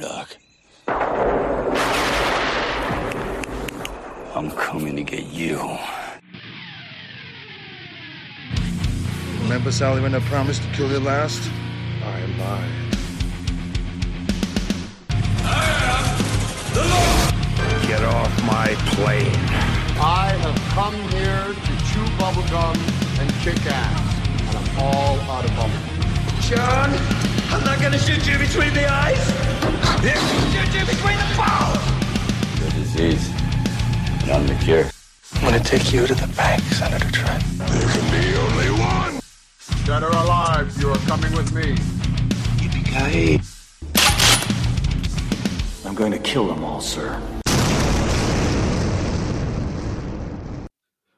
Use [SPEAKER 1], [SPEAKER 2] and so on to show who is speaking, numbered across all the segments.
[SPEAKER 1] Doc. I'm coming to get you.
[SPEAKER 2] Remember, Sally, when I promised to kill you last? I lied.
[SPEAKER 3] Get off my plane.
[SPEAKER 4] I have come here to chew bubblegum and kick ass. And I'm all out of bubblegum.
[SPEAKER 3] John, I'm not gonna shoot you between the eyes. I'm gonna shoot you between the balls.
[SPEAKER 1] The disease. And I'm the cure.
[SPEAKER 3] I'm gonna take you to the bank, Senator Trent. There can be only one.
[SPEAKER 4] Dead or alive, you are coming with me.
[SPEAKER 1] I'm going to kill them all, sir.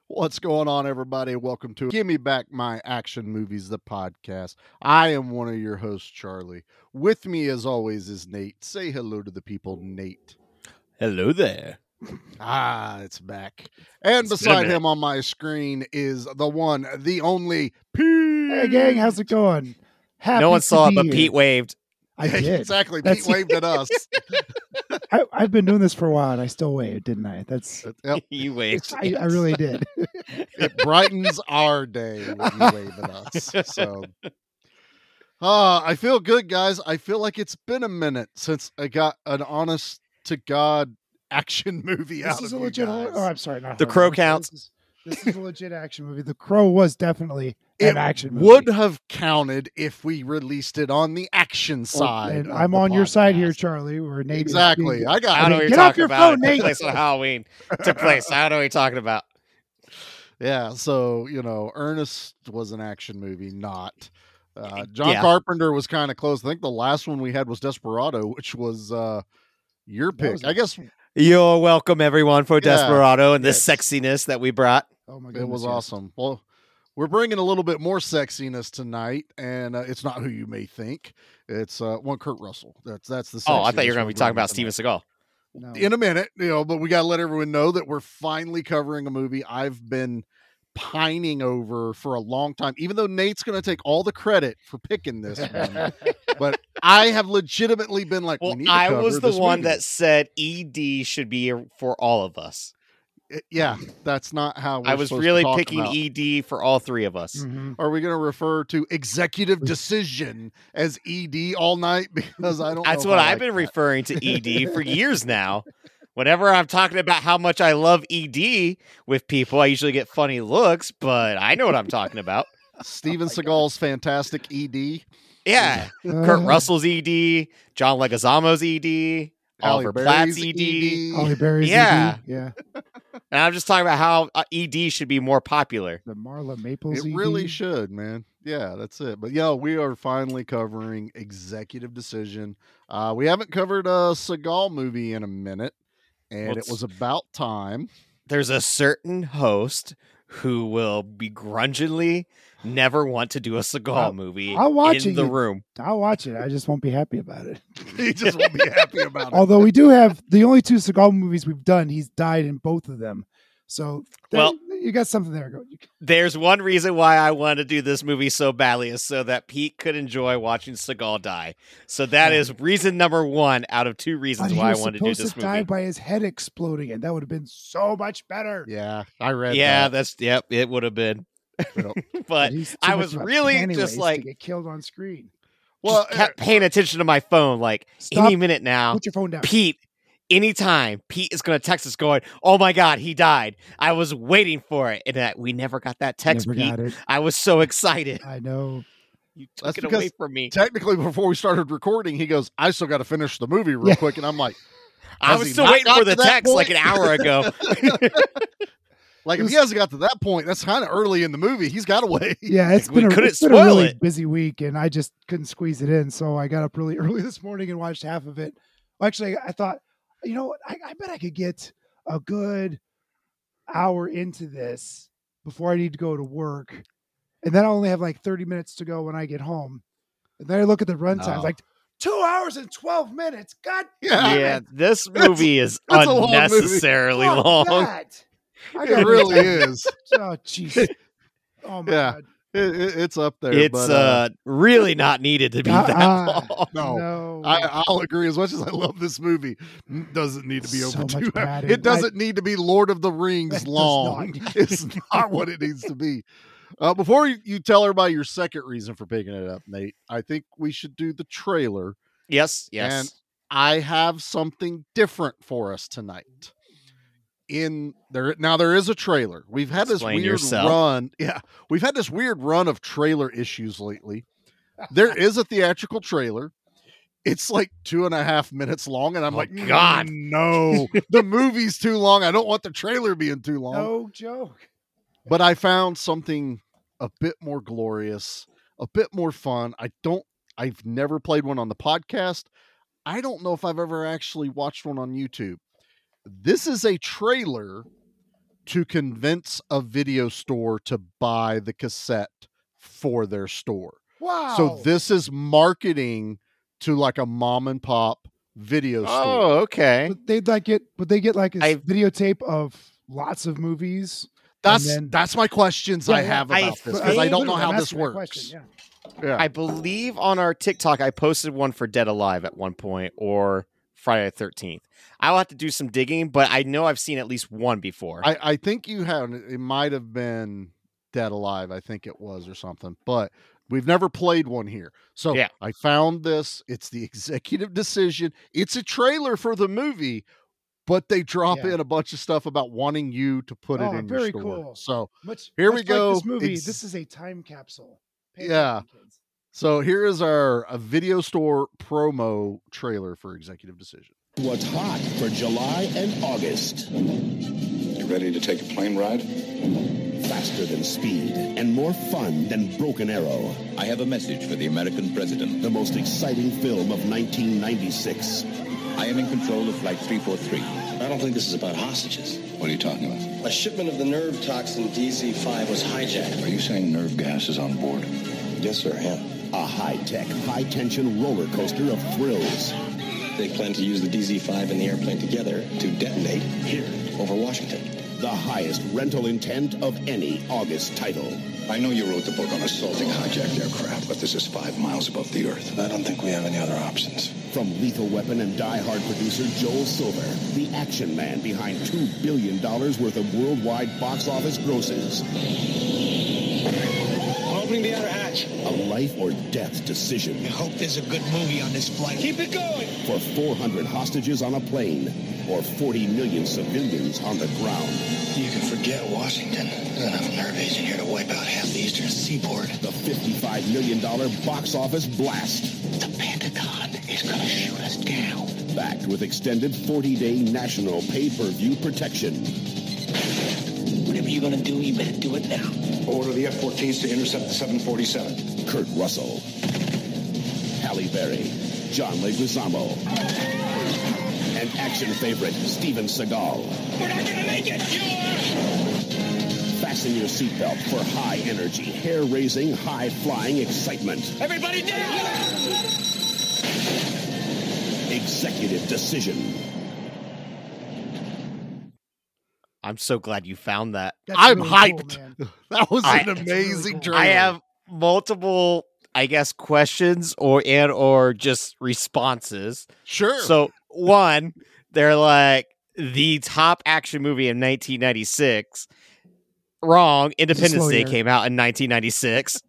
[SPEAKER 5] What's going on, everybody? Welcome to Give Me Back My Action Movies, the podcast. I am one of your hosts, Charlie. With me, as always, is Nate. Say hello to the people, Nate.
[SPEAKER 6] Hello there.
[SPEAKER 5] Ah, it's back.
[SPEAKER 6] It's
[SPEAKER 5] And
[SPEAKER 6] been a
[SPEAKER 5] beside
[SPEAKER 6] minute.
[SPEAKER 5] him on my screen is the one, the only Pete.
[SPEAKER 7] Hey gang, how's it going? Happy
[SPEAKER 6] no one
[SPEAKER 7] to
[SPEAKER 6] saw it,
[SPEAKER 7] be
[SPEAKER 6] but
[SPEAKER 7] here.
[SPEAKER 6] Pete waved.
[SPEAKER 7] I did.
[SPEAKER 5] exactly.
[SPEAKER 7] That's-
[SPEAKER 5] Pete waved at us.
[SPEAKER 7] I, I've been doing this for a while, and I still waited, didn't I? That's
[SPEAKER 5] Yep,
[SPEAKER 6] you waved.
[SPEAKER 7] I, I really did.
[SPEAKER 5] it brightens our day when you wave at us. So, uh, I feel good, guys. I feel like it's been a minute since I got an honest to God action movie out
[SPEAKER 7] This is
[SPEAKER 5] of
[SPEAKER 7] a
[SPEAKER 5] you
[SPEAKER 7] legit. hor-
[SPEAKER 5] guys.
[SPEAKER 7] Oh, I'm sorry. Not
[SPEAKER 6] The
[SPEAKER 7] horror
[SPEAKER 6] Crow
[SPEAKER 7] movie.
[SPEAKER 6] counts.
[SPEAKER 7] This is, this is a legit action movie. The Crow was definitely
[SPEAKER 5] it
[SPEAKER 7] an action. Movie.
[SPEAKER 5] would have counted if we released it on the action side.
[SPEAKER 7] And
[SPEAKER 5] of
[SPEAKER 7] I'm
[SPEAKER 5] the
[SPEAKER 7] on your side here,
[SPEAKER 5] podcast.
[SPEAKER 7] Charlie. Where Nate is
[SPEAKER 5] Exactly.
[SPEAKER 7] being-
[SPEAKER 5] I
[SPEAKER 6] I don't
[SPEAKER 5] got
[SPEAKER 6] know
[SPEAKER 5] it.
[SPEAKER 6] what you're
[SPEAKER 7] get off
[SPEAKER 6] talking
[SPEAKER 7] your
[SPEAKER 6] about.
[SPEAKER 7] phone,
[SPEAKER 6] it took
[SPEAKER 7] Nate.
[SPEAKER 6] place on Halloween. took place. I don't know what you're talking about.
[SPEAKER 5] Yeah. So you know, Ernest was an action movie, not. Uh, John
[SPEAKER 6] Eh, yeah.
[SPEAKER 5] Carpenter was kind of close. I think the last one we had was Desperado, which was uh, your
[SPEAKER 7] That
[SPEAKER 5] pick.
[SPEAKER 7] was
[SPEAKER 5] I
[SPEAKER 7] an
[SPEAKER 5] guess
[SPEAKER 7] action-
[SPEAKER 6] You're welcome, everyone, for
[SPEAKER 5] Yeah.
[SPEAKER 6] Desperado and this
[SPEAKER 5] Yes.
[SPEAKER 6] sexiness that we brought.
[SPEAKER 7] Oh my god,
[SPEAKER 5] it was awesome. Well, we're bringing a little bit more sexiness tonight, and uh, it's not who you may think. It's uh, one Kurt Russell. That's that's the.
[SPEAKER 6] Oh, I thought you were going
[SPEAKER 5] sexiness
[SPEAKER 6] to
[SPEAKER 5] we're
[SPEAKER 6] be talking
[SPEAKER 5] bringing
[SPEAKER 6] about
[SPEAKER 5] tonight.
[SPEAKER 6] Steven Seagal.
[SPEAKER 7] No.
[SPEAKER 5] in a minute, you know, but we got to let everyone know that we're finally covering a movie I've been pining over for a long time, even though Nate's going to take all the credit for picking this one. but I have legitimately been like, we
[SPEAKER 6] Well,
[SPEAKER 5] need to
[SPEAKER 6] I
[SPEAKER 5] cover
[SPEAKER 6] was the
[SPEAKER 5] this
[SPEAKER 6] one
[SPEAKER 5] movie.
[SPEAKER 6] that said ED should be for all of us.
[SPEAKER 5] Y- Eh, Yeah, that's not how we're
[SPEAKER 6] I was
[SPEAKER 5] supposed to
[SPEAKER 6] really
[SPEAKER 5] talk
[SPEAKER 6] picking E
[SPEAKER 5] about-
[SPEAKER 6] ED for all three of us.
[SPEAKER 7] Mhm.
[SPEAKER 5] Are we going to refer to executive decision as ED all night? Because I don't.
[SPEAKER 6] That's
[SPEAKER 5] know
[SPEAKER 6] what
[SPEAKER 5] if I
[SPEAKER 6] I've
[SPEAKER 5] like
[SPEAKER 6] been
[SPEAKER 5] that.
[SPEAKER 6] referring to ED for years now. Whenever I'm talking about how much I love ED with people, I usually get funny looks, but I know what I'm talking about. Oh
[SPEAKER 5] Steven Seagal's fantastic E ED.
[SPEAKER 6] Yeah. Kurt
[SPEAKER 7] Uh,
[SPEAKER 6] Russell's ED, John Leguizamo's E ED,
[SPEAKER 5] Halle
[SPEAKER 6] Oliver
[SPEAKER 5] Berry's E
[SPEAKER 6] Platt's E ED.
[SPEAKER 7] Holly Berry's
[SPEAKER 6] Yeah.
[SPEAKER 7] ED. yeah.
[SPEAKER 6] And I'm just talking about how uh, ED should be more popular.
[SPEAKER 7] The Marla Maples.
[SPEAKER 5] It really
[SPEAKER 6] E
[SPEAKER 7] ED.
[SPEAKER 5] should, man. Yeah, that's it. But yo, we are finally covering executive decision. Uh, we haven't covered a Seagal movie in a minute, and
[SPEAKER 6] Well,
[SPEAKER 5] it was about time.
[SPEAKER 6] There's a certain host who will begrudgingly never want to do a Seagal
[SPEAKER 7] I'll-
[SPEAKER 6] movie
[SPEAKER 7] I'll watch
[SPEAKER 6] in
[SPEAKER 7] it,
[SPEAKER 6] the
[SPEAKER 7] you-
[SPEAKER 6] room.
[SPEAKER 7] I'll watch it. I just won't be happy about it.
[SPEAKER 5] he just won't be happy about it.
[SPEAKER 7] Although we do have the only two Seagal movies we've done, he's died in both of them. So there-
[SPEAKER 6] Well-
[SPEAKER 7] you got something there. Go. you-
[SPEAKER 6] There's one reason why I want to do this movie so badly is so that Pete could enjoy watching Seagal die. So that is reason number one out of two
[SPEAKER 7] But
[SPEAKER 6] reasons
[SPEAKER 7] he
[SPEAKER 6] why I
[SPEAKER 7] was
[SPEAKER 6] wanted to do
[SPEAKER 7] supposed
[SPEAKER 6] this
[SPEAKER 7] to die
[SPEAKER 6] movie.
[SPEAKER 7] by his head exploding, and that would have been so much better.
[SPEAKER 5] Yeah, I read.
[SPEAKER 6] Yeah,
[SPEAKER 5] that.
[SPEAKER 6] that's yep, it would have been.
[SPEAKER 5] Yep.
[SPEAKER 6] but
[SPEAKER 7] he's too
[SPEAKER 6] I
[SPEAKER 7] much
[SPEAKER 6] was
[SPEAKER 7] of a
[SPEAKER 6] really
[SPEAKER 7] fan anyways
[SPEAKER 6] just
[SPEAKER 7] to
[SPEAKER 6] like
[SPEAKER 7] get killed on screen.
[SPEAKER 5] well,
[SPEAKER 6] just kept paying attention to my phone. Like
[SPEAKER 7] Stop.
[SPEAKER 6] any minute now,
[SPEAKER 7] Put your phone down.
[SPEAKER 6] Pete. Anytime Pete is going to text us, going, "Oh my God, he died! I was waiting for it," and that we never got that text.
[SPEAKER 7] Never
[SPEAKER 6] Pete,
[SPEAKER 7] got it.
[SPEAKER 6] I was so excited.
[SPEAKER 7] I know.
[SPEAKER 6] You took
[SPEAKER 5] That's
[SPEAKER 6] it away
[SPEAKER 5] because-
[SPEAKER 6] from me.
[SPEAKER 5] technically, before we started recording, he goes, "I still got to finish the movie real
[SPEAKER 7] Yeah.
[SPEAKER 5] quick," and I'm like,
[SPEAKER 6] I
[SPEAKER 5] Has
[SPEAKER 6] was
[SPEAKER 5] he
[SPEAKER 6] still
[SPEAKER 5] not
[SPEAKER 6] waiting
[SPEAKER 5] got
[SPEAKER 6] for
[SPEAKER 5] to
[SPEAKER 6] the
[SPEAKER 5] that
[SPEAKER 6] text like an
[SPEAKER 5] point?
[SPEAKER 6] hour ago.
[SPEAKER 5] "Like if he hasn't got to that point, that's kind of early in the movie. He's got to wait."
[SPEAKER 7] Yeah, it's
[SPEAKER 6] we
[SPEAKER 7] been, a,
[SPEAKER 6] couldn't
[SPEAKER 7] it's been a really
[SPEAKER 6] spoil it.
[SPEAKER 7] busy week, and I just couldn't squeeze it in. So I got up really early this morning and watched half of it. Well, actually, I thought, you know what? I, I bet I could get a good hour into this before I need to go to work, and then I only have like thirty minutes to go when I get home. And then I look at the runtime,
[SPEAKER 5] No.
[SPEAKER 7] like two hours and twelve minutes. God,
[SPEAKER 5] yeah.
[SPEAKER 6] yeah, this
[SPEAKER 5] That's-
[SPEAKER 6] movie is
[SPEAKER 5] that's a long movie.
[SPEAKER 6] unnecessarily
[SPEAKER 7] fuck
[SPEAKER 6] long.
[SPEAKER 7] that. I
[SPEAKER 5] it
[SPEAKER 7] gotta-
[SPEAKER 5] really is.
[SPEAKER 7] Oh, jeez. Oh my
[SPEAKER 5] Yeah.
[SPEAKER 7] god.
[SPEAKER 5] It- it- it's up there.
[SPEAKER 6] it's
[SPEAKER 5] but, uh,
[SPEAKER 6] uh, oh, really not needed to be that
[SPEAKER 7] Uh-uh.
[SPEAKER 6] long.
[SPEAKER 5] no.
[SPEAKER 7] no.
[SPEAKER 5] I, I'll agree. As much as I love this movie, n- doesn't need to be
[SPEAKER 7] So
[SPEAKER 5] over
[SPEAKER 7] much
[SPEAKER 5] two hours.
[SPEAKER 7] padding.
[SPEAKER 5] It doesn't need to be Lord of the
[SPEAKER 7] It does
[SPEAKER 5] Rings
[SPEAKER 7] not
[SPEAKER 5] long.
[SPEAKER 7] need to
[SPEAKER 5] it's not what it needs to be. Uh, before you- you tell everybody your second reason for picking it up, Nate, I think we should do the trailer.
[SPEAKER 6] Yes, yes.
[SPEAKER 5] And I have something different for us tonight. In there now, there is a trailer. We've had
[SPEAKER 6] Explain
[SPEAKER 5] this weird
[SPEAKER 6] yourself.
[SPEAKER 5] run. Yeah, we've had this weird run of trailer issues lately. There is a theatrical trailer. It's like two and a half minutes long, and I'm
[SPEAKER 6] Oh,
[SPEAKER 5] like, "Mm,
[SPEAKER 6] God."
[SPEAKER 5] no, the movie's too long. I don't want the trailer being too long.
[SPEAKER 7] no joke.
[SPEAKER 5] But I found something a bit more glorious, a bit more fun. I don't. I've never played one on the podcast. I don't know if I've ever actually watched one on YouTube. This is a trailer to convince a video store to buy the cassette for their store.
[SPEAKER 7] Wow.
[SPEAKER 5] So this is marketing to like a mom and pop video store.
[SPEAKER 6] Oh, okay.
[SPEAKER 7] But they'd like it, but they get like a
[SPEAKER 6] I-
[SPEAKER 7] videotape of lots of movies.
[SPEAKER 5] That's
[SPEAKER 7] then-
[SPEAKER 5] that's my questions
[SPEAKER 7] Yeah,
[SPEAKER 5] I
[SPEAKER 7] yeah.
[SPEAKER 5] have
[SPEAKER 6] I
[SPEAKER 5] about this
[SPEAKER 7] But
[SPEAKER 5] because I
[SPEAKER 6] think-
[SPEAKER 5] don't know
[SPEAKER 7] I'm
[SPEAKER 5] how this
[SPEAKER 7] asking that
[SPEAKER 5] works.
[SPEAKER 7] question, yeah.
[SPEAKER 5] Yeah.
[SPEAKER 6] I believe on our TikTok, I posted one for Dead Alive at one point or Friday the 13th. I'll have to do some digging, but I know I've seen at least one before.
[SPEAKER 5] I, I think you had it might have been Dead Alive, I think it was or something, but we've never played one here. So
[SPEAKER 6] Yeah.
[SPEAKER 5] I found this. It's the executive decision. It's a trailer for the movie, but they drop
[SPEAKER 7] Yeah.
[SPEAKER 5] in a bunch of stuff about wanting you to put
[SPEAKER 7] Oh,
[SPEAKER 5] it in
[SPEAKER 7] very
[SPEAKER 5] your store.
[SPEAKER 7] cool.
[SPEAKER 5] So
[SPEAKER 7] Much,
[SPEAKER 5] Here
[SPEAKER 7] much
[SPEAKER 5] we
[SPEAKER 7] Like
[SPEAKER 5] go.
[SPEAKER 7] this movie.
[SPEAKER 5] Ex-
[SPEAKER 7] this is a time capsule. Pay
[SPEAKER 5] Yeah.
[SPEAKER 7] attention, kids.
[SPEAKER 5] so here is our a video store promo trailer for executive decision.
[SPEAKER 8] What's hot for July and August?
[SPEAKER 9] You ready to take a plane ride?
[SPEAKER 8] Faster than speed and more fun than Broken Arrow.
[SPEAKER 9] I have a message for the American president.
[SPEAKER 8] The most exciting film of 1996.
[SPEAKER 9] I am in control of Flight 343.
[SPEAKER 10] I don't think this is about hostages.
[SPEAKER 9] What are you talking about?
[SPEAKER 10] A shipment of the nerve toxin DZ5 was hijacked.
[SPEAKER 9] Are you saying nerve gas is on board?
[SPEAKER 10] Yes, sir, I am.
[SPEAKER 8] A high-tech, high-tension roller coaster of thrills.
[SPEAKER 10] They plan to use the DZ5 and the airplane together to detonate here over Washington.
[SPEAKER 8] The highest rental intent of any August title.
[SPEAKER 9] I know you wrote the book on assaulting hijacked aircraft, but this is five miles above the earth.
[SPEAKER 10] I don't think we have any other options.
[SPEAKER 8] From Lethal Weapon and Die Hard producer Joel Silver, the action man behind $2 billion worth of worldwide box office grosses.
[SPEAKER 10] I'm opening the outer hatch.
[SPEAKER 8] A life or death decision.
[SPEAKER 10] hope there's a good movie on this flight. Keep it going.
[SPEAKER 8] for 400 hostages on a plane or 40 million civilians on the ground.
[SPEAKER 10] You can forget Washington. There's enough nerve agent here to wipe out half the eastern seaboard.
[SPEAKER 8] The $55 million box office blast,
[SPEAKER 10] The Pentagon is going to shoot us down.
[SPEAKER 8] backed with extended 40-day national pay-per-view protection.
[SPEAKER 10] Whatever you're going to do, you better do it now.
[SPEAKER 9] Order the F-14s to intercept the 747.
[SPEAKER 8] Kurt Russell, Halle Berry, John Leguizamo, and action favorite Steven Seagal.
[SPEAKER 10] We're not going to make it.
[SPEAKER 8] Fasten your seatbelt for high energy, hair-raising, high-flying excitement.
[SPEAKER 10] Everybody down.
[SPEAKER 8] Executive decision.
[SPEAKER 6] I'm so glad you found that.
[SPEAKER 7] That's
[SPEAKER 5] I'm
[SPEAKER 7] really
[SPEAKER 5] hyped.
[SPEAKER 7] Cool, man.
[SPEAKER 5] That was
[SPEAKER 6] I-
[SPEAKER 5] an
[SPEAKER 7] That's really
[SPEAKER 5] amazing
[SPEAKER 7] cool.
[SPEAKER 5] trailer.
[SPEAKER 6] I have multiple, I guess, questions or and or just responses.
[SPEAKER 5] sure.
[SPEAKER 6] So one, they're like the top action movie in 1996. Wrong. Independence
[SPEAKER 7] slow
[SPEAKER 6] Day
[SPEAKER 7] year.
[SPEAKER 6] came out in 1996.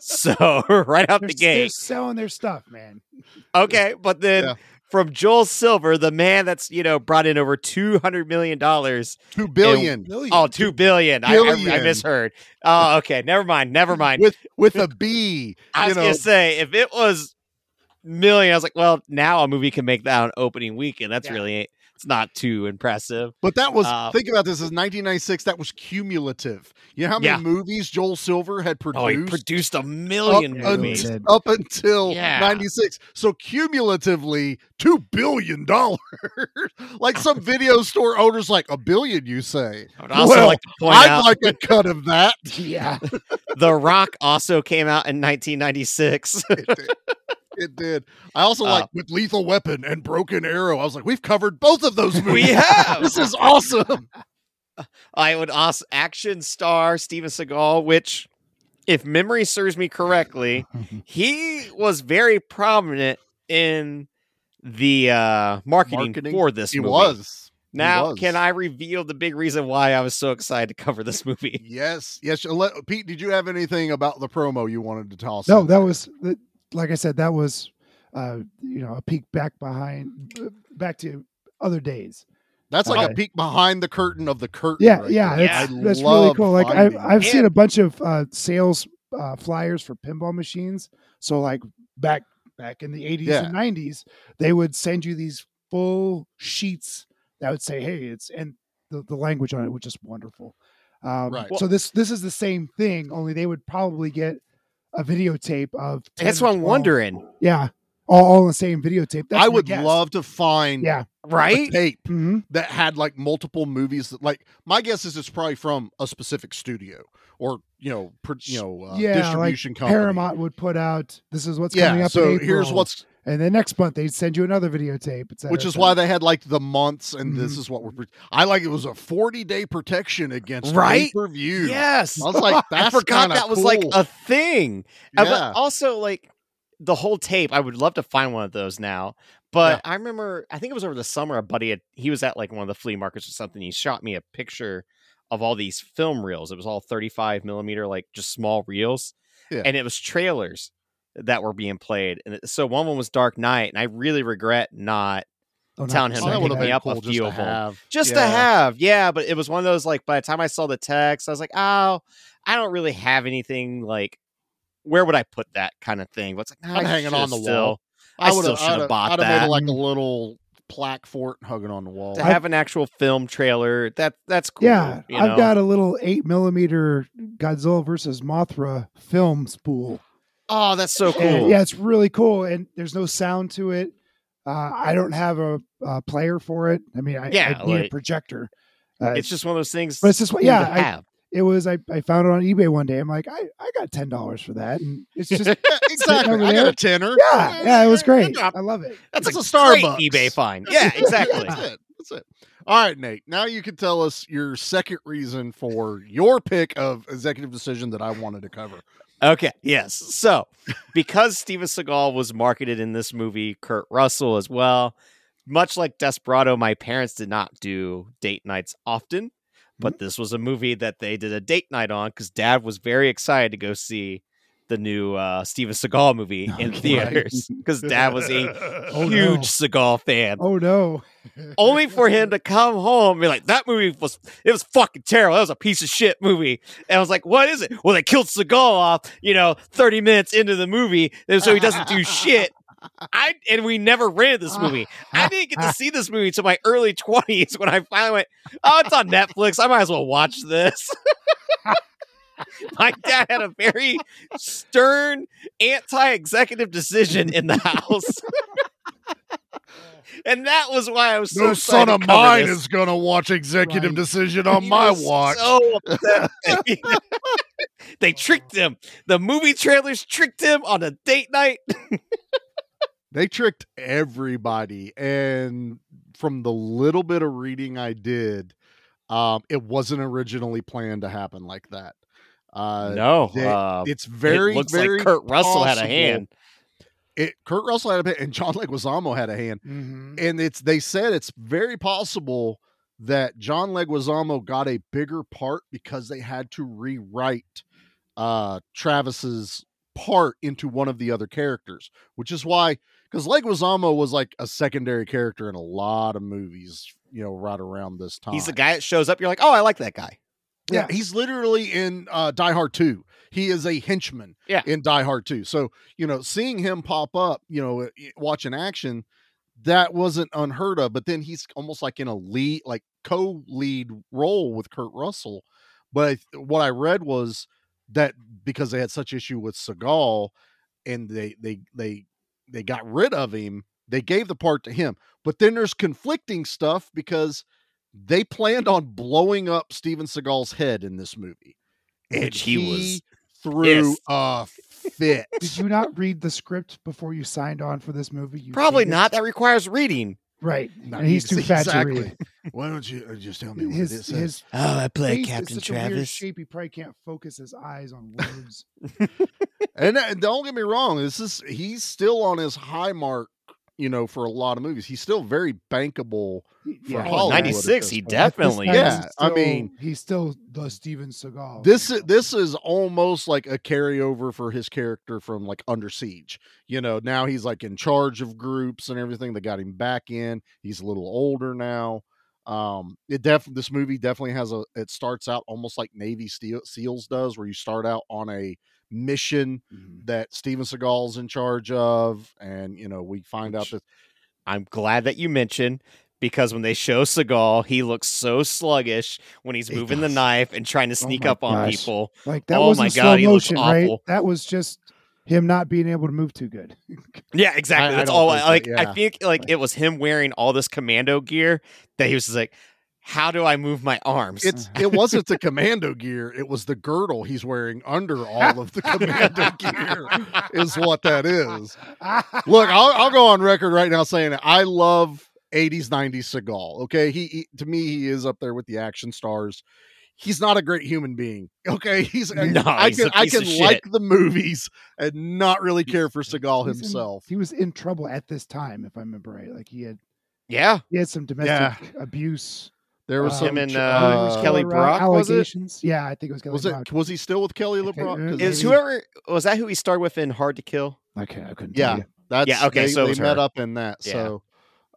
[SPEAKER 6] so right out
[SPEAKER 7] They're,
[SPEAKER 6] the
[SPEAKER 7] they're
[SPEAKER 6] gate.
[SPEAKER 7] selling their stuff, man.
[SPEAKER 6] Okay, but then
[SPEAKER 5] Yeah.
[SPEAKER 6] from Joel Silver, the man that's you know brought in over 200 million dollars.
[SPEAKER 5] two billion
[SPEAKER 7] Million.
[SPEAKER 6] Oh, two billion. I, I, I
[SPEAKER 5] Billion.
[SPEAKER 6] misheard. Oh, okay. Never mind. Never mind.
[SPEAKER 5] with with a B.
[SPEAKER 6] I
[SPEAKER 5] you
[SPEAKER 6] was
[SPEAKER 5] know.
[SPEAKER 6] gonna say if it was million, I was like, well, now a movie can make that on opening weekend. That's
[SPEAKER 7] Yeah.
[SPEAKER 6] really it's not too impressive.
[SPEAKER 5] But that was
[SPEAKER 6] Uh,
[SPEAKER 5] think about this as 1996. That was cumulative. You know how many
[SPEAKER 6] Yeah.
[SPEAKER 5] movies Joel Silver had
[SPEAKER 6] Oh, he
[SPEAKER 5] produced
[SPEAKER 6] produced a
[SPEAKER 5] up,
[SPEAKER 6] million
[SPEAKER 7] un-
[SPEAKER 6] movies.
[SPEAKER 5] un- up until
[SPEAKER 6] Yeah.
[SPEAKER 5] 96. So cumulatively, two billion dollars. like some video store owners, like a billion. You say?
[SPEAKER 6] I would also
[SPEAKER 5] Well,
[SPEAKER 6] like to point
[SPEAKER 5] I'd
[SPEAKER 6] out
[SPEAKER 5] like a cut of that.
[SPEAKER 7] Yeah.
[SPEAKER 6] The Rock also came out in 1996.
[SPEAKER 5] It did. It did. I also
[SPEAKER 6] Uh,
[SPEAKER 5] like with Lethal Weapon and Broken Arrow. I was like, we've covered both of those movies.
[SPEAKER 6] we have.
[SPEAKER 5] This is awesome.
[SPEAKER 6] I would ask action star Steven Seagal, which if memory serves me correctly, he was very prominent in the uh, marketing,
[SPEAKER 5] Marketing?
[SPEAKER 6] for this
[SPEAKER 5] He
[SPEAKER 6] movie.
[SPEAKER 5] was. He
[SPEAKER 6] Now,
[SPEAKER 5] was.
[SPEAKER 6] can I reveal the big reason why I was so excited to cover this movie?
[SPEAKER 5] Yes, yes. Let- Pete, did you have anything about the promo you wanted to toss?
[SPEAKER 7] No,
[SPEAKER 5] in
[SPEAKER 7] that
[SPEAKER 5] there?
[SPEAKER 7] was that- like I said, that was uh, you know a peek back behind, uh, back to other days.
[SPEAKER 5] that's like
[SPEAKER 7] uh,
[SPEAKER 5] a peek behind the curtain of the curtain.
[SPEAKER 7] Yeah,
[SPEAKER 5] right
[SPEAKER 7] yeah,
[SPEAKER 5] there.
[SPEAKER 7] that's,
[SPEAKER 5] I
[SPEAKER 7] that's really
[SPEAKER 5] love
[SPEAKER 7] cool. Like I,
[SPEAKER 5] finding
[SPEAKER 7] I've
[SPEAKER 5] that.
[SPEAKER 7] seen a bunch of uh, sales uh, flyers for pinball machines. So like back back in the eighties and nineties, they would send you these full sheets that would say, "Hey, it's and the, the language on it was just wonderful." Um,
[SPEAKER 5] Right.
[SPEAKER 7] So this this is the same thing, only they would probably get a videotape of. 10
[SPEAKER 6] That's
[SPEAKER 7] or
[SPEAKER 6] what I'm
[SPEAKER 7] 12.
[SPEAKER 6] wondering,
[SPEAKER 7] Yeah, all, all on the same videotape. That's
[SPEAKER 5] I
[SPEAKER 7] my
[SPEAKER 5] would
[SPEAKER 7] guess.
[SPEAKER 5] love to find
[SPEAKER 7] Yeah.
[SPEAKER 5] a
[SPEAKER 6] right?
[SPEAKER 5] tape
[SPEAKER 7] hmm
[SPEAKER 5] that had like multiple movies. That, like my guess is it's probably from a specific studio or you know, pr- you know, uh,
[SPEAKER 7] Yeah, like
[SPEAKER 5] distribution company.
[SPEAKER 7] Paramount would put out. This is what's coming
[SPEAKER 5] Yeah.
[SPEAKER 7] up.
[SPEAKER 5] So
[SPEAKER 7] in
[SPEAKER 5] here's
[SPEAKER 7] April."
[SPEAKER 5] what's
[SPEAKER 7] and then next month they'd send you another videotape, et cetera,
[SPEAKER 5] which
[SPEAKER 7] et
[SPEAKER 5] is why
[SPEAKER 7] cetera.
[SPEAKER 5] they had like the months and
[SPEAKER 7] Mm-hmm.
[SPEAKER 5] this is what we're pro- I like it was a 40 day protection against
[SPEAKER 6] Right?
[SPEAKER 5] pay-per-view.
[SPEAKER 6] Yes.
[SPEAKER 5] I was like
[SPEAKER 6] I
[SPEAKER 5] that's
[SPEAKER 6] forgot
[SPEAKER 5] kinda
[SPEAKER 6] that was like
[SPEAKER 5] cool.
[SPEAKER 6] a thing. Uh,
[SPEAKER 5] Yeah.
[SPEAKER 6] But also, like the whole tape, I would love to find one of those now. But I remember, I think it was over the summer, a buddy had, he was at like one of the flea markets or something. He shot me a picture of all these film reels. It was all 35 millimeter, like just small reels.
[SPEAKER 5] Yeah.
[SPEAKER 6] And it was trailers that were being played. And it- so one of them was Dark Knight. And I really regret not
[SPEAKER 7] Oh, not
[SPEAKER 6] telling
[SPEAKER 7] the
[SPEAKER 6] him
[SPEAKER 5] Oh, that
[SPEAKER 7] second
[SPEAKER 5] would
[SPEAKER 6] would've picking
[SPEAKER 5] have
[SPEAKER 7] one.
[SPEAKER 5] been
[SPEAKER 6] up a
[SPEAKER 5] cool just
[SPEAKER 6] few
[SPEAKER 5] to
[SPEAKER 6] of 'em.
[SPEAKER 5] have.
[SPEAKER 6] just to
[SPEAKER 5] Yeah.
[SPEAKER 6] have. Yeah, but it was one of those like by the time I saw the text, I was like, oh, I don't really have anything like where would I put that kind of thing? What's like nah,
[SPEAKER 5] I'm
[SPEAKER 6] I
[SPEAKER 5] hanging
[SPEAKER 6] should've
[SPEAKER 5] on the wall.
[SPEAKER 6] still- I
[SPEAKER 5] would've-
[SPEAKER 6] still should've
[SPEAKER 5] I'd've-
[SPEAKER 6] bought
[SPEAKER 5] I'd've made
[SPEAKER 6] that.
[SPEAKER 5] like a little plaque for it and hugging on the wall.
[SPEAKER 6] To have an actual film trailer, that that's cool.
[SPEAKER 7] Yeah,
[SPEAKER 6] you know?
[SPEAKER 7] I've got a little eight millimeter Godzilla versus Mothra film spool.
[SPEAKER 6] Oh, that's so cool.
[SPEAKER 7] And, yeah, it's really cool, and there's no sound to it. Uh, I don't have a, uh player for it. I mean, I,
[SPEAKER 6] Yeah,
[SPEAKER 7] I need a
[SPEAKER 6] like-
[SPEAKER 7] projector. Uh,
[SPEAKER 6] it's just one of those things.
[SPEAKER 7] but it's just what-
[SPEAKER 6] cool
[SPEAKER 7] yeah,
[SPEAKER 6] to
[SPEAKER 7] I-
[SPEAKER 6] have.
[SPEAKER 7] it was I, I found it on eBay one day. I'm like, I, I got ten dollars for that, and it's just yeah,
[SPEAKER 5] Yeah, exactly.
[SPEAKER 7] over
[SPEAKER 5] I got
[SPEAKER 7] there.
[SPEAKER 5] a tenner.
[SPEAKER 7] yeah, it was great.
[SPEAKER 6] job.
[SPEAKER 7] I love it.
[SPEAKER 6] that's
[SPEAKER 5] it's
[SPEAKER 6] a,
[SPEAKER 5] a
[SPEAKER 6] great
[SPEAKER 5] Starbucks.
[SPEAKER 6] eBay find. Yeah, exactly.
[SPEAKER 5] That's it. That's it. All right, Nate. Now you can tell us your second reason for your pick of executive decision that I wanted to cover.
[SPEAKER 6] Okay, yes. So, because Steven Seagal was marketed in this movie, Kurt Russell as well, much like Desperado, my parents did not do date nights often, but
[SPEAKER 7] Mm-hmm.
[SPEAKER 6] this was a movie that they did a date night on because dad was very excited to go see the new uh, Steven Seagal movie in
[SPEAKER 7] Okay.
[SPEAKER 6] theaters because dad was a
[SPEAKER 7] Oh,
[SPEAKER 6] huge
[SPEAKER 7] no.
[SPEAKER 6] Seagal fan
[SPEAKER 7] Oh no!
[SPEAKER 6] only for him to come home and be like, that movie was it was fucking terrible. That was a piece of shit movie. And I was like, what is it? Well, they killed Seagal off, you know, 30 minutes into the movie, and so he doesn't do shit. I and we never rented this movie. I didn't get to see this movie until my early 20s when I finally went, oh, it's on Netflix. I might as well watch this. my dad had a very stern anti-executive decision in the house. And that was why I was so
[SPEAKER 5] no
[SPEAKER 6] excited
[SPEAKER 5] son
[SPEAKER 6] to
[SPEAKER 5] of
[SPEAKER 6] cover
[SPEAKER 5] mine
[SPEAKER 6] this.
[SPEAKER 5] is gonna watch executive
[SPEAKER 7] Right.
[SPEAKER 5] decision on
[SPEAKER 6] He
[SPEAKER 5] my
[SPEAKER 6] was
[SPEAKER 5] watch.
[SPEAKER 6] so upset. they tricked him. The movie trailers tricked him on a date night.
[SPEAKER 5] they tricked everybody, and from the little bit of reading I did, um, it wasn't originally planned to happen like that. Uh,
[SPEAKER 6] no,
[SPEAKER 5] they-
[SPEAKER 6] uh,
[SPEAKER 5] it's very
[SPEAKER 6] very, it looks
[SPEAKER 5] very
[SPEAKER 6] like Kurt Russell had a
[SPEAKER 5] possible-
[SPEAKER 6] hand.
[SPEAKER 5] It, Kurt Russell had a hand, and John Leguizamo had a hand.
[SPEAKER 6] Mm-hmm.
[SPEAKER 7] Mhm.
[SPEAKER 5] and it's they said it's very possible that John Leguizamo got a bigger part because they had to rewrite uh Travis's part into one of the other characters, which is why because Leguizamo was like a secondary character in a lot of movies, you know, right around this time.
[SPEAKER 6] He's the guy that shows up. You're like, oh, I like that guy.
[SPEAKER 5] Yeah, he's literally in uh, Die Hard 2. He is a henchman
[SPEAKER 6] Yeah.
[SPEAKER 5] in Die Hard 2. So, you know, seeing him pop up, you know, eh, i- watching action, that wasn't unheard of. But then he's almost like in a lead, like co lead role with Kurt Russell. But I, th- what I read was that because they had such issue with Seagal and they, they, they, they got rid of him, they gave the part to him. But then there's conflicting stuff because they planned on blowing up Steven Seagal's head in this movie. And
[SPEAKER 6] Which he was
[SPEAKER 5] threw
[SPEAKER 6] pissed.
[SPEAKER 5] a fit.
[SPEAKER 7] Did you not read the script before you signed on for this movie? You
[SPEAKER 6] Probably
[SPEAKER 7] bigot?
[SPEAKER 6] not. That requires reading.
[SPEAKER 7] Right.
[SPEAKER 5] No,
[SPEAKER 7] and he's
[SPEAKER 5] ex-
[SPEAKER 7] too fat
[SPEAKER 5] exactly.
[SPEAKER 7] to read.
[SPEAKER 5] Why don't you uh, just tell me what
[SPEAKER 7] His
[SPEAKER 5] this is?
[SPEAKER 7] his
[SPEAKER 6] Oh, I play
[SPEAKER 7] face
[SPEAKER 6] Captain
[SPEAKER 7] is such a weird
[SPEAKER 6] Travis.
[SPEAKER 7] shape. He probably can't focus his eyes on words.
[SPEAKER 5] And, uh, don't get me wrong, this is he's still on his high mark, you know, for a lot of movies. He's still very bankable.
[SPEAKER 7] yeah,
[SPEAKER 5] Hollywood.
[SPEAKER 6] Ninety six. He
[SPEAKER 5] Oh, At this
[SPEAKER 6] definitely.
[SPEAKER 5] time,
[SPEAKER 6] is.
[SPEAKER 5] yeah, I mean-
[SPEAKER 7] he's still the Steven Seagal.
[SPEAKER 5] This is this is almost like a carryover for his character from like Under Siege. You know, now he's like in charge of groups and everything. They got him back in. He's a little older now. Um, it def this movie definitely has a. It starts out almost like Navy Steel, Seals does, where you start out on a mission that Steven Seagal's in charge of, and you know we find out
[SPEAKER 6] Which-
[SPEAKER 5] that
[SPEAKER 6] I'm glad that you mentioned because when they show Seagal, he looks so sluggish when he's
[SPEAKER 5] He
[SPEAKER 6] moving
[SPEAKER 5] does. Oh
[SPEAKER 6] the knife and trying to sneak
[SPEAKER 7] my
[SPEAKER 6] up on
[SPEAKER 7] gosh.
[SPEAKER 6] people.
[SPEAKER 7] like that
[SPEAKER 6] oh
[SPEAKER 7] wasn't
[SPEAKER 6] my
[SPEAKER 7] slow
[SPEAKER 6] God, he looks
[SPEAKER 7] motion, right?
[SPEAKER 6] awful.
[SPEAKER 7] That was just him not being able to move too good.
[SPEAKER 6] Yeah, exactly.
[SPEAKER 5] I
[SPEAKER 6] That's
[SPEAKER 5] don't
[SPEAKER 6] all.
[SPEAKER 5] think
[SPEAKER 6] I,
[SPEAKER 5] that-
[SPEAKER 6] like
[SPEAKER 5] yeah.
[SPEAKER 6] I think like it was him wearing all this commando gear that he was just like, "How do I move my arms?"
[SPEAKER 5] It's it wasn't the commando gear, it was the girdle he's wearing under all of the commando gear is what that is. Look, I'll I'll go on record right now saying it. I love 80s 90s Seagal. Okay? He, he to me he is up there with the action stars. He's not a great human being. Okay? He's I-
[SPEAKER 6] No,
[SPEAKER 5] I
[SPEAKER 6] he's
[SPEAKER 5] can
[SPEAKER 6] a
[SPEAKER 5] I
[SPEAKER 6] piece of
[SPEAKER 5] can
[SPEAKER 6] shit.
[SPEAKER 5] like the movies and not really care for Seagal
[SPEAKER 7] He's in-
[SPEAKER 5] himself.
[SPEAKER 7] he was in trouble at this time, if I remember right. Like he had
[SPEAKER 6] yeah,
[SPEAKER 7] he had some domestic abuse.
[SPEAKER 5] There was
[SPEAKER 7] uh,
[SPEAKER 5] some
[SPEAKER 6] him and
[SPEAKER 5] ch-
[SPEAKER 6] uh,
[SPEAKER 5] uh,
[SPEAKER 6] Kelly
[SPEAKER 7] Or, uh,
[SPEAKER 6] Brock was it?
[SPEAKER 7] allegations. Yeah, I think it was Kelly
[SPEAKER 5] was
[SPEAKER 7] Brock.
[SPEAKER 5] it was he still with Kelly
[SPEAKER 7] Okay,
[SPEAKER 5] LeBron? 'Cause
[SPEAKER 6] Is
[SPEAKER 7] maybe.
[SPEAKER 6] whoever was that who he started with in Hard to Kill?
[SPEAKER 7] Okay, I couldn't.
[SPEAKER 5] Yeah,
[SPEAKER 7] tell you.
[SPEAKER 5] that's
[SPEAKER 6] Yeah, okay,
[SPEAKER 5] They,
[SPEAKER 6] so it
[SPEAKER 5] they
[SPEAKER 6] was
[SPEAKER 5] met
[SPEAKER 6] her.
[SPEAKER 5] up in that.
[SPEAKER 6] Yeah.
[SPEAKER 5] So,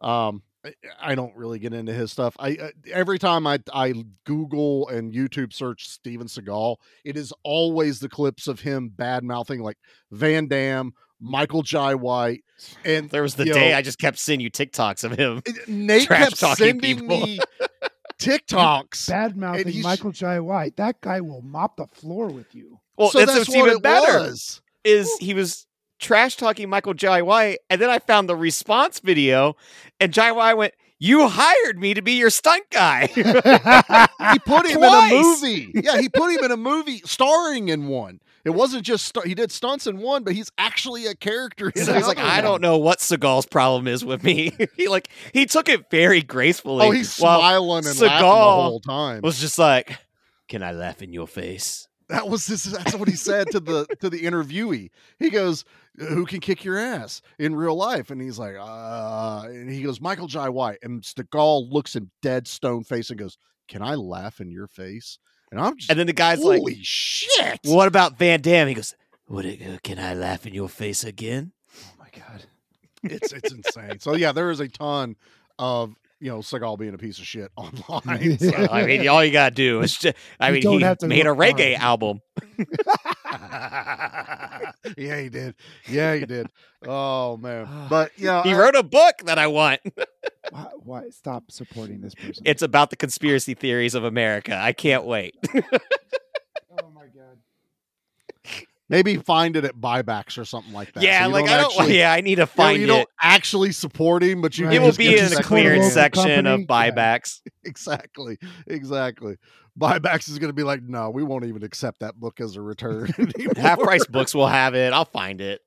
[SPEAKER 5] um, I, I don't really get into his stuff. I uh, every time I I Google and YouTube search Steven Seagal, it is always the clips of him bad mouthing like Van Damme, Michael Jai White, and
[SPEAKER 6] There was the
[SPEAKER 5] Yo.
[SPEAKER 6] day I just kept sending you TikToks of him.
[SPEAKER 5] it- Nate
[SPEAKER 6] Trash
[SPEAKER 5] kept
[SPEAKER 6] talking
[SPEAKER 5] sending
[SPEAKER 6] people.
[SPEAKER 5] me TikToks.
[SPEAKER 7] Bad
[SPEAKER 5] And
[SPEAKER 7] mouthing
[SPEAKER 5] he's-
[SPEAKER 7] Michael Jai White. That guy will mop the floor with you.
[SPEAKER 6] Well,
[SPEAKER 5] so
[SPEAKER 6] that's,
[SPEAKER 5] that's
[SPEAKER 6] what's
[SPEAKER 5] what
[SPEAKER 6] even
[SPEAKER 5] it
[SPEAKER 6] better
[SPEAKER 5] was.
[SPEAKER 6] is he was trash talking Michael Jai White, and then I found the response video, and Jai White went, "You hired me to be your stunt guy."
[SPEAKER 5] He put him
[SPEAKER 6] Twice!
[SPEAKER 5] in a movie. Yeah, he put him in a movie starring in one. It wasn't just stu- he did stunts in one, but he's actually a character. in
[SPEAKER 6] So he's like,
[SPEAKER 5] another
[SPEAKER 6] I
[SPEAKER 5] one."
[SPEAKER 6] don't know what Seagal's problem is with me. he like he took it very gracefully.
[SPEAKER 5] Oh, he's
[SPEAKER 6] while
[SPEAKER 5] smiling and laughing the
[SPEAKER 6] Seagal
[SPEAKER 5] whole time.
[SPEAKER 6] was just like, "Can I laugh in your face?"
[SPEAKER 5] that was this. That's what he said to the to the interviewee. He goes, "Who can kick your ass in real life?" And he's like, "Uh," and he goes, "Michael Jai White." And Seagal looks him dead stone face and goes, "Can I laugh in your face?" And I'm just
[SPEAKER 6] And then the guy's
[SPEAKER 5] holy
[SPEAKER 6] like,
[SPEAKER 5] shit.
[SPEAKER 6] "What about Van Damme?" He goes, "What? Can I laugh in your face again?"
[SPEAKER 7] Oh my god.
[SPEAKER 5] It's it's insane. So yeah, there is a ton of you know Seagal being a piece of shit online. So-
[SPEAKER 6] I mean, all you gotta do is just, I
[SPEAKER 7] You
[SPEAKER 6] mean,
[SPEAKER 7] don't
[SPEAKER 6] he
[SPEAKER 7] have to
[SPEAKER 6] made a
[SPEAKER 7] look hard.
[SPEAKER 6] reggae album.
[SPEAKER 5] yeah, he did. Yeah, he did. Oh man, but yeah,
[SPEAKER 6] Ah, He wrote a book that I want.
[SPEAKER 7] Why, why stop supporting this person?
[SPEAKER 6] It's about the conspiracy theories of America. I can't wait.
[SPEAKER 7] oh my god.
[SPEAKER 5] maybe find it at buybacks or something like that. So
[SPEAKER 6] yeah,
[SPEAKER 5] you
[SPEAKER 6] like I don't.
[SPEAKER 5] actually-
[SPEAKER 6] yeah, I need to
[SPEAKER 5] you know,
[SPEAKER 6] find
[SPEAKER 5] you
[SPEAKER 6] it.
[SPEAKER 5] don't actually support him, but you
[SPEAKER 7] Right.
[SPEAKER 5] can
[SPEAKER 6] It will
[SPEAKER 5] just
[SPEAKER 6] be
[SPEAKER 5] get
[SPEAKER 6] in
[SPEAKER 5] to
[SPEAKER 6] the
[SPEAKER 5] second
[SPEAKER 6] clearance
[SPEAKER 5] roll.
[SPEAKER 7] second
[SPEAKER 6] section of
[SPEAKER 7] company. Yeah.
[SPEAKER 6] buybacks.
[SPEAKER 5] Exactly, exactly. Buybacks is going to be like, no, we won't even accept that book as a return.
[SPEAKER 6] Half
[SPEAKER 5] anymore."
[SPEAKER 6] price books will have it. I'll find it.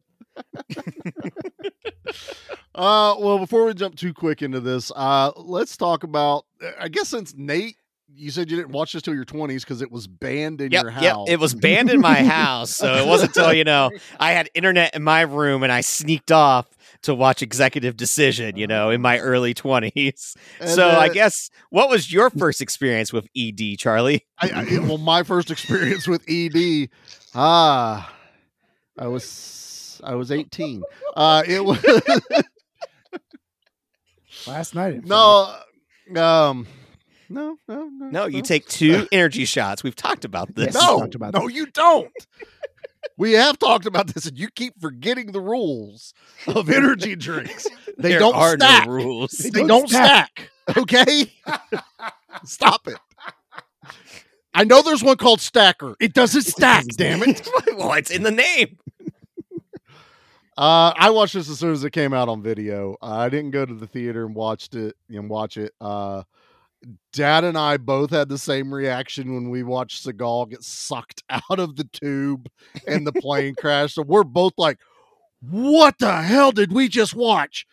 [SPEAKER 5] Uh, well, before we jump too quick into this, uh, let's talk about. I guess since Nate, you said you didn't watch this till your twenties because it was banned in
[SPEAKER 6] Yep,
[SPEAKER 5] your
[SPEAKER 6] yep.
[SPEAKER 5] house.
[SPEAKER 6] It was banned in my house, so it wasn't until you know I had internet in my room and I sneaked off to watch Executive Decision. You know, in my early twenties.
[SPEAKER 5] Oh. And,
[SPEAKER 6] So I
[SPEAKER 5] uh,
[SPEAKER 6] guess what was your first experience with ED, Charlie?
[SPEAKER 5] I, I, it- well, my first experience with ED, ah, I was I was eighteen. Uh, it was
[SPEAKER 7] Last night. in fact.
[SPEAKER 5] no, um, no, no, no,
[SPEAKER 6] No, you take two energy shots. We've talked about this.
[SPEAKER 7] Yes, we
[SPEAKER 5] no,
[SPEAKER 7] talked about
[SPEAKER 5] no, you don't. We have talked about this, and you keep forgetting the rules of energy drinks. They
[SPEAKER 6] There
[SPEAKER 5] don't
[SPEAKER 6] are
[SPEAKER 5] stack.
[SPEAKER 6] no rules.
[SPEAKER 5] they
[SPEAKER 7] don't
[SPEAKER 5] don't stack. Okay, stop it. I know there's one called Stacker. It doesn't stack. damn it.
[SPEAKER 6] well, it's in the name.
[SPEAKER 5] Uh, I watched this as soon as it came out on video. Uh, I didn't go to the theater and watched it and watch it. Uh, Dad and I both had the same reaction when we watched Seagal get sucked out of the tube and the plane crash. So we're both like, "What the hell did we just watch?"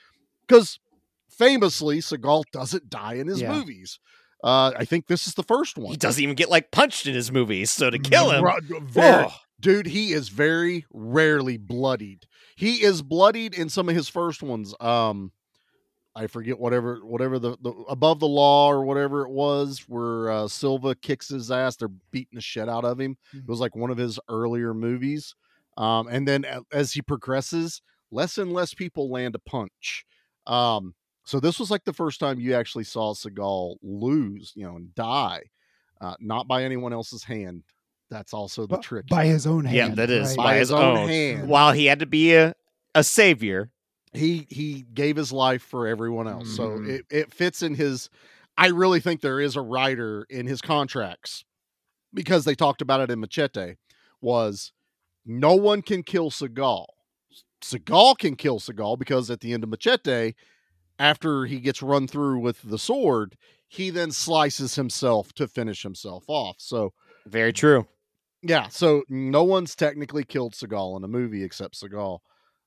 [SPEAKER 5] Because famously, Seagal doesn't die in his
[SPEAKER 7] Yeah.
[SPEAKER 5] movies. Uh, I think this is the first one.
[SPEAKER 6] He doesn't even get like punched in his movies, so to kill him,
[SPEAKER 5] Ru- very-
[SPEAKER 6] oh,
[SPEAKER 5] dude, he is very rarely bloodied. He is bloodied in some of his first ones. Um, I forget whatever whatever the, the above the law or whatever it was where uh, Silva kicks his ass. They're beating the shit out of him.
[SPEAKER 6] Mm.
[SPEAKER 5] It was like one of his earlier movies. Um, and then a- as he progresses, less and less people land a punch. Um, so this was like the first time you actually saw Seagal lose, you know, and die, uh, not by anyone else's hand. That's also the
[SPEAKER 7] Bu-
[SPEAKER 5] trick.
[SPEAKER 7] by his own hand.
[SPEAKER 6] yeah, that is
[SPEAKER 7] right?
[SPEAKER 6] by, his, own.
[SPEAKER 5] hand.
[SPEAKER 6] While he had to be a, a savior,
[SPEAKER 5] he he gave his life for everyone else.
[SPEAKER 4] Mhm.
[SPEAKER 5] So it, it fits in his I really think there is a writer in his contracts because they talked about it in Machete was no one can kill Seagal. Seagal can kill Seagal because at the end of Machete, after he gets run through with the sword, he then slices himself to finish himself off. So
[SPEAKER 6] very true.
[SPEAKER 5] yeah, so no one's technically killed Seagal in a movie except Seagal.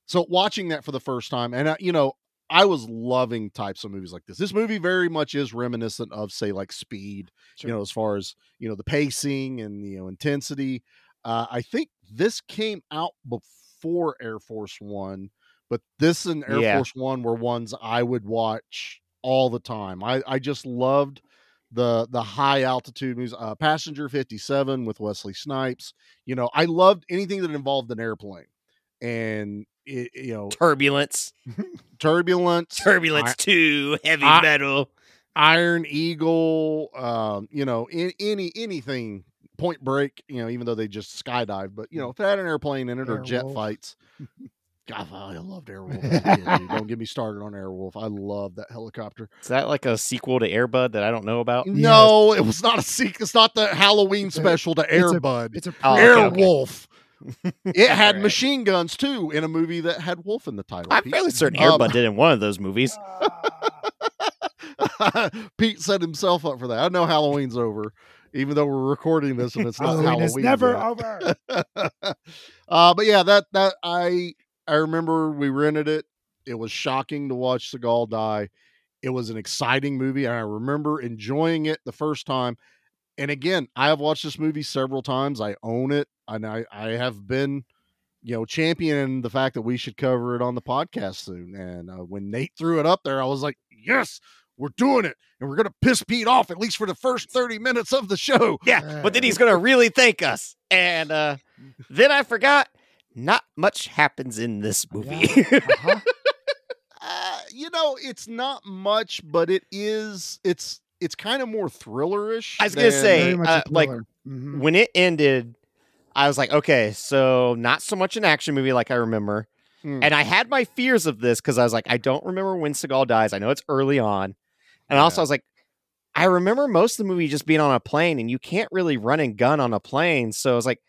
[SPEAKER 5] So watching that for the first time, and I, you know, I was loving types of movies like this. This movie very much is reminiscent of, say, like Speed. You know, as far as you know, the pacing and you know intensity. Uh, I think this came out before Air Force One, but this and Air
[SPEAKER 6] Yeah.
[SPEAKER 5] Force One were ones I would watch all the time. I I just loved the the high altitude movies. Uh, Passenger Fifty Seven with Wesley Snipes. You know, I loved anything that involved an airplane, and it, you know,
[SPEAKER 6] Turbulence,
[SPEAKER 5] turbulence,
[SPEAKER 6] turbulence two, heavy
[SPEAKER 5] I-
[SPEAKER 6] metal.
[SPEAKER 5] Iron Eagle, um, you know, in, any anything Point Break, you know, even though they just skydive, but you know, if it had an airplane in it or jet
[SPEAKER 7] Mm. Airwolf.
[SPEAKER 5] fights. God, I loved Airwolf. as a kid, dude. Don't get me started on Airwolf. I love that helicopter.
[SPEAKER 6] Is that like a sequel to Airbud that I don't know
[SPEAKER 7] Uh,
[SPEAKER 6] about?
[SPEAKER 5] No, it was not a sequel. It's not the Halloween
[SPEAKER 7] It's a-
[SPEAKER 5] special to
[SPEAKER 7] it's a-
[SPEAKER 5] Airbud.
[SPEAKER 7] It's a
[SPEAKER 6] Oh, okay, okay.
[SPEAKER 5] Airwolf. It had
[SPEAKER 6] Alright.
[SPEAKER 5] machine guns too in a movie that had wolf in the title.
[SPEAKER 6] I'm
[SPEAKER 5] Pete-
[SPEAKER 6] fairly certain
[SPEAKER 5] um,
[SPEAKER 6] Airbud did in one of those movies.
[SPEAKER 7] Oh,
[SPEAKER 5] um, Pete set himself up for that. I know Halloween's over, even though we're recording this and it's not
[SPEAKER 7] Halloween,
[SPEAKER 5] Halloween.
[SPEAKER 7] is never
[SPEAKER 5] yet.
[SPEAKER 7] over.
[SPEAKER 5] uh, but yeah, that that I I remember we rented it. It was shocking to watch Seagal die. It was an exciting movie, and I remember enjoying it the first time. And again, I have watched this movie several times. I own it, and I I have been, you know, championing the fact that we should cover it on the podcast soon. And uh, when Nate threw it up there, I was like, yes. We're doing it, and we're gonna piss Pete off at least for the first thirty minutes of the show.
[SPEAKER 6] Yeah, but then he's gonna really thank us. And uh, then I forgot. Not much happens in this movie.
[SPEAKER 7] Uh-huh.
[SPEAKER 5] Uh, you know, it's not much, but it is. It's it's kind of more thrillerish.
[SPEAKER 6] I was gonna
[SPEAKER 5] than-
[SPEAKER 6] say-
[SPEAKER 7] Very much
[SPEAKER 6] uh,
[SPEAKER 7] a
[SPEAKER 6] like,
[SPEAKER 7] thriller. Mhm.
[SPEAKER 6] when it ended, I was like, okay, so not so much an action movie like I remember.
[SPEAKER 5] Mm.
[SPEAKER 6] And I had my fears of this because I was like, I don't remember when Seagal dies. I know it's early on. And also, I was like, I remember most of the movie just being on a plane, and you can't really run and gun on a plane. So I was like,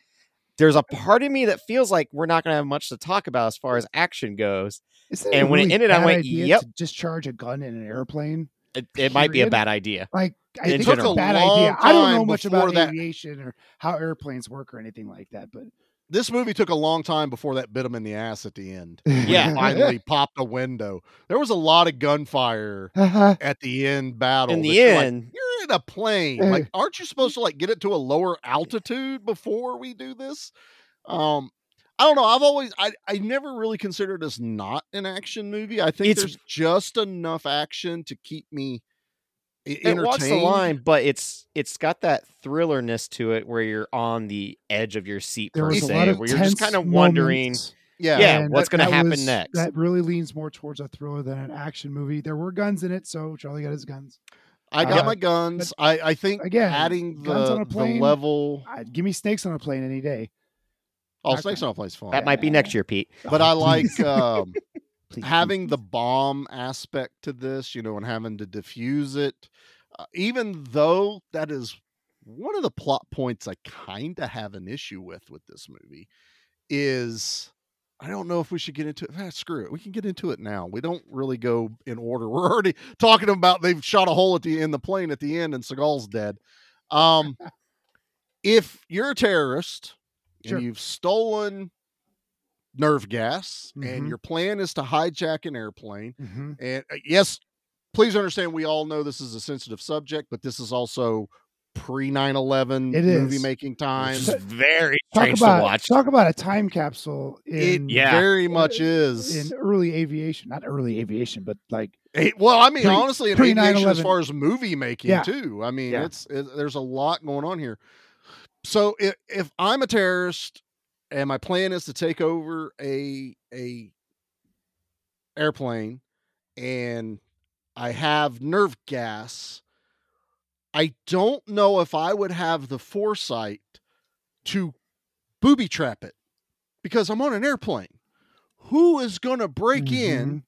[SPEAKER 6] there's a part of me that feels like we're not going to have much to talk about as far as action goes.
[SPEAKER 7] Isn't
[SPEAKER 6] and
[SPEAKER 7] a
[SPEAKER 6] when it
[SPEAKER 7] really
[SPEAKER 6] ended, I
[SPEAKER 7] bad
[SPEAKER 6] went,
[SPEAKER 7] idea
[SPEAKER 6] "Yep."
[SPEAKER 7] to Just charge a gun in an airplane.
[SPEAKER 6] It, it might be a
[SPEAKER 7] Period.
[SPEAKER 6] bad idea.
[SPEAKER 7] Like I
[SPEAKER 6] It
[SPEAKER 7] think
[SPEAKER 6] took
[SPEAKER 7] it's
[SPEAKER 6] a
[SPEAKER 7] a bad
[SPEAKER 5] long
[SPEAKER 7] idea. I don't know
[SPEAKER 5] time
[SPEAKER 7] much
[SPEAKER 5] before
[SPEAKER 7] about
[SPEAKER 5] that-
[SPEAKER 7] aviation or how airplanes work or anything like that, but
[SPEAKER 5] this movie took a long time before that bit him in the ass at the end.
[SPEAKER 6] Yeah.
[SPEAKER 5] Finally, popped a window. There was a lot of gunfire
[SPEAKER 7] Uh-huh.
[SPEAKER 5] at the end battle.
[SPEAKER 6] In
[SPEAKER 5] that
[SPEAKER 6] the
[SPEAKER 5] you're like,
[SPEAKER 6] end,
[SPEAKER 5] you're in a plane. Like, aren't you supposed to like get it to a lower altitude before we do this? Um, I don't know. I've always I I never really considered this not an action movie. I think
[SPEAKER 6] It's-
[SPEAKER 5] there's just enough action to keep me e-
[SPEAKER 6] it walks the
[SPEAKER 5] entertained.
[SPEAKER 6] line, but it's it's got that thrillerness to it where you're on the edge of your seat
[SPEAKER 7] there
[SPEAKER 6] per
[SPEAKER 7] was a
[SPEAKER 6] se,
[SPEAKER 7] lot of
[SPEAKER 6] where you're just
[SPEAKER 7] tense
[SPEAKER 6] kind of wondering.
[SPEAKER 7] moments,
[SPEAKER 5] Yeah.
[SPEAKER 6] Yeah,
[SPEAKER 7] and
[SPEAKER 6] what's gonna
[SPEAKER 7] that
[SPEAKER 6] happen
[SPEAKER 7] was-
[SPEAKER 6] next?
[SPEAKER 7] That really leans more towards a thriller than an action movie. There were guns in it, so Charlie got his guns.
[SPEAKER 5] I got
[SPEAKER 7] Uh,
[SPEAKER 5] my guns. I I think
[SPEAKER 7] Again,
[SPEAKER 5] adding
[SPEAKER 7] guns on
[SPEAKER 5] the,
[SPEAKER 7] a
[SPEAKER 5] the
[SPEAKER 7] plane,
[SPEAKER 5] level.
[SPEAKER 7] I, give me snakes on a plane any day.
[SPEAKER 5] Oh,
[SPEAKER 7] okay.
[SPEAKER 5] snakes on a plane's fun.
[SPEAKER 6] That might be next year, Pete.
[SPEAKER 5] but
[SPEAKER 7] Oh,
[SPEAKER 5] I
[SPEAKER 7] please.
[SPEAKER 5] like um,
[SPEAKER 7] Please,
[SPEAKER 5] having the bomb aspect to this, you know, and having to diffuse it. Uh, even though that is one of the plot points I kind of have an issue with with this movie is I don't know if we should get into it. Ah, screw it. We can get into it now. We don't really go in order. We're already talking about they've shot a hole at the in the plane at the end and Seagal's dead. Um if you're a terrorist
[SPEAKER 7] Sure.
[SPEAKER 5] and you've stolen nerve gas
[SPEAKER 7] Mhm.
[SPEAKER 5] and your plan is to hijack an airplane
[SPEAKER 7] Mhm.
[SPEAKER 5] and uh, yes please understand we all know this is a sensitive subject, but this is also pre 9 11
[SPEAKER 7] It
[SPEAKER 5] movie
[SPEAKER 7] is.
[SPEAKER 5] making time.
[SPEAKER 6] It's very
[SPEAKER 7] Talk
[SPEAKER 6] strange to
[SPEAKER 7] about
[SPEAKER 6] watch.
[SPEAKER 7] talk about a time capsule in
[SPEAKER 5] it
[SPEAKER 6] Yeah.
[SPEAKER 5] very much is.
[SPEAKER 7] in early aviation, not early aviation, but like
[SPEAKER 5] It- well, I mean,
[SPEAKER 7] Pre-
[SPEAKER 5] honestly, in
[SPEAKER 7] pre-
[SPEAKER 5] aviation, as
[SPEAKER 7] 9/11.
[SPEAKER 5] far as movie making,
[SPEAKER 7] Yeah.
[SPEAKER 5] too. I mean,
[SPEAKER 7] Yeah.
[SPEAKER 5] it's it, there's a lot going on here. So if, if I'm a terrorist and my plan is to take over a a airplane and I have nerve gas, I don't know if I would have the foresight to booby trap it because I'm on an airplane. Who is going to break
[SPEAKER 7] Mm-hmm.
[SPEAKER 5] in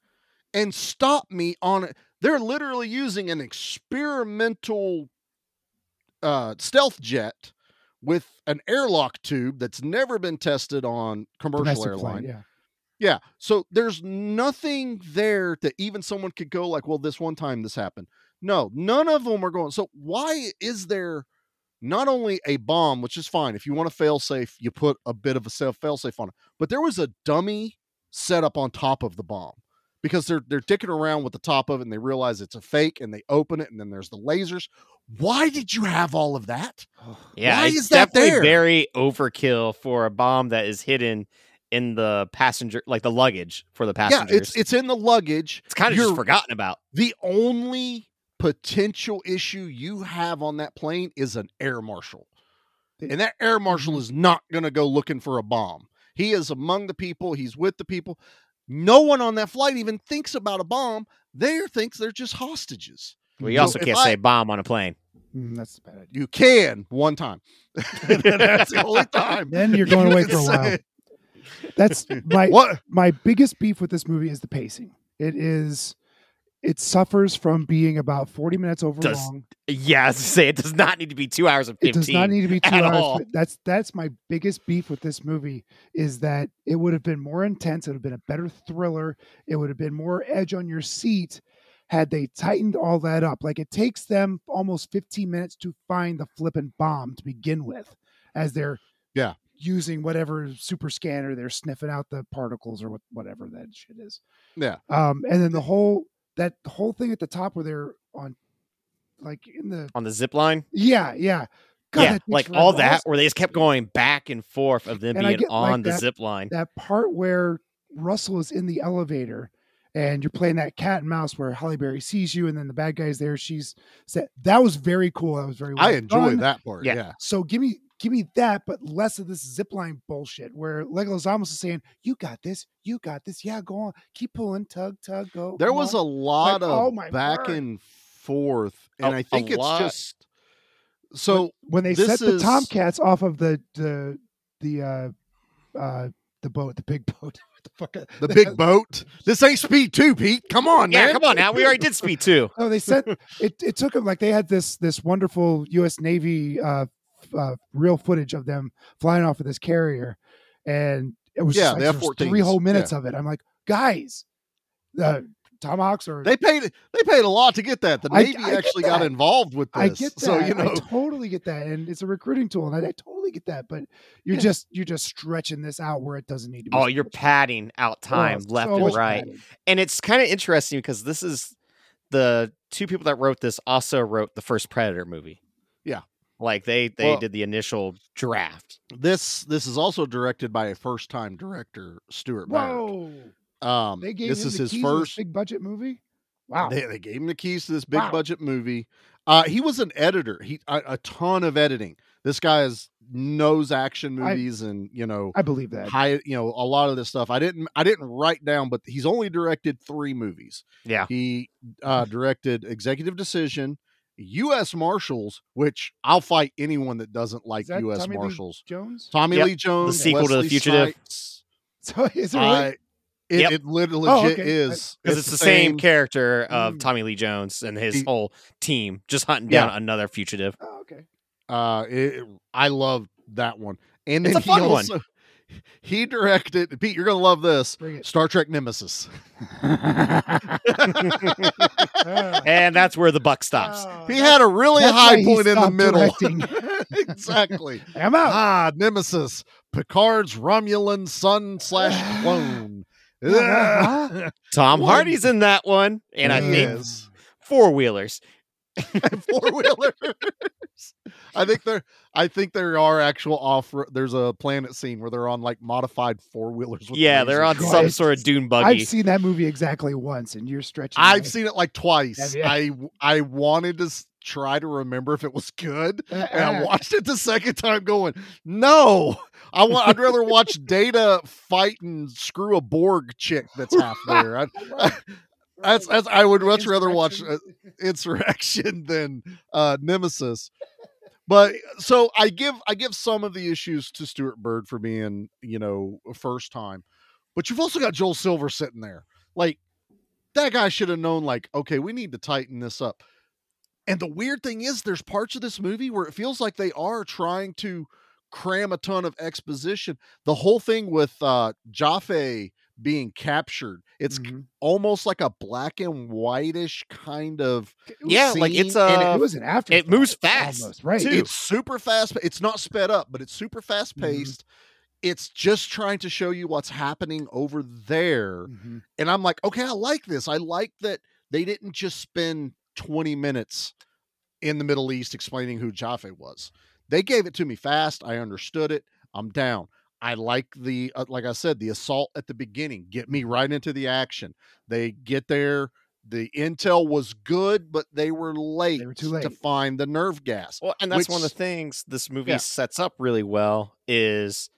[SPEAKER 5] and stop me on it? They're literally using an experimental uh, stealth jet with an airlock tube that's never been tested on commercial
[SPEAKER 7] domestic
[SPEAKER 5] airline.
[SPEAKER 7] flight. Yeah.
[SPEAKER 5] Yeah. So there's nothing there that even someone could go like, well, this one time this happened. No, none of them are going. So why is there not only a bomb, which is fine. If you want to fail safe, you put a bit of a self fail safe on it. But there was a dummy setup on top of the bomb because they're they're dicking around with the top of it and they realize it's a fake and they open it and then there's the lasers. Why did you have all of that?
[SPEAKER 6] Yeah,
[SPEAKER 5] Why
[SPEAKER 6] it's
[SPEAKER 5] is that
[SPEAKER 6] definitely
[SPEAKER 5] there?
[SPEAKER 6] very overkill for a bomb that is hidden in the passenger, like the luggage for the passengers.
[SPEAKER 5] Yeah, it's it's in the luggage.
[SPEAKER 6] it's kind of just
[SPEAKER 5] you're-
[SPEAKER 6] forgotten about.
[SPEAKER 5] the only potential issue you have on that plane is an air marshal. And that air marshal
[SPEAKER 7] Mm-hmm.
[SPEAKER 5] is not going to go looking for a bomb. He is among the people, he's with the people. No one on that flight even thinks about a bomb. They thinks they're just hostages.
[SPEAKER 6] We
[SPEAKER 5] So
[SPEAKER 6] also
[SPEAKER 5] if
[SPEAKER 6] can't
[SPEAKER 5] I-
[SPEAKER 6] say bomb on a plane.
[SPEAKER 7] Mm, that's a bad idea.
[SPEAKER 5] You can one time. That's the only time.
[SPEAKER 7] Then you're going away
[SPEAKER 5] can
[SPEAKER 7] for a
[SPEAKER 5] say
[SPEAKER 7] while.
[SPEAKER 5] it.
[SPEAKER 7] That's my
[SPEAKER 5] What?
[SPEAKER 7] my biggest beef with this movie is the pacing. It is it suffers from being about 40 minutes over
[SPEAKER 6] Does
[SPEAKER 7] long.
[SPEAKER 6] Yeah, I was gonna say it does not need to be two hours and
[SPEAKER 7] It
[SPEAKER 6] fifteen.
[SPEAKER 7] does not need to be two
[SPEAKER 6] at
[SPEAKER 7] hours.
[SPEAKER 6] all.
[SPEAKER 7] but That's that's my biggest beef with this movie is that it would have been more intense. It would have been a better thriller. It would have been more edge on your seat had they tightened all that up. Like it takes them almost 15 minutes to find the flippin' bomb to begin with, as they're
[SPEAKER 5] Yeah.
[SPEAKER 7] using whatever super scanner they're sniffing out the particles or what, whatever that shit is.
[SPEAKER 5] Yeah.
[SPEAKER 7] Um, and then the whole that whole thing at the top where they're on, like in the
[SPEAKER 6] on the zip line.
[SPEAKER 7] yeah yeah.
[SPEAKER 6] yeah,
[SPEAKER 7] that takes
[SPEAKER 6] like
[SPEAKER 7] forever.
[SPEAKER 6] all
[SPEAKER 7] Also-
[SPEAKER 6] that, where they just kept going back and forth of them
[SPEAKER 7] And I
[SPEAKER 6] being
[SPEAKER 7] get like
[SPEAKER 6] on the
[SPEAKER 7] that-
[SPEAKER 6] zip line.
[SPEAKER 7] that part where Russell is in the elevator and you're playing that cat and mouse where Halle Berry sees you and then the bad guy's there. She's said that was very cool. That was very well
[SPEAKER 5] I enjoy
[SPEAKER 7] done.
[SPEAKER 5] that part.
[SPEAKER 6] Yeah.
[SPEAKER 5] Yeah.
[SPEAKER 7] So give me give me that, but less of this zipline bullshit where Legolas almost is saying, You got this, you got this, yeah, go on, keep pulling, tug, tug, go.
[SPEAKER 5] There
[SPEAKER 7] come
[SPEAKER 5] was
[SPEAKER 7] on."
[SPEAKER 5] a lot
[SPEAKER 7] Like,
[SPEAKER 5] of
[SPEAKER 7] oh my
[SPEAKER 5] back
[SPEAKER 7] word.
[SPEAKER 5] and forth.
[SPEAKER 6] A-
[SPEAKER 5] And Oh, I
[SPEAKER 6] a
[SPEAKER 5] think it's
[SPEAKER 6] lot.
[SPEAKER 5] just so
[SPEAKER 7] when they
[SPEAKER 5] this
[SPEAKER 7] set the
[SPEAKER 5] is-
[SPEAKER 7] Tomcats off of the the the uh uh the boat, the big boat. What the fuck
[SPEAKER 5] The big boat. This ain't speed two, Pete. Come on,
[SPEAKER 6] yeah,
[SPEAKER 5] man.
[SPEAKER 6] come on now. We already did speed two.
[SPEAKER 7] No, Oh, they sent it. It took them like they had this this wonderful U.S. Navy uh, f- uh, real footage of them flying off of this carrier, and it was
[SPEAKER 5] Yeah,
[SPEAKER 7] just,
[SPEAKER 5] the
[SPEAKER 7] like, there was
[SPEAKER 5] F-14s,
[SPEAKER 7] three whole minutes of it. I'm like, guys, uh, tomahawks are.
[SPEAKER 5] They paid they paid a lot to get that. The
[SPEAKER 7] I-
[SPEAKER 5] Navy
[SPEAKER 7] I get
[SPEAKER 5] actually
[SPEAKER 7] that.
[SPEAKER 5] got involved with this.
[SPEAKER 7] I get that.
[SPEAKER 5] So you
[SPEAKER 7] I
[SPEAKER 5] know
[SPEAKER 7] totally get that, and it's a recruiting tool, and I, I totally get that. But you're just you're just stretching this out where it doesn't need to. be
[SPEAKER 6] Oh, you're
[SPEAKER 7] stretched.
[SPEAKER 6] padding out
[SPEAKER 7] Oh,
[SPEAKER 6] time
[SPEAKER 7] so
[SPEAKER 6] left
[SPEAKER 7] much
[SPEAKER 6] and right.
[SPEAKER 7] padding.
[SPEAKER 6] and it's kind of interesting because this is the two people that wrote this also wrote the first predator movie
[SPEAKER 5] Yeah.
[SPEAKER 6] like they they
[SPEAKER 5] Well-
[SPEAKER 6] did the initial draft
[SPEAKER 5] this this is also directed by a first time director, Stuart Barrett.
[SPEAKER 7] Whoa!
[SPEAKER 5] Um
[SPEAKER 7] They gave
[SPEAKER 5] this
[SPEAKER 7] him
[SPEAKER 5] is
[SPEAKER 7] the
[SPEAKER 5] his
[SPEAKER 7] keys to this
[SPEAKER 5] first
[SPEAKER 7] big budget movie. Wow.
[SPEAKER 5] They, they gave him the keys to this big
[SPEAKER 7] Wow.
[SPEAKER 5] budget movie. Uh, he was an editor. He a, a ton of editing. This guy is, knows action
[SPEAKER 7] I-
[SPEAKER 5] movies and you know
[SPEAKER 7] I believe that.
[SPEAKER 5] high you know a lot of this stuff i didn't i didn't write down but he's only directed three movies
[SPEAKER 6] Yeah.
[SPEAKER 5] he uh directed executive decision u.s marshals which i'll fight anyone that doesn't like
[SPEAKER 7] Is that
[SPEAKER 5] u.s
[SPEAKER 7] Tommy Lee
[SPEAKER 5] marshals
[SPEAKER 7] Jones.
[SPEAKER 5] tommy
[SPEAKER 6] Yep,
[SPEAKER 5] lee jones
[SPEAKER 6] sequel to The
[SPEAKER 5] Wesley
[SPEAKER 6] Fugitive.
[SPEAKER 5] Snipes.
[SPEAKER 7] So is it really?
[SPEAKER 5] I- it,
[SPEAKER 6] Yep.
[SPEAKER 5] it literally
[SPEAKER 7] Oh,
[SPEAKER 5] legit
[SPEAKER 7] okay.
[SPEAKER 5] is
[SPEAKER 6] because it's, the same, character of
[SPEAKER 7] Mm.
[SPEAKER 6] tommy lee jones and his
[SPEAKER 5] He-
[SPEAKER 6] whole team just hunting
[SPEAKER 5] Yeah.
[SPEAKER 6] down another fugitive
[SPEAKER 7] oh, okay.
[SPEAKER 5] Uh, it, I love that one. And
[SPEAKER 6] It's
[SPEAKER 5] then
[SPEAKER 6] a fun
[SPEAKER 5] he
[SPEAKER 6] one.
[SPEAKER 5] also he directed Pete. You're gonna love this
[SPEAKER 7] Bring it.
[SPEAKER 5] Star Trek Nemesis.
[SPEAKER 7] Ah.
[SPEAKER 6] and that's where the buck stops
[SPEAKER 7] Ah,
[SPEAKER 5] He
[SPEAKER 7] that-
[SPEAKER 5] had a really
[SPEAKER 7] that's why
[SPEAKER 5] high
[SPEAKER 7] he
[SPEAKER 5] point in the
[SPEAKER 7] stopped
[SPEAKER 5] middle.
[SPEAKER 7] directing.
[SPEAKER 5] exactly.
[SPEAKER 7] I'm out.
[SPEAKER 5] Ah, Nemesis, Picard's Romulan son slash clone.
[SPEAKER 7] Uh-huh.
[SPEAKER 6] tom
[SPEAKER 5] One.
[SPEAKER 6] hardy's in that one and i
[SPEAKER 5] He
[SPEAKER 6] think
[SPEAKER 5] is.
[SPEAKER 6] four wheelers.
[SPEAKER 5] four wheelers. I think there. I think there are actual off. There's a planet scene where they're on like modified four wheelers.
[SPEAKER 6] Yeah, they're on some
[SPEAKER 7] Christ.
[SPEAKER 6] sort of dune buggy.
[SPEAKER 7] I've seen that movie exactly once, and you're stretching.
[SPEAKER 5] I've
[SPEAKER 7] my-
[SPEAKER 5] seen it like twice.
[SPEAKER 7] Have ya?
[SPEAKER 5] I I wanted to s- try to remember if it was good,
[SPEAKER 7] Uh,
[SPEAKER 5] and I
[SPEAKER 7] uh,
[SPEAKER 5] watched it the second time, going, "No, I want. I'd rather watch Data fight and screw a Borg chick that's half there. I, I, that's, that's, I would much rather watch uh, Insurrection than uh, Nemesis. But so I give I give some of the issues to Stuart Bird for being you know a first time, but you've also got Joel Silver sitting there like that guy should have known like okay we need to tighten this up. And the weird thing is there's parts of this movie where it feels like they are trying to cram a ton of exposition. The whole thing with uh Jaffe being captured, it's
[SPEAKER 7] mhm.
[SPEAKER 5] almost like a black and whitish kind of
[SPEAKER 6] yeah, like it's
[SPEAKER 5] scene, and
[SPEAKER 6] uh,
[SPEAKER 7] it was an after.
[SPEAKER 6] it moves fast,
[SPEAKER 7] almost, right?
[SPEAKER 6] too.
[SPEAKER 5] it's super fast it's not sped up but it's super fast paced it's just trying to show you what's happening over there
[SPEAKER 7] Mhm.
[SPEAKER 5] and i'm like okay i like this i like that they didn't just spend 20 minutes in the middle east explaining who jaffe was they gave it to me fast i understood it i'm down i like the uh, like i said the assault at the beginning get me right into the action they get there the intel was good but they were late,
[SPEAKER 7] were too
[SPEAKER 5] to
[SPEAKER 7] late.
[SPEAKER 5] find the nerve gas
[SPEAKER 6] Well, and that's one of
[SPEAKER 5] which-
[SPEAKER 6] the things this movie
[SPEAKER 5] Yeah.
[SPEAKER 6] sets up really well is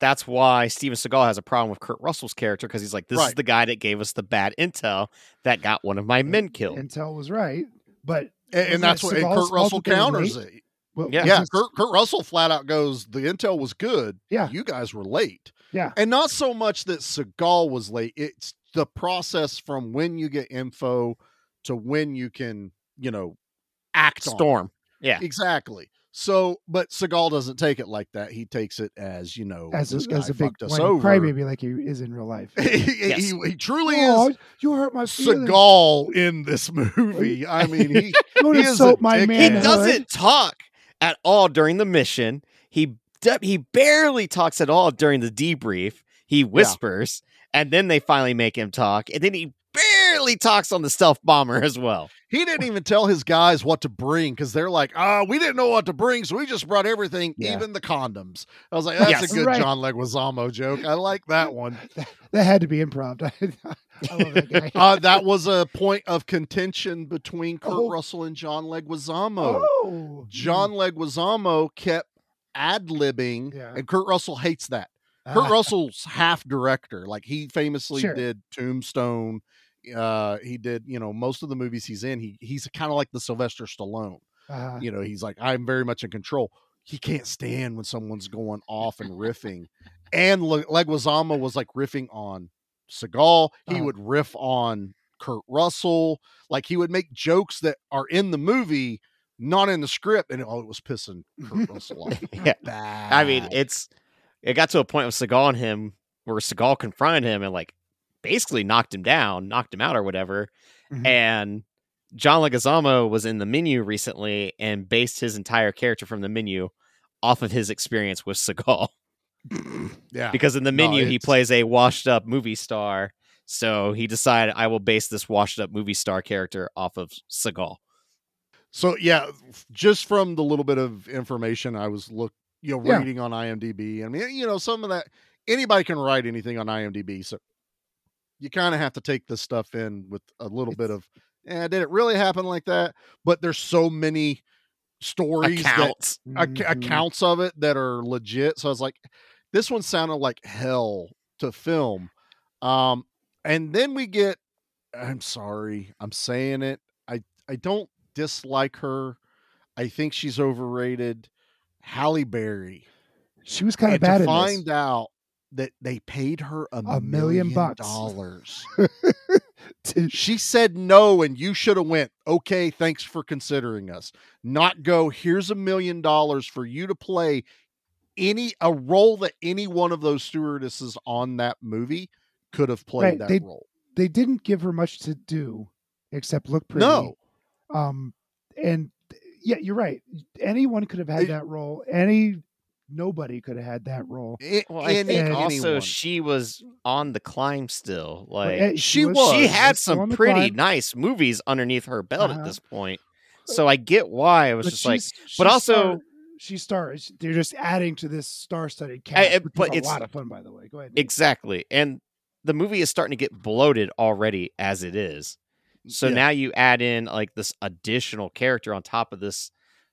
[SPEAKER 6] that's why Steven Seagal has a problem with Kurt Russell's character because he's like, this is
[SPEAKER 5] Right.
[SPEAKER 6] the guy that gave us the bad intel that got one of my men killed.
[SPEAKER 7] Intel was right, but
[SPEAKER 5] A- and,
[SPEAKER 7] Wasn't it
[SPEAKER 5] that's what and
[SPEAKER 7] Seagal's
[SPEAKER 5] Kurt
[SPEAKER 7] fault
[SPEAKER 5] Russell
[SPEAKER 7] that they were
[SPEAKER 5] counters
[SPEAKER 7] late?
[SPEAKER 5] it.
[SPEAKER 7] well,
[SPEAKER 6] Yeah.
[SPEAKER 5] Yeah,
[SPEAKER 7] because-
[SPEAKER 5] Kurt, Kurt Russell flat out goes, "The intel was good.
[SPEAKER 7] Yeah.
[SPEAKER 5] you guys were late.
[SPEAKER 7] Yeah.
[SPEAKER 5] and not so much that Seagal was late. It's the process from when you get info to when you can, you know, act on it.
[SPEAKER 6] Storm. Yeah.
[SPEAKER 5] Exactly. So, but Seagal doesn't take it like that. He takes it as you know,
[SPEAKER 7] as
[SPEAKER 5] this
[SPEAKER 7] a,
[SPEAKER 5] guy
[SPEAKER 7] as a big
[SPEAKER 5] fucked us
[SPEAKER 7] whiny
[SPEAKER 5] over.
[SPEAKER 7] crybaby like he is in real life.
[SPEAKER 5] he, he-
[SPEAKER 6] Yes.
[SPEAKER 5] he, he truly
[SPEAKER 7] Oh,
[SPEAKER 5] is
[SPEAKER 7] you hurt my feelings.
[SPEAKER 5] Seagal in this movie. I mean, he
[SPEAKER 7] Don't
[SPEAKER 5] he is a
[SPEAKER 7] insult my
[SPEAKER 5] dickhead.
[SPEAKER 6] He
[SPEAKER 7] manhood.
[SPEAKER 6] doesn't talk at all during the mission. He de- he barely talks at all during the debrief. He whispers, and then they finally make him talk, and then he barely talks on the stealth bomber as well.
[SPEAKER 5] He didn't even tell his guys what to bring because they're like, ah, we didn't know what to bring, so we just brought everything,
[SPEAKER 7] Yeah.
[SPEAKER 5] even the condoms. I was like, that's
[SPEAKER 6] Yes.
[SPEAKER 5] a good
[SPEAKER 7] Right.
[SPEAKER 5] John Leguizamo joke. I like that one.
[SPEAKER 7] That had to be improv. I, love that guy.
[SPEAKER 5] Uh, that was a point of contention between Kurt
[SPEAKER 7] Oh.
[SPEAKER 5] Russell and John Leguizamo.
[SPEAKER 7] oh,
[SPEAKER 5] John Leguizamo kept ad libbing,
[SPEAKER 7] Yeah.
[SPEAKER 5] and Kurt Russell hates that. Kurt
[SPEAKER 7] Ah,
[SPEAKER 5] Russell's half director. Like he famously
[SPEAKER 7] Sure.
[SPEAKER 5] did Tombstone. Uh, he did, you know, most of the movies he's in, he he's kind of like the Sylvester Stallone.
[SPEAKER 7] uh-huh.
[SPEAKER 5] you know, he's like, I'm very much in control. He can't stand when someone's going off and riffing. And Le- Leguizamo was like riffing on Seagal. He
[SPEAKER 7] Uh-huh.
[SPEAKER 5] would riff on Kurt Russell. Like he would make jokes that are in the movie, not in the script. And oh, it was pissing Kurt Russell off.
[SPEAKER 6] Yeah. I
[SPEAKER 5] Uh,
[SPEAKER 6] mean, it's it got to a point with Seagal and him where Seagal confronted him and like basically knocked him down, knocked him out or whatever.
[SPEAKER 7] Mhm.
[SPEAKER 6] And John Leguizamo was in the menu recently and based his entire character from the menu off of his experience with Seagal.
[SPEAKER 5] yeah.
[SPEAKER 6] Because in the
[SPEAKER 5] No,
[SPEAKER 6] menu he
[SPEAKER 5] it's-
[SPEAKER 6] plays a washed up movie star. So he decided I will base this washed up movie star character off of Seagal.
[SPEAKER 5] So yeah, f- just from the little bit of information I was look, you know,
[SPEAKER 7] Yeah.
[SPEAKER 5] reading on IMDb. I mean, you know, some of that anybody can write anything on IMDb, so you kind of have to take this stuff in with a little bit of, eh, did it really happen like that? But there's so many stories that
[SPEAKER 6] Accounts.
[SPEAKER 5] ac-
[SPEAKER 7] Mhm.
[SPEAKER 5] accounts of it that are legit. So I was like, this one sounded like hell to film. Um, and then we get, I'm sorry, I'm saying it. I, I don't dislike her. I think she's overrated. Halle Berry.
[SPEAKER 7] she was kind
[SPEAKER 5] And
[SPEAKER 7] of
[SPEAKER 5] to
[SPEAKER 7] bad in
[SPEAKER 5] find
[SPEAKER 7] this.
[SPEAKER 5] out that they paid her a,
[SPEAKER 7] million bucks.
[SPEAKER 5] dollars.
[SPEAKER 7] To-
[SPEAKER 5] she said no, and you should have went. Okay, thanks for considering us. Not go. Here's a million dollars for you to play any a role that any one of those stewardesses on that movie could have played
[SPEAKER 7] Right,
[SPEAKER 5] that
[SPEAKER 7] they-
[SPEAKER 5] role.
[SPEAKER 7] they didn't give her much to do except look pretty.
[SPEAKER 5] No,
[SPEAKER 7] Um, and yeah, you're right. Anyone could have had
[SPEAKER 5] It-
[SPEAKER 7] that role. Any nobody could have had that role.
[SPEAKER 5] It,
[SPEAKER 6] Well, I
[SPEAKER 5] any-
[SPEAKER 6] think also
[SPEAKER 5] anyone.
[SPEAKER 6] she was on the climb still. Like
[SPEAKER 7] eh,
[SPEAKER 5] she was.
[SPEAKER 6] she had
[SPEAKER 7] still on
[SPEAKER 6] some
[SPEAKER 7] the
[SPEAKER 6] pretty
[SPEAKER 7] climb,
[SPEAKER 6] nice movies underneath her belt
[SPEAKER 7] Uh-huh.
[SPEAKER 6] at this point. So I get why I was just like,
[SPEAKER 7] she's-
[SPEAKER 6] but
[SPEAKER 7] she
[SPEAKER 6] also-
[SPEAKER 7] started- she stars. They're just adding to this star-studded cast.
[SPEAKER 6] eh,
[SPEAKER 7] which
[SPEAKER 6] but
[SPEAKER 7] is a
[SPEAKER 6] it's-
[SPEAKER 7] lot of fun, by the way. Go ahead. Nick.
[SPEAKER 6] exactly. And the movie is starting to get bloated already as it is. So
[SPEAKER 5] Yeah.
[SPEAKER 6] now you add in like this additional character on top of this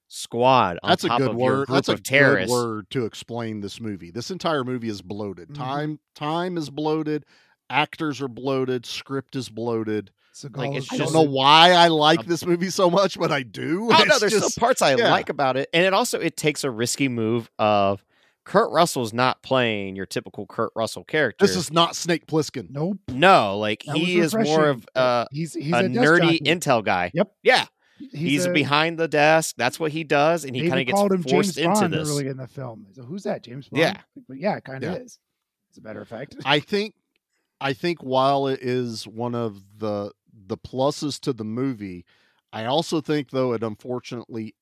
[SPEAKER 6] squad. On
[SPEAKER 5] That's a
[SPEAKER 6] top
[SPEAKER 5] good
[SPEAKER 6] of your
[SPEAKER 5] word.
[SPEAKER 6] Group
[SPEAKER 5] That's a
[SPEAKER 6] of terrorists.
[SPEAKER 5] good word to explain this movie. This entire movie is bloated.
[SPEAKER 7] Mhm.
[SPEAKER 5] Time time is bloated. Actors are bloated. Script is bloated.
[SPEAKER 7] Seagal
[SPEAKER 6] like,
[SPEAKER 7] is
[SPEAKER 6] it's
[SPEAKER 5] I
[SPEAKER 6] just-
[SPEAKER 5] don't
[SPEAKER 7] good.
[SPEAKER 5] know why I like
[SPEAKER 6] Um,
[SPEAKER 5] this movie so much, but I do.
[SPEAKER 6] Oh no,
[SPEAKER 5] It's
[SPEAKER 6] there's
[SPEAKER 5] just-
[SPEAKER 6] some parts I
[SPEAKER 5] yeah.
[SPEAKER 6] like about it, and it also it takes a risky move of Kurt Russell's not playing your typical Kurt Russell character.
[SPEAKER 5] this is not Snake Plissken.
[SPEAKER 7] Nope.
[SPEAKER 6] no, like
[SPEAKER 7] that
[SPEAKER 6] he is
[SPEAKER 7] was
[SPEAKER 6] more
[SPEAKER 7] refreshing.
[SPEAKER 6] of uh,
[SPEAKER 7] he's, he's
[SPEAKER 6] a,
[SPEAKER 7] desk
[SPEAKER 6] nerdy
[SPEAKER 7] jockey.
[SPEAKER 6] intel guy.
[SPEAKER 7] Yep.
[SPEAKER 6] yeah,
[SPEAKER 7] He's,
[SPEAKER 6] he's,
[SPEAKER 7] a-
[SPEAKER 6] behind the desk. That's what he does, and he
[SPEAKER 7] they
[SPEAKER 6] kind
[SPEAKER 7] even
[SPEAKER 6] of gets
[SPEAKER 7] called him
[SPEAKER 6] forced
[SPEAKER 7] James
[SPEAKER 6] into
[SPEAKER 7] Bond
[SPEAKER 6] this.
[SPEAKER 7] early in the film. So who's that, James Bond?
[SPEAKER 6] Yeah.
[SPEAKER 7] but yeah, it kind of
[SPEAKER 5] Yeah.
[SPEAKER 7] is. As a matter of fact,
[SPEAKER 5] I think I think while it is one of the the pluses to the movie, I also think though it unfortunately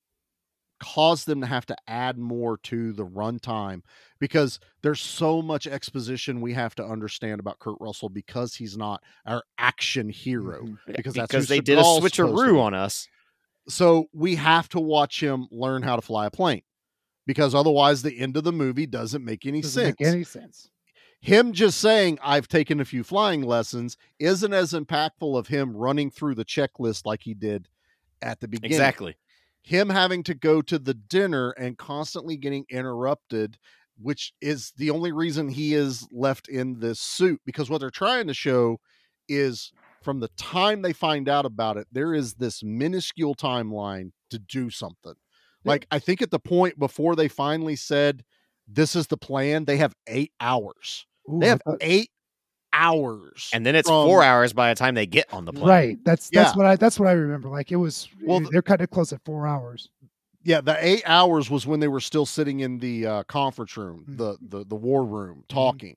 [SPEAKER 5] caused them to have to add more to the runtime because there's so much exposition we have to understand about Kurt Russell because he's not our action hero
[SPEAKER 7] Mhm.
[SPEAKER 5] because
[SPEAKER 6] Mm-hmm.
[SPEAKER 5] that's
[SPEAKER 6] because
[SPEAKER 5] who
[SPEAKER 6] they did a
[SPEAKER 5] Seagal's supposed to
[SPEAKER 6] switcheroo
[SPEAKER 5] be.
[SPEAKER 6] on us.
[SPEAKER 5] So we have to watch him learn how to fly a plane because otherwise the end of the movie doesn't make any
[SPEAKER 7] doesn't
[SPEAKER 5] sense
[SPEAKER 7] make any sense.
[SPEAKER 5] him just saying i've taken a few flying lessons isn't as impactful of him running through the checklist like he did at the beginning
[SPEAKER 6] Exactly.
[SPEAKER 5] him having to go to the dinner and constantly getting interrupted which is the only reason he is left in this suit because what they're trying to show is from the time they find out about it there is this minuscule timeline to do something like i think at the point before they finally said this is the plan they have 8 hours
[SPEAKER 7] Ooh,
[SPEAKER 5] they
[SPEAKER 7] I
[SPEAKER 5] have
[SPEAKER 7] thought-
[SPEAKER 5] eight hours.
[SPEAKER 6] And then it's
[SPEAKER 5] from-
[SPEAKER 6] four hours by the time they get on the plane.
[SPEAKER 7] right. That's that's
[SPEAKER 5] Yeah.
[SPEAKER 7] what I that's what I remember. Like it was. eh,
[SPEAKER 5] Well, the-
[SPEAKER 7] they're cutting it close at four hours.
[SPEAKER 5] yeah, the eight hours was when they were still sitting in the uh, conference room,
[SPEAKER 7] Mhm.
[SPEAKER 5] the, the the war room,
[SPEAKER 7] Mm-hmm.
[SPEAKER 5] talking.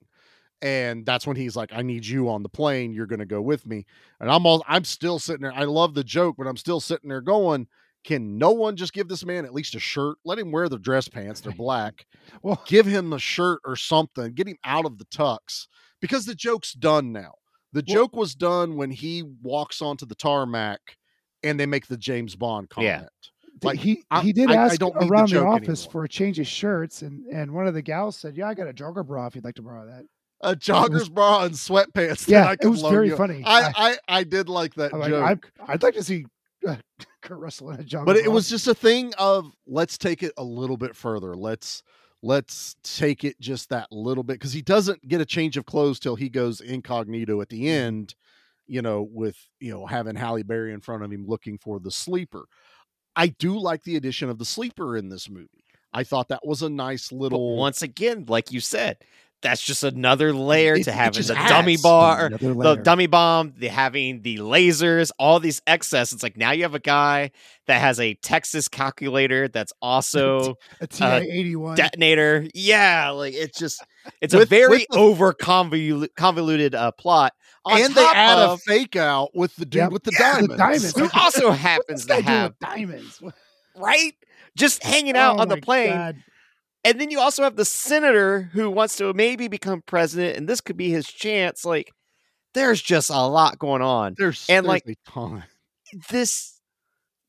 [SPEAKER 5] And that's when he's like, "I need you on the plane. You're going to go with me." And I'm all, I'm still sitting there. I love the joke, but I'm still sitting there going, "Can no one just give this man at least a shirt? Let him wear the dress pants. They're black.
[SPEAKER 7] Well,
[SPEAKER 5] Give him a shirt or something. Get him out of the tux because the joke's done now. The
[SPEAKER 7] Well-
[SPEAKER 5] joke was done when he walks onto the tarmac and they make the James Bond
[SPEAKER 6] Yeah.
[SPEAKER 5] comment.
[SPEAKER 7] like
[SPEAKER 5] Like,
[SPEAKER 7] he
[SPEAKER 5] I-
[SPEAKER 7] he did
[SPEAKER 5] I- I
[SPEAKER 7] ask
[SPEAKER 5] don't need the
[SPEAKER 7] around the,
[SPEAKER 5] joke
[SPEAKER 7] office
[SPEAKER 5] anymore.
[SPEAKER 7] for a change of shirts, and and one of the gals said, "Yeah, I got a jogger bra if you'd like to borrow that."
[SPEAKER 5] a jogger's bra and sweatpants. that
[SPEAKER 7] Yeah,
[SPEAKER 5] I
[SPEAKER 7] it
[SPEAKER 5] could
[SPEAKER 7] was
[SPEAKER 5] loan
[SPEAKER 7] very
[SPEAKER 5] you.
[SPEAKER 7] funny.
[SPEAKER 5] I, I I did like that
[SPEAKER 7] I'm like,
[SPEAKER 5] joke,
[SPEAKER 7] I'd, I'd like to see uh, Kurt Russell in a jogger.
[SPEAKER 5] but it
[SPEAKER 7] bra.
[SPEAKER 5] was just a thing of let's take it a little bit further. Let's let's take it just that little bit because he doesn't get a change of clothes till he goes incognito at
[SPEAKER 7] Mm-hmm.
[SPEAKER 5] the end. You know, with you know having Halle Berry in front of him looking for the sleeper. I do like the addition of the sleeper in this movie. I thought that was a nice
[SPEAKER 6] But
[SPEAKER 5] little
[SPEAKER 6] once again, like you said, that's just another layer
[SPEAKER 5] It-
[SPEAKER 6] to
[SPEAKER 5] it
[SPEAKER 6] having
[SPEAKER 5] just
[SPEAKER 6] the dummy
[SPEAKER 5] adds.
[SPEAKER 6] bar, the
[SPEAKER 7] Another layer.
[SPEAKER 6] dummy bomb, the having the lasers, all these excess. It's like now you have a guy that has a Texas calculator that's also
[SPEAKER 7] a TI eighty one.
[SPEAKER 6] detonator. Yeah, like it's just it's a
[SPEAKER 5] With-
[SPEAKER 6] very
[SPEAKER 5] with the-
[SPEAKER 6] over convolu- convoluted uh, plot. On
[SPEAKER 5] and they
[SPEAKER 6] top
[SPEAKER 5] add
[SPEAKER 6] of,
[SPEAKER 5] a fake out with the dude
[SPEAKER 7] Yep.
[SPEAKER 5] with the
[SPEAKER 7] Yeah, the
[SPEAKER 5] diamonds.
[SPEAKER 7] diamonds.
[SPEAKER 6] who also happens to have
[SPEAKER 7] diamonds What-
[SPEAKER 6] right just hanging out
[SPEAKER 7] Oh
[SPEAKER 6] on the
[SPEAKER 7] my
[SPEAKER 6] plane.
[SPEAKER 7] God.
[SPEAKER 6] And then you also have the senator who wants to maybe become president, and this could be his chance. Like, there's just a lot going on.
[SPEAKER 5] There's
[SPEAKER 6] And,
[SPEAKER 5] there's
[SPEAKER 6] like,
[SPEAKER 5] a ton.
[SPEAKER 6] This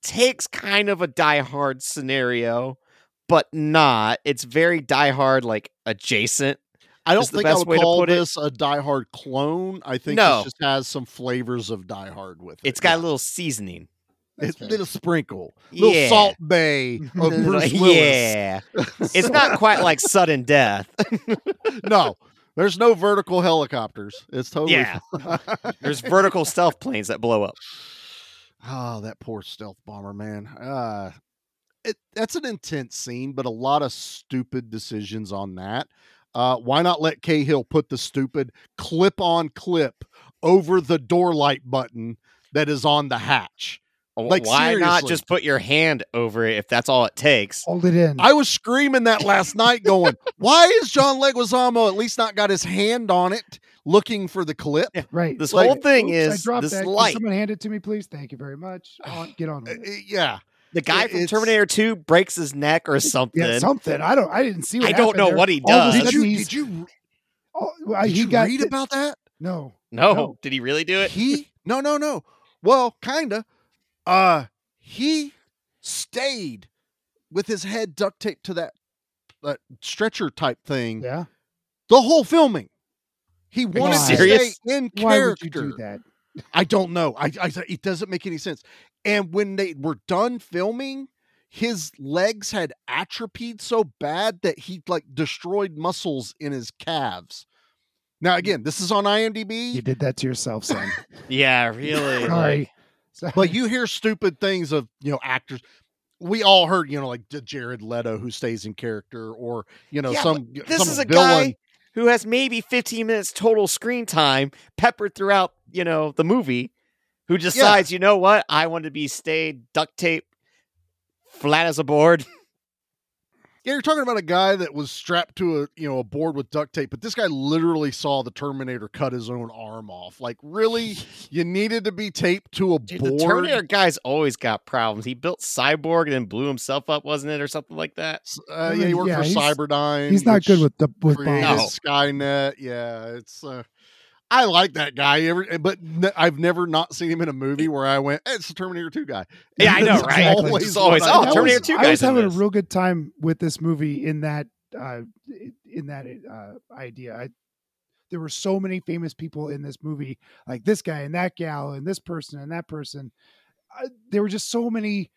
[SPEAKER 6] takes kind of a diehard scenario, but not. It's very diehard, like adjacent.
[SPEAKER 5] I don't
[SPEAKER 6] is the
[SPEAKER 5] think I
[SPEAKER 6] best way to
[SPEAKER 5] would call
[SPEAKER 6] put it.
[SPEAKER 5] this a Die Hard clone. I think
[SPEAKER 6] No.
[SPEAKER 5] this just has some flavors of Die Hard with it.
[SPEAKER 6] It's got a
[SPEAKER 5] Yeah.
[SPEAKER 6] little seasoning.
[SPEAKER 5] It's a little sprinkle, little
[SPEAKER 6] yeah.
[SPEAKER 5] Salt Bay of Bruce Willis.
[SPEAKER 6] Yeah. it's not quite like sudden death.
[SPEAKER 5] No, there's no vertical helicopters. It's totally.
[SPEAKER 6] Yeah.
[SPEAKER 5] fine.
[SPEAKER 6] There's vertical stealth planes that blow up.
[SPEAKER 5] oh, that poor stealth bomber man. Uh, it, that's an intense scene, but a lot of stupid decisions on that. Uh, why not let Cahill put the stupid clip on clip over the door light button that is on the hatch? Like,
[SPEAKER 6] Why not
[SPEAKER 5] seriously.
[SPEAKER 6] just put your hand over it if that's all it takes?
[SPEAKER 7] Hold it in.
[SPEAKER 5] I was screaming that last night, going, "Why is John Leguizamo at least not got his hand on it, looking for the clip?"
[SPEAKER 7] right.
[SPEAKER 6] This
[SPEAKER 5] Like,
[SPEAKER 6] whole thing
[SPEAKER 7] Oops, I
[SPEAKER 6] is
[SPEAKER 7] dropped
[SPEAKER 6] this
[SPEAKER 7] that. Can
[SPEAKER 6] light.
[SPEAKER 7] Someone hand it to me, please. Thank you very much. I want- get on
[SPEAKER 5] Uh,
[SPEAKER 7] with it.
[SPEAKER 5] yeah,
[SPEAKER 6] the guy
[SPEAKER 5] It-
[SPEAKER 6] from
[SPEAKER 5] it's-
[SPEAKER 6] Terminator 2 breaks his neck or something.
[SPEAKER 7] Yeah, something. I don't. I didn't see. What
[SPEAKER 6] I don't
[SPEAKER 7] happened
[SPEAKER 6] know
[SPEAKER 7] there.
[SPEAKER 6] what he
[SPEAKER 7] All of a
[SPEAKER 6] does.
[SPEAKER 5] Did
[SPEAKER 7] sudden
[SPEAKER 5] you,
[SPEAKER 7] he's-
[SPEAKER 5] did you,
[SPEAKER 7] oh,
[SPEAKER 5] Uh, did
[SPEAKER 7] he
[SPEAKER 5] you
[SPEAKER 7] got
[SPEAKER 5] read
[SPEAKER 7] the-
[SPEAKER 5] about that?
[SPEAKER 7] No,
[SPEAKER 6] no.
[SPEAKER 7] No.
[SPEAKER 6] Did he really do it?
[SPEAKER 5] He no no no. Well, kinda. Uh he stayed with his head duct taped to that that stretcher type thing
[SPEAKER 7] yeah.
[SPEAKER 5] the whole filming. He
[SPEAKER 7] you
[SPEAKER 5] wanted to stay
[SPEAKER 6] serious?
[SPEAKER 5] in
[SPEAKER 7] Why would you
[SPEAKER 5] character.
[SPEAKER 7] do that?
[SPEAKER 5] I don't know. I, I it doesn't make any sense. And when they were done filming, his legs had atrophied so bad that he like destroyed muscles in his calves.
[SPEAKER 7] Mm.
[SPEAKER 5] Now again, this is on IMDb.
[SPEAKER 7] You did that to yourself, son.
[SPEAKER 6] Yeah, really.
[SPEAKER 7] Sorry. Sorry.
[SPEAKER 5] but you hear stupid things of you know actors we all heard you know like J- jared leto who stays in character or you know
[SPEAKER 6] Yeah,
[SPEAKER 5] some
[SPEAKER 6] this
[SPEAKER 5] some
[SPEAKER 6] is a
[SPEAKER 5] villain
[SPEAKER 6] guy who has maybe 15 minutes total screen time peppered throughout, you know, the movie, who decides, you know what, I want to be stayed duct tape flat as a board.
[SPEAKER 5] yeah you're talking about a guy that was strapped to a you know a board with duct tape but this guy literally saw the terminator cut his own arm off like really you needed to be taped to a
[SPEAKER 6] Dude, the
[SPEAKER 5] board
[SPEAKER 6] Terminator guy's always got problems. He built Cyborg and then blew himself up, wasn't it, or something like that?
[SPEAKER 5] S- uh, yeah he worked
[SPEAKER 7] Yeah,
[SPEAKER 5] for
[SPEAKER 7] he's-
[SPEAKER 5] cyberdyne
[SPEAKER 7] he's not good
[SPEAKER 5] which
[SPEAKER 7] with the with
[SPEAKER 5] created
[SPEAKER 7] bombs.
[SPEAKER 6] No.
[SPEAKER 5] skynet yeah it's uh I like that guy, every, but n- I've never not seen him in a movie where I went, "Eh, "It's the Terminator Two guy."
[SPEAKER 6] Yeah, I know,
[SPEAKER 5] It's
[SPEAKER 6] right?
[SPEAKER 5] always
[SPEAKER 6] It's always,
[SPEAKER 5] what
[SPEAKER 6] oh,
[SPEAKER 5] I
[SPEAKER 7] I
[SPEAKER 5] do.
[SPEAKER 6] Terminator
[SPEAKER 7] was-
[SPEAKER 6] 2
[SPEAKER 7] I was
[SPEAKER 6] guys in
[SPEAKER 7] having a
[SPEAKER 6] this.
[SPEAKER 7] real good time with this movie in that uh, in that uh, idea. I, there were so many famous people in this movie, like this guy and that gal and this person and that person. Uh, there were just so many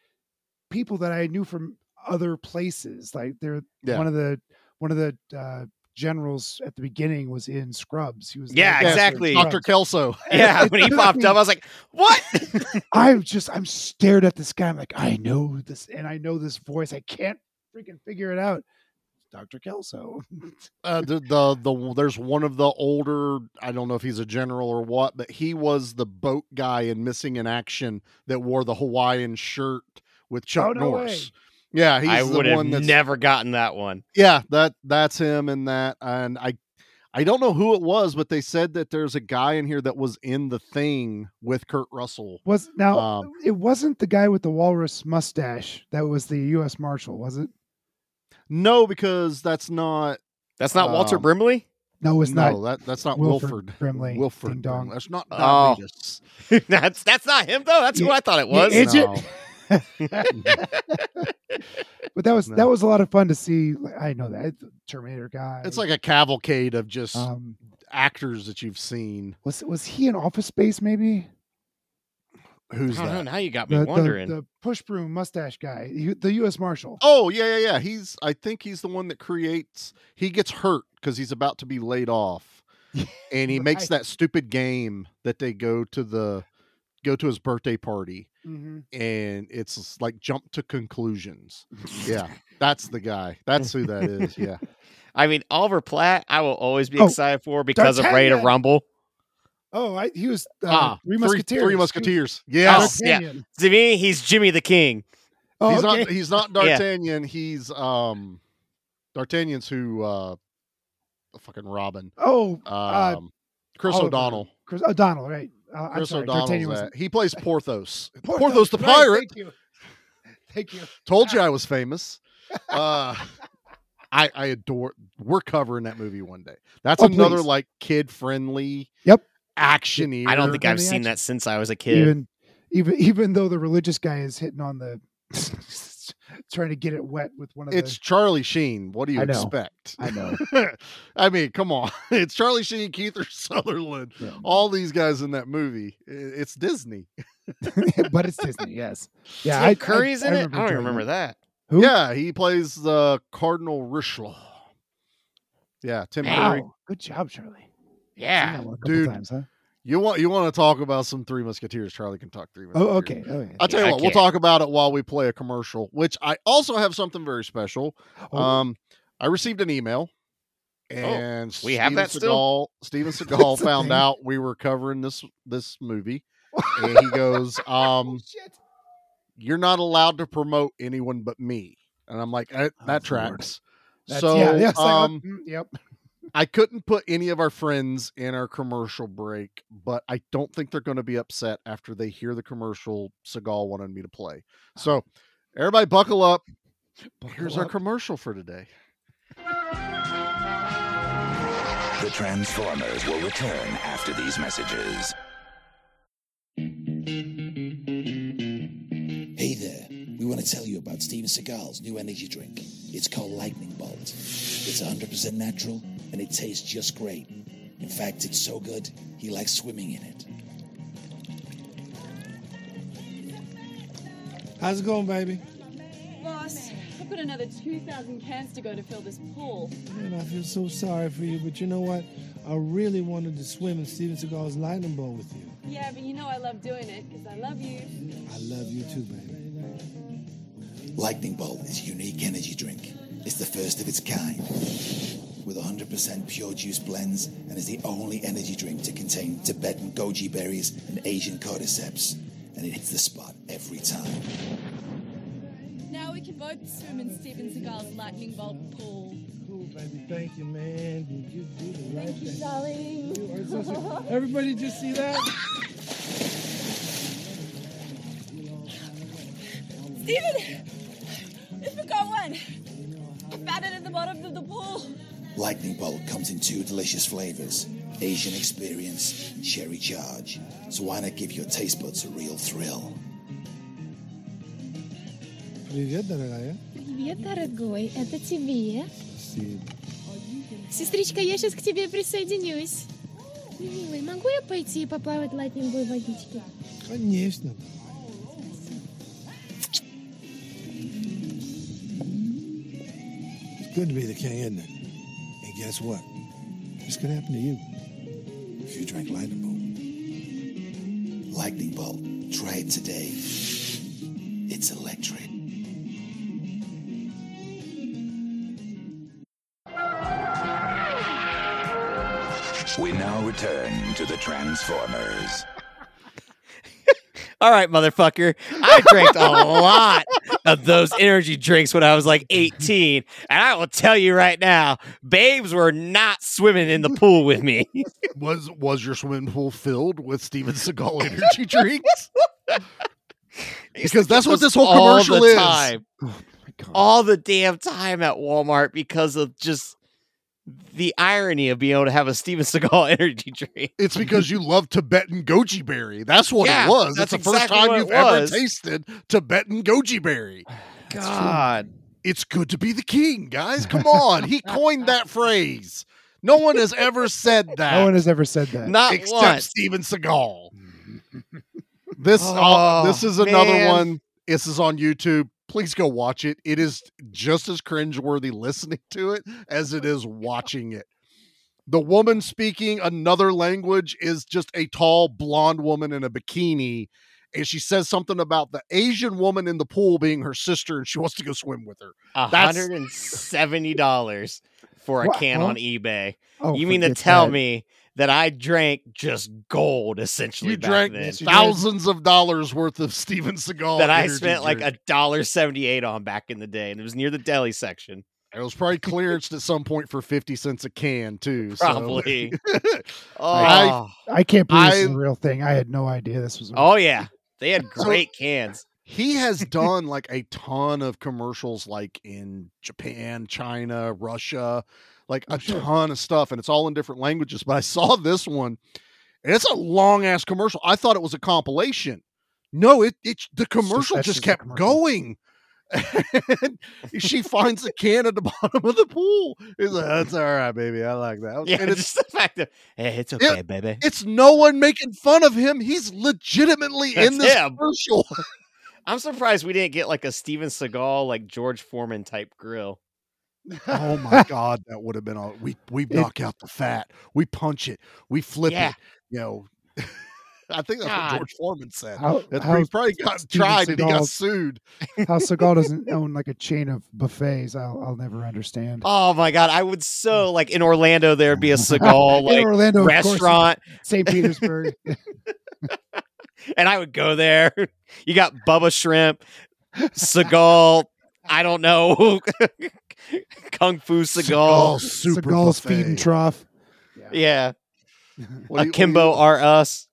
[SPEAKER 7] people that I knew from other places. Like there,
[SPEAKER 5] Yeah.
[SPEAKER 7] one of the one of the uh, generals at the beginning was in Scrubs. He was the
[SPEAKER 6] Yeah,
[SPEAKER 7] head doctor in
[SPEAKER 6] exactly.
[SPEAKER 5] Dr.
[SPEAKER 7] Scrubs.
[SPEAKER 5] Kelso.
[SPEAKER 6] Yeah,
[SPEAKER 7] It
[SPEAKER 6] when he
[SPEAKER 7] took
[SPEAKER 6] popped
[SPEAKER 7] me-
[SPEAKER 6] up, I was like, what?
[SPEAKER 7] I'm just I'm stared at this guy. I'm like, I know this, and I know this voice. I can't freaking figure it out. Dr. Kelso.
[SPEAKER 5] Uh, the, the the there's one of the older. I don't know if he's a general or what, but he was the boat guy in Missing in Action that wore the Hawaiian shirt with Chuck
[SPEAKER 7] Oh, no
[SPEAKER 5] Norris. Yeah, he's
[SPEAKER 6] I would
[SPEAKER 5] the
[SPEAKER 6] have
[SPEAKER 5] one that's
[SPEAKER 6] never gotten that one.
[SPEAKER 5] yeah that that's him in that and I. I don't know who it was, but they said that there's a guy in here that was in the thing with Kurt Russell.
[SPEAKER 7] Was now
[SPEAKER 5] Um,
[SPEAKER 7] it wasn't the guy with the walrus mustache that was the US Marshal, was it?
[SPEAKER 5] No, because that's not.
[SPEAKER 6] That's not Walter
[SPEAKER 5] Um,
[SPEAKER 6] Brimley?
[SPEAKER 7] No, it's
[SPEAKER 5] no,
[SPEAKER 7] not.
[SPEAKER 5] that, that's not
[SPEAKER 7] Wilford
[SPEAKER 5] Wilford.
[SPEAKER 7] Brimley.
[SPEAKER 5] Wilford.
[SPEAKER 7] Ding dong.
[SPEAKER 5] Brimley. That's not.
[SPEAKER 6] Oh.
[SPEAKER 5] Diabetes.
[SPEAKER 6] that's that's not him though. That's who
[SPEAKER 7] Yeah,
[SPEAKER 6] I thought it
[SPEAKER 7] yeah,
[SPEAKER 6] was.
[SPEAKER 7] It's
[SPEAKER 5] no.
[SPEAKER 7] it. But that was that
[SPEAKER 5] No.
[SPEAKER 7] was a lot of fun to see. Like, I know that Terminator guy.
[SPEAKER 5] It's like a cavalcade of just
[SPEAKER 7] um
[SPEAKER 5] actors that you've seen.
[SPEAKER 7] was was he in office space maybe?
[SPEAKER 5] Who's
[SPEAKER 6] I don't know.
[SPEAKER 5] that?
[SPEAKER 6] Now you got me
[SPEAKER 7] The, the,
[SPEAKER 6] wondering.
[SPEAKER 7] the push broom mustache guy, he- the US Marshal.
[SPEAKER 5] Oh yeah, yeah, yeah. He's I think he's the one that creates. He gets hurt because he's about to be laid off, and he makes
[SPEAKER 7] Right.
[SPEAKER 5] that stupid game that they go to the go to his birthday party,
[SPEAKER 7] Mhm.
[SPEAKER 5] and it's like jump to conclusions.
[SPEAKER 7] Mm-hmm.
[SPEAKER 5] yeah, that's the guy. That's who that is. Yeah,
[SPEAKER 6] I mean, Oliver Platt, I will always be
[SPEAKER 7] Oh,
[SPEAKER 6] excited for because of Ray to
[SPEAKER 7] D'Artagnan.
[SPEAKER 6] Rumble.
[SPEAKER 7] Oh, I, he was uh,
[SPEAKER 5] Ah, three-
[SPEAKER 7] three musketeers.
[SPEAKER 5] Three,
[SPEAKER 7] He was
[SPEAKER 5] musketeers.
[SPEAKER 6] Oh,
[SPEAKER 5] Yes,
[SPEAKER 6] yeah.
[SPEAKER 7] D'Artagnan.
[SPEAKER 6] To me, he's Jimmy the King.
[SPEAKER 7] Oh,
[SPEAKER 5] he's
[SPEAKER 7] okay.
[SPEAKER 5] not. He's not
[SPEAKER 6] Yeah.
[SPEAKER 5] D'Artagnan. He's um, D'Artagnan's who uh, fucking Robin.
[SPEAKER 7] Oh,
[SPEAKER 5] Um,
[SPEAKER 7] Uh,
[SPEAKER 5] Chris
[SPEAKER 7] Oliver.
[SPEAKER 5] O'Donnell.
[SPEAKER 7] Chris O'Donnell, right? Uh, I'm
[SPEAKER 5] Chris
[SPEAKER 7] sorry,
[SPEAKER 5] O'Donnell's
[SPEAKER 7] D'Artagnan was-
[SPEAKER 5] that. He plays Porthos. Porthos, the
[SPEAKER 7] right,
[SPEAKER 5] pirate.
[SPEAKER 7] Thank you. Thank you.
[SPEAKER 5] Told you I was famous. Uh, I I adore. We're covering that movie one day. That's
[SPEAKER 7] Oh,
[SPEAKER 5] another
[SPEAKER 7] please.
[SPEAKER 5] like kid friendly.
[SPEAKER 7] Yep.
[SPEAKER 5] Actiony.
[SPEAKER 6] I don't think
[SPEAKER 7] Done
[SPEAKER 6] I've
[SPEAKER 7] the
[SPEAKER 6] seen
[SPEAKER 7] action.
[SPEAKER 6] that since I was a kid.
[SPEAKER 7] Even, even, even though the religious guy is hitting on the, trying to get it wet with one of
[SPEAKER 5] it's Charlie Sheen. What do you
[SPEAKER 7] I know.
[SPEAKER 5] expect?
[SPEAKER 7] the. I know.
[SPEAKER 5] I mean, come on. It's Charlie Sheen, Keith Sutherland,
[SPEAKER 7] Yeah.
[SPEAKER 5] all these guys in that movie. I- It's Disney.
[SPEAKER 7] but it's Disney. Yes. Yeah.
[SPEAKER 6] Tim
[SPEAKER 7] I,
[SPEAKER 6] Curry's in it. I don't
[SPEAKER 7] enjoying
[SPEAKER 6] remember that.
[SPEAKER 7] Who?
[SPEAKER 5] Yeah, he plays the Cardinal Richelieu. Yeah, Tim Curry.
[SPEAKER 7] Wow. Good job, Charlie. Seen
[SPEAKER 6] Yeah.
[SPEAKER 7] that one a couple
[SPEAKER 5] dude.
[SPEAKER 7] times, huh?
[SPEAKER 5] You want you want to talk about some Three Musketeers? Charlie can talk Three
[SPEAKER 7] Oh,
[SPEAKER 5] Musketeers.
[SPEAKER 7] okay. Oh, yeah.
[SPEAKER 5] I'll tell you
[SPEAKER 6] I
[SPEAKER 5] what. We'll
[SPEAKER 6] can.
[SPEAKER 5] talk about it while we play a commercial. Which I also have something very special.
[SPEAKER 7] Oh,
[SPEAKER 5] Um, I received an email, and
[SPEAKER 6] Oh, we have
[SPEAKER 5] Steven
[SPEAKER 6] that still?
[SPEAKER 5] Seagal, Steven Seagal
[SPEAKER 7] That's a
[SPEAKER 5] found
[SPEAKER 7] thing.
[SPEAKER 5] out we were covering this this movie, and he goes, um,
[SPEAKER 7] shit.
[SPEAKER 5] "You're not allowed to promote anyone but me." And I'm like, "Eh,
[SPEAKER 7] Oh, Lord.
[SPEAKER 5] "That tracks."
[SPEAKER 7] That's-
[SPEAKER 5] so,
[SPEAKER 7] yeah, yeah, it's like,
[SPEAKER 5] um,
[SPEAKER 7] mm, yep.
[SPEAKER 5] I couldn't put any of our friends in our commercial break, but I Oh. don't think they're going to be upset after they hear the commercial Seagal wanted me to play. So Everybody, buckle up. Here's our
[SPEAKER 7] up.
[SPEAKER 5] commercial for today.
[SPEAKER 11] The Transformers will return after these messages.
[SPEAKER 10] Hey there. We want to tell you about Steven Seagal's new energy drink. It's called Lightning Bolt. It's 100% natural and it tastes just great. In fact, it's so good, he likes swimming in it.
[SPEAKER 12] How's it going, baby?
[SPEAKER 13] Boss, I've got another 2,000 cans to go to fill this pool.
[SPEAKER 12] Man, I feel so sorry for you, but you know what? I really wanted to swim in Steven Seagal's lightning bowl with you.
[SPEAKER 13] Yeah, but you know I love doing it because I love you.
[SPEAKER 12] I love you too, baby.
[SPEAKER 10] Lightning Bolt is a unique energy drink. It's the first of its kind. With 100% pure juice blends and is the only energy drink to contain Tibetan goji berries and Asian cordyceps. And it hits the spot every time.
[SPEAKER 13] Now we can both swim in Steven Seagal's lightning bolt pool.
[SPEAKER 12] Cool, baby. Thank you, man. Did you do the right
[SPEAKER 13] Thank you,
[SPEAKER 12] thing?
[SPEAKER 13] darling.
[SPEAKER 12] You are so sweet. Everybody just see that?
[SPEAKER 13] Steven! I forgot one! I found it at the bottom of the pool.
[SPEAKER 10] Lightning Bolt comes in two delicious flavors Asian Experience and Cherry Charge. So why not give your taste buds a real thrill?
[SPEAKER 12] Привет, дорогая.
[SPEAKER 14] Привет, дорогой, это тебе.
[SPEAKER 12] Спасибо.
[SPEAKER 14] Сестричка, я сейчас к тебе присоединюсь. Милый, могу я пойти и поплавать латнинговой водички?
[SPEAKER 12] Конечно. It's good to be the king, isn't it? And guess what? It's gonna happen to you.
[SPEAKER 10] If you drink Lightning Bolt. Lightning Bolt. Try it today. It's electric.
[SPEAKER 11] We now return to the Transformers.
[SPEAKER 6] All right, motherfucker. I drank a lot of those energy drinks when I was like 18. And I will tell you right now, babes were not swimming in the pool with me.
[SPEAKER 5] was was your swimming pool filled with Steven Seagal energy drinks? Because that's what this whole
[SPEAKER 6] All the
[SPEAKER 5] commercial is.
[SPEAKER 6] time. All the damn time at Walmart because of just the irony of being able to have a Steven Seagal energy drink.
[SPEAKER 5] It's because you love Tibetan goji berry. That's what
[SPEAKER 6] Yeah,
[SPEAKER 5] it was.
[SPEAKER 6] that's
[SPEAKER 5] That's, the
[SPEAKER 6] exactly
[SPEAKER 5] first
[SPEAKER 6] what
[SPEAKER 5] time
[SPEAKER 6] it
[SPEAKER 5] you've ever
[SPEAKER 6] was.
[SPEAKER 5] tasted Tibetan goji berry.
[SPEAKER 6] God.
[SPEAKER 5] It's good to be the king, guys. Come on. he coined that phrase. No one has ever said that.
[SPEAKER 7] No one has ever said that.
[SPEAKER 5] Not except Steven Seagal. This uh,
[SPEAKER 6] Oh,
[SPEAKER 5] this is another
[SPEAKER 6] man.
[SPEAKER 5] one. This is on YouTube. Please go watch it. It is just as cringeworthy listening to it as it is watching it. The woman speaking another language is just a tall blonde woman in a bikini. And she says something about the Asian woman in the pool being her sister, and she wants to go swim with her. That's-
[SPEAKER 6] $170 for a
[SPEAKER 5] What?
[SPEAKER 6] can
[SPEAKER 5] Huh?
[SPEAKER 6] on eBay.
[SPEAKER 5] Oh,
[SPEAKER 6] you mean to
[SPEAKER 5] forget
[SPEAKER 6] tell
[SPEAKER 5] that.
[SPEAKER 6] me that I drank just gold essentially
[SPEAKER 5] You
[SPEAKER 6] back
[SPEAKER 5] drank
[SPEAKER 6] then?
[SPEAKER 5] thousands of dollars worth of Steven Seagal
[SPEAKER 6] that I
[SPEAKER 5] energy
[SPEAKER 6] spent like
[SPEAKER 5] drink.
[SPEAKER 6] a dollar seventy eight on back in the day, and it was near the deli section.
[SPEAKER 5] It was probably clearanced at some point for fifty cents a can too. so-
[SPEAKER 6] Probably.
[SPEAKER 5] I-
[SPEAKER 6] oh,
[SPEAKER 7] I can't believe this is
[SPEAKER 5] I-
[SPEAKER 7] a real thing. I had no idea this was. a-
[SPEAKER 6] oh yeah, they had
[SPEAKER 5] So-
[SPEAKER 6] great cans.
[SPEAKER 5] he has done like a ton of commercials, like in Japan, China, Russia, like
[SPEAKER 6] Oh,
[SPEAKER 5] a ton of stuff, and it's all in different languages. But I saw this one, and it's a long ass commercial. I thought it was a compilation. No, it it the commercial
[SPEAKER 7] that's
[SPEAKER 5] just,
[SPEAKER 7] just a
[SPEAKER 5] kept
[SPEAKER 7] commercial.
[SPEAKER 5] going. and she finds a can at the bottom of the pool. He's like, "That's all right, baby. I like that."
[SPEAKER 6] Yeah,
[SPEAKER 5] and it's
[SPEAKER 6] just the fact that hey, it's okay,
[SPEAKER 5] It-
[SPEAKER 6] baby.
[SPEAKER 5] It's no one making fun of him. He's legitimately
[SPEAKER 6] That's
[SPEAKER 5] in this
[SPEAKER 6] him.
[SPEAKER 5] commercial.
[SPEAKER 6] I'm surprised we didn't get like a Steven Seagal, like George Foreman type grill.
[SPEAKER 5] oh my god, that would have been all. We we knock out the fat. We punch it. We flip
[SPEAKER 6] Yeah.
[SPEAKER 5] it. You know. I think that's
[SPEAKER 6] God.
[SPEAKER 5] what George Foreman said.
[SPEAKER 7] How-
[SPEAKER 5] That's-
[SPEAKER 7] how
[SPEAKER 5] he probably got
[SPEAKER 7] Steven
[SPEAKER 5] tried and he got
[SPEAKER 7] Seagal's-
[SPEAKER 5] sued.
[SPEAKER 7] How Seagal doesn't own like a chain of buffets, I'll, I'll never understand.
[SPEAKER 6] Oh my god, I would so like in Orlando there'd be a Seagal
[SPEAKER 7] In
[SPEAKER 6] like
[SPEAKER 7] Orlando, of course.
[SPEAKER 6] restaurant,
[SPEAKER 7] St. Petersburg.
[SPEAKER 6] and I would go there. You got Bubba Shrimp, Seagal. I don't know. Kung Fu Seagal.
[SPEAKER 5] Seagal super
[SPEAKER 7] Seagal's
[SPEAKER 5] buffet.
[SPEAKER 7] feeding trough.
[SPEAKER 6] Yeah.
[SPEAKER 5] What do you- what do you-
[SPEAKER 6] Akimbo are us.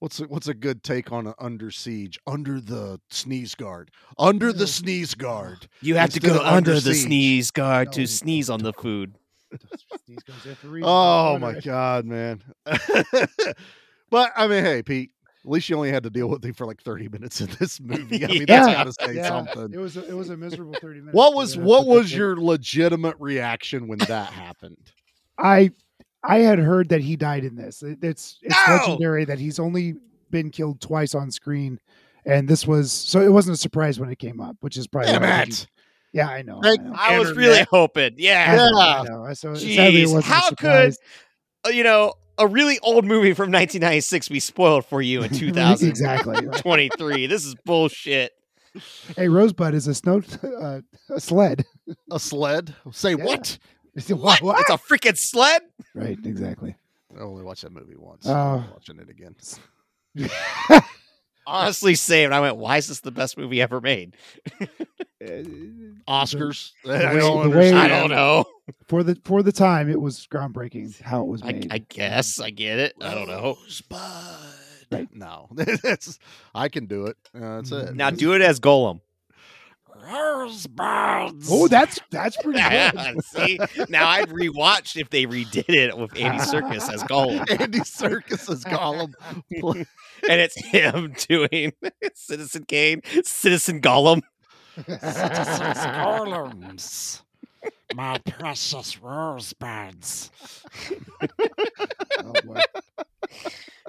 [SPEAKER 5] What's a, what's a good take on a under siege? Under the sneeze guard. Under the
[SPEAKER 7] Oh,
[SPEAKER 5] sneeze guard.
[SPEAKER 6] You have to
[SPEAKER 5] Instead
[SPEAKER 6] go
[SPEAKER 5] of
[SPEAKER 6] under the
[SPEAKER 5] siege.
[SPEAKER 6] sneeze guard to sneeze on the food.
[SPEAKER 5] Oh my god, man. but I mean, hey, Pete. At least you only had to deal with him for like thirty minutes in this movie. I mean, that's gotta say
[SPEAKER 7] Yeah.
[SPEAKER 5] something.
[SPEAKER 7] It was a, it was a miserable thirty minutes.
[SPEAKER 5] What was
[SPEAKER 7] Yeah.
[SPEAKER 5] what was your legitimate reaction when that happened?
[SPEAKER 7] I I had heard that he died in this. It- It's it's
[SPEAKER 5] No!
[SPEAKER 7] legendary that he's only been killed twice on screen, and this was so it wasn't a surprise when it came up, which is probably
[SPEAKER 6] Damn
[SPEAKER 7] why
[SPEAKER 6] it.
[SPEAKER 7] you- Yeah, I know.
[SPEAKER 6] Like,
[SPEAKER 7] I, know.
[SPEAKER 6] I was really hoping. Yeah.
[SPEAKER 7] I know, I know. uh, So sadly, it
[SPEAKER 6] Jeez,
[SPEAKER 7] wasn't a
[SPEAKER 6] How could,
[SPEAKER 7] surprise.
[SPEAKER 6] uh, you know, a really old movie from 1996 be spoiled for you in 2000?
[SPEAKER 7] Exactly.
[SPEAKER 6] 23. This is bullshit.
[SPEAKER 7] Hey, Rosebud is a snow uh, a sled.
[SPEAKER 5] A sled? Say what?
[SPEAKER 7] What?
[SPEAKER 6] It's a freaking sled?
[SPEAKER 7] Right, exactly.
[SPEAKER 5] I only watched that movie once.
[SPEAKER 7] Oh.
[SPEAKER 5] I'm not watching it again.
[SPEAKER 6] Honestly, saved. I went, why is this the best movie ever made?
[SPEAKER 5] Oscars.
[SPEAKER 7] The
[SPEAKER 5] I
[SPEAKER 7] way-
[SPEAKER 5] don't
[SPEAKER 7] the way-
[SPEAKER 5] understand.
[SPEAKER 6] I don't know.
[SPEAKER 7] For the for the time, it was groundbreaking how it was
[SPEAKER 6] I,
[SPEAKER 7] made.
[SPEAKER 6] I guess I get it. I don't know.
[SPEAKER 5] No, That's- I can do it. Uh, that's it.
[SPEAKER 6] Now do it as Golem.
[SPEAKER 5] Rosebirds.
[SPEAKER 7] oh, that's that's pretty
[SPEAKER 6] Yeah,
[SPEAKER 7] good.
[SPEAKER 6] see, now I'd rewatch if they redid it with Andy Circus as Golem,
[SPEAKER 5] Andy Circus is Gollum. Pl-
[SPEAKER 6] and it's him doing Citizen Kane, Citizen Golem.
[SPEAKER 3] Citizens
[SPEAKER 5] Golems. My precious rosebuds.
[SPEAKER 7] Oh, boy.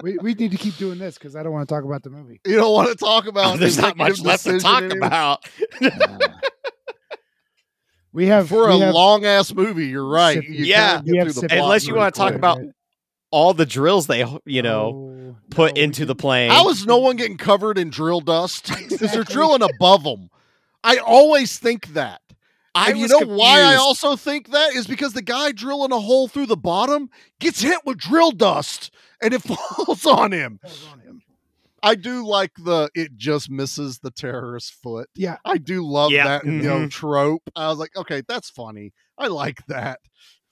[SPEAKER 7] we we need to keep doing this because I don't want to talk about the movie.
[SPEAKER 5] You don't want to talk about.
[SPEAKER 6] Oh, there's not
[SPEAKER 5] executive
[SPEAKER 6] much left to
[SPEAKER 5] decision
[SPEAKER 6] talk
[SPEAKER 5] anymore.
[SPEAKER 6] about.
[SPEAKER 7] We have
[SPEAKER 5] for a
[SPEAKER 7] we have-
[SPEAKER 5] long ass movie. You're right.
[SPEAKER 7] Sip-
[SPEAKER 5] You can't
[SPEAKER 6] Yeah.
[SPEAKER 5] get
[SPEAKER 7] we have
[SPEAKER 5] through the
[SPEAKER 7] sip-
[SPEAKER 5] plot
[SPEAKER 6] Unless you
[SPEAKER 5] really
[SPEAKER 6] want to talk
[SPEAKER 5] quick.
[SPEAKER 6] about all the drills they, you know,
[SPEAKER 7] Oh,
[SPEAKER 6] put into the plane.
[SPEAKER 5] How is no one getting covered in drill dust? Because they're drilling above them. I always think that.
[SPEAKER 6] I
[SPEAKER 5] and you
[SPEAKER 6] was
[SPEAKER 5] know why I
[SPEAKER 6] confused.
[SPEAKER 5] also think that is because the guy drilling a hole through the bottom gets hit with drill dust and it falls on him. I do like the it just misses the terrorist foot.
[SPEAKER 7] Yeah.
[SPEAKER 5] I do love
[SPEAKER 6] Yeah,
[SPEAKER 5] that you know
[SPEAKER 6] mhm.
[SPEAKER 5] trope. I was like, okay, that's funny. I like that.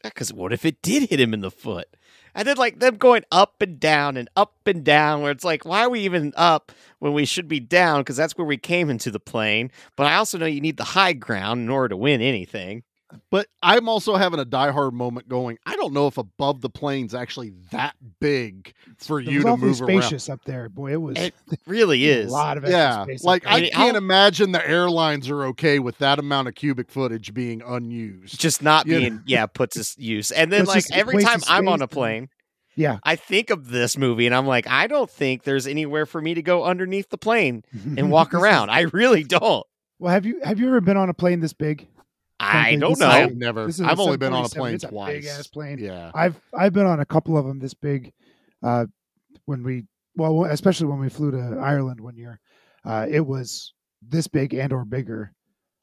[SPEAKER 6] Because what if it did hit him in the foot? And then like them going up and down and up and down, where it's like, why are we even up when we should be down? Because that's where we came into the plane. But I also know you need the high ground in order to win anything.
[SPEAKER 5] But I'm also having a diehard moment going, I don't know if above the plane's actually that big for
[SPEAKER 7] It
[SPEAKER 5] you
[SPEAKER 7] was
[SPEAKER 5] to
[SPEAKER 7] awfully
[SPEAKER 5] move around.
[SPEAKER 7] spacious up there, boy. It was
[SPEAKER 6] It really
[SPEAKER 7] a
[SPEAKER 6] is.
[SPEAKER 7] lot of extra
[SPEAKER 5] Yeah.
[SPEAKER 7] space. up
[SPEAKER 5] Like
[SPEAKER 7] there.
[SPEAKER 5] I
[SPEAKER 6] mean,
[SPEAKER 5] can't
[SPEAKER 6] I'll-
[SPEAKER 5] imagine the airlines are okay with that amount of cubic footage being unused.
[SPEAKER 6] Just not
[SPEAKER 5] You know?
[SPEAKER 6] being, yeah, puts us use. And then
[SPEAKER 7] Puts
[SPEAKER 6] like
[SPEAKER 7] us-
[SPEAKER 6] every
[SPEAKER 7] wastes
[SPEAKER 6] time
[SPEAKER 7] space
[SPEAKER 6] I'm on a
[SPEAKER 7] and-
[SPEAKER 6] plane,
[SPEAKER 7] yeah,
[SPEAKER 6] I think of this movie and I'm like, I don't think there's anywhere for me to go underneath the plane and walk around. I really don't.
[SPEAKER 7] Well, have you have you ever been on a plane this big?
[SPEAKER 6] I
[SPEAKER 7] Frankly,
[SPEAKER 6] don't
[SPEAKER 7] this
[SPEAKER 6] know.
[SPEAKER 7] is-
[SPEAKER 5] I've never.
[SPEAKER 7] this is a
[SPEAKER 5] I've only been on a
[SPEAKER 7] 747.
[SPEAKER 5] plane
[SPEAKER 7] It's a
[SPEAKER 5] twice.
[SPEAKER 7] big-ass plane.
[SPEAKER 5] Yeah.
[SPEAKER 7] I've I've been on a couple of them this big, uh, when we well, especially when we flew to Ireland one year, uh, it was this big and or bigger.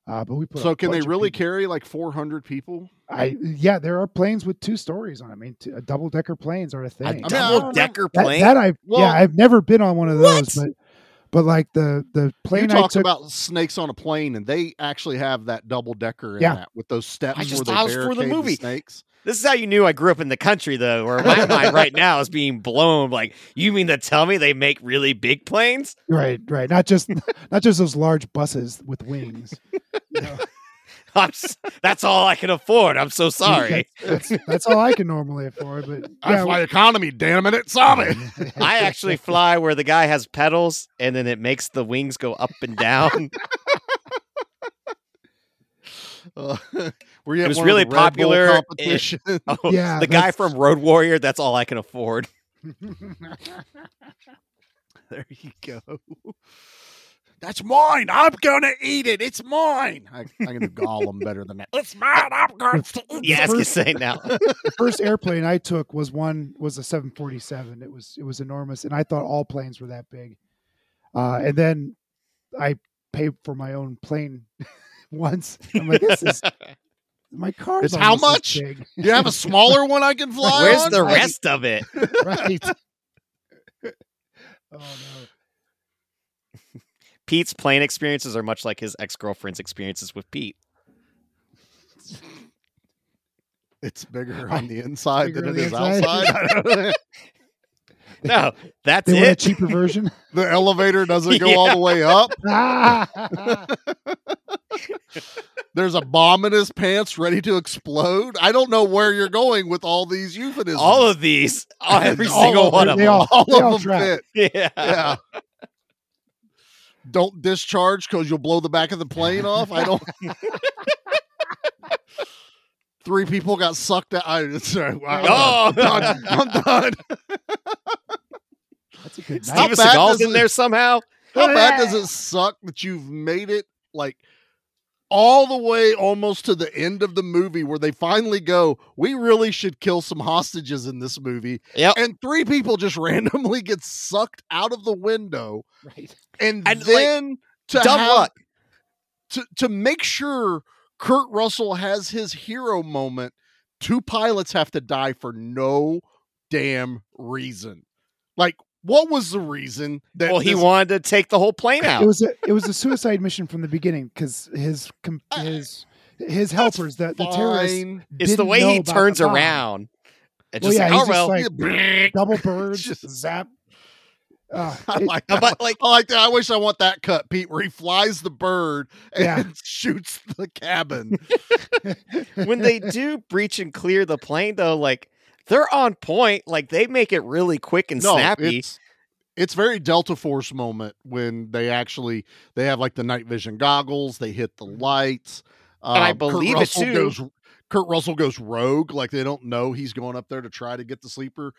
[SPEAKER 7] Uh, but we put a
[SPEAKER 5] So can they
[SPEAKER 7] bunch of
[SPEAKER 5] really
[SPEAKER 7] people-
[SPEAKER 5] carry like 400 people?
[SPEAKER 7] I yeah, there are planes with two stories on. 'em. I mean, t- double decker planes are a thing.
[SPEAKER 6] A
[SPEAKER 5] don't
[SPEAKER 6] double
[SPEAKER 5] know.
[SPEAKER 6] decker
[SPEAKER 7] that,
[SPEAKER 6] plane.
[SPEAKER 7] that I
[SPEAKER 5] Well-
[SPEAKER 7] yeah, I've never been on one of those, but but like the the
[SPEAKER 5] You
[SPEAKER 7] plane I
[SPEAKER 5] talked
[SPEAKER 7] took.
[SPEAKER 5] about snakes on a plane, and they actually have that double decker in
[SPEAKER 7] Yeah.
[SPEAKER 5] that with those steps
[SPEAKER 6] I just
[SPEAKER 5] where they
[SPEAKER 6] thought it was for the
[SPEAKER 5] barricade the
[SPEAKER 6] movie.
[SPEAKER 5] snakes.
[SPEAKER 6] This is how you knew I grew up in the country, though, where my mind right now is being blown. Like, you mean to tell me they make really big planes?
[SPEAKER 7] Right, right. Not just not just those large buses with wings.
[SPEAKER 6] I'm s- that's all I can afford. I'm so sorry.
[SPEAKER 7] That's, that's all I can normally afford. But
[SPEAKER 5] That's
[SPEAKER 7] yeah,
[SPEAKER 5] my economy, damn it! It's on it.
[SPEAKER 6] I actually fly where the guy has pedals, and then it makes the wings go up and down.
[SPEAKER 5] Uh, were you
[SPEAKER 6] It
[SPEAKER 5] at
[SPEAKER 6] was
[SPEAKER 5] one of the
[SPEAKER 6] really
[SPEAKER 5] Red Bull
[SPEAKER 6] popular, it-
[SPEAKER 5] competition?
[SPEAKER 6] Oh,
[SPEAKER 7] Yeah,
[SPEAKER 6] the guy
[SPEAKER 7] that's-
[SPEAKER 6] from Road Warrior. That's all I can afford.
[SPEAKER 5] there you go. That's mine. I'm gonna eat it. It's mine. I, I can do Gollum better than that. It's mine. I'm going to eat.
[SPEAKER 6] Yeah, as you
[SPEAKER 7] first-
[SPEAKER 6] say now.
[SPEAKER 7] the first airplane I took was one was a 747. It was it was enormous, and I thought all planes were that big. Uh, and then I paid for my own plane once. I'm like, this is my car.
[SPEAKER 5] It's how much?
[SPEAKER 7] big.
[SPEAKER 5] it. You have a smaller one I can fly.
[SPEAKER 6] Where's
[SPEAKER 5] on?
[SPEAKER 6] the
[SPEAKER 5] I-
[SPEAKER 6] rest of it?
[SPEAKER 7] right. oh no.
[SPEAKER 6] Pete's plane experiences are much like his ex girlfriend's experiences with Pete.
[SPEAKER 5] It's bigger on the inside than
[SPEAKER 7] Bigger on
[SPEAKER 5] it
[SPEAKER 7] the
[SPEAKER 5] is
[SPEAKER 7] inside.
[SPEAKER 5] outside.
[SPEAKER 6] no, that's
[SPEAKER 7] they want a
[SPEAKER 6] it.
[SPEAKER 7] cheaper version.
[SPEAKER 5] The elevator doesn't go all the way up. There's a bomb in his pants ready to explode. I don't know where you're going with all these euphemisms.
[SPEAKER 6] All of these, every
[SPEAKER 5] All
[SPEAKER 6] single
[SPEAKER 5] of
[SPEAKER 6] one
[SPEAKER 5] them.
[SPEAKER 6] of
[SPEAKER 5] They
[SPEAKER 6] them.
[SPEAKER 5] all- they all track.
[SPEAKER 6] Yeah.
[SPEAKER 5] Yeah. Don't discharge because you'll blow the back of the plane off. I don't. Three people got sucked out. I, sorry, I- I'm
[SPEAKER 6] Oh.
[SPEAKER 5] done. I'm done.
[SPEAKER 7] That's a good
[SPEAKER 5] How
[SPEAKER 6] Steven
[SPEAKER 5] bad
[SPEAKER 6] Seagal's
[SPEAKER 5] does
[SPEAKER 6] in
[SPEAKER 5] it-
[SPEAKER 6] there somehow.
[SPEAKER 5] How bad does it suck that you've made it like all the way almost to the end of the movie where they finally go, we really should kill some hostages in this movie.
[SPEAKER 6] Yep.
[SPEAKER 5] And three people just randomly get sucked out of the window.
[SPEAKER 7] Right.
[SPEAKER 5] And,
[SPEAKER 6] And, like,
[SPEAKER 5] then to
[SPEAKER 6] dumb
[SPEAKER 5] have-
[SPEAKER 6] luck.
[SPEAKER 5] to to make sure Kurt Russell has his hero moment, two pilots have to die for no damn reason. Like, what was the reason that
[SPEAKER 6] Well, he
[SPEAKER 5] this-
[SPEAKER 6] wanted to take the whole plane out.
[SPEAKER 7] It was a it was a suicide mission from the beginning because his com- his his helpers the, the terrorists.
[SPEAKER 5] Fine.
[SPEAKER 6] it's the
[SPEAKER 7] didn't
[SPEAKER 6] way
[SPEAKER 7] know
[SPEAKER 6] he
[SPEAKER 7] about the
[SPEAKER 6] turns
[SPEAKER 7] bomb.
[SPEAKER 6] around. It's
[SPEAKER 7] Well,
[SPEAKER 6] just
[SPEAKER 7] yeah,
[SPEAKER 6] like,
[SPEAKER 7] he's
[SPEAKER 6] oh well.
[SPEAKER 7] just
[SPEAKER 5] Yeah.
[SPEAKER 7] like double birds,
[SPEAKER 5] Just-
[SPEAKER 7] zap. Uh,
[SPEAKER 5] I
[SPEAKER 7] it-
[SPEAKER 5] like
[SPEAKER 6] Uh,
[SPEAKER 5] that.
[SPEAKER 6] but, like-
[SPEAKER 5] I like that. I wish I want that cut, Pete, where he flies the bird and
[SPEAKER 7] Yeah.
[SPEAKER 5] shoots the cabin.
[SPEAKER 6] when they do breach and clear the plane, though, like they're on point. Like they make it really quick and
[SPEAKER 5] no,
[SPEAKER 6] snappy.
[SPEAKER 5] it's it's very Delta Force moment when they actually they have like the night vision goggles, they hit the lights. Um,
[SPEAKER 6] Mm-hmm. And I
[SPEAKER 5] Kurt
[SPEAKER 6] believe it,
[SPEAKER 5] Russell
[SPEAKER 6] too.
[SPEAKER 5] Goes, Kurt Russell goes rogue, like they don't know he's going up there to try to get the sleeper.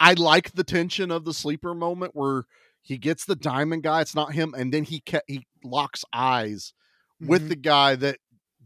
[SPEAKER 5] I like the tension of the sleeper moment where he gets the diamond guy, it's not him, and then he ca- he locks eyes with
[SPEAKER 7] Mhm.
[SPEAKER 5] the guy that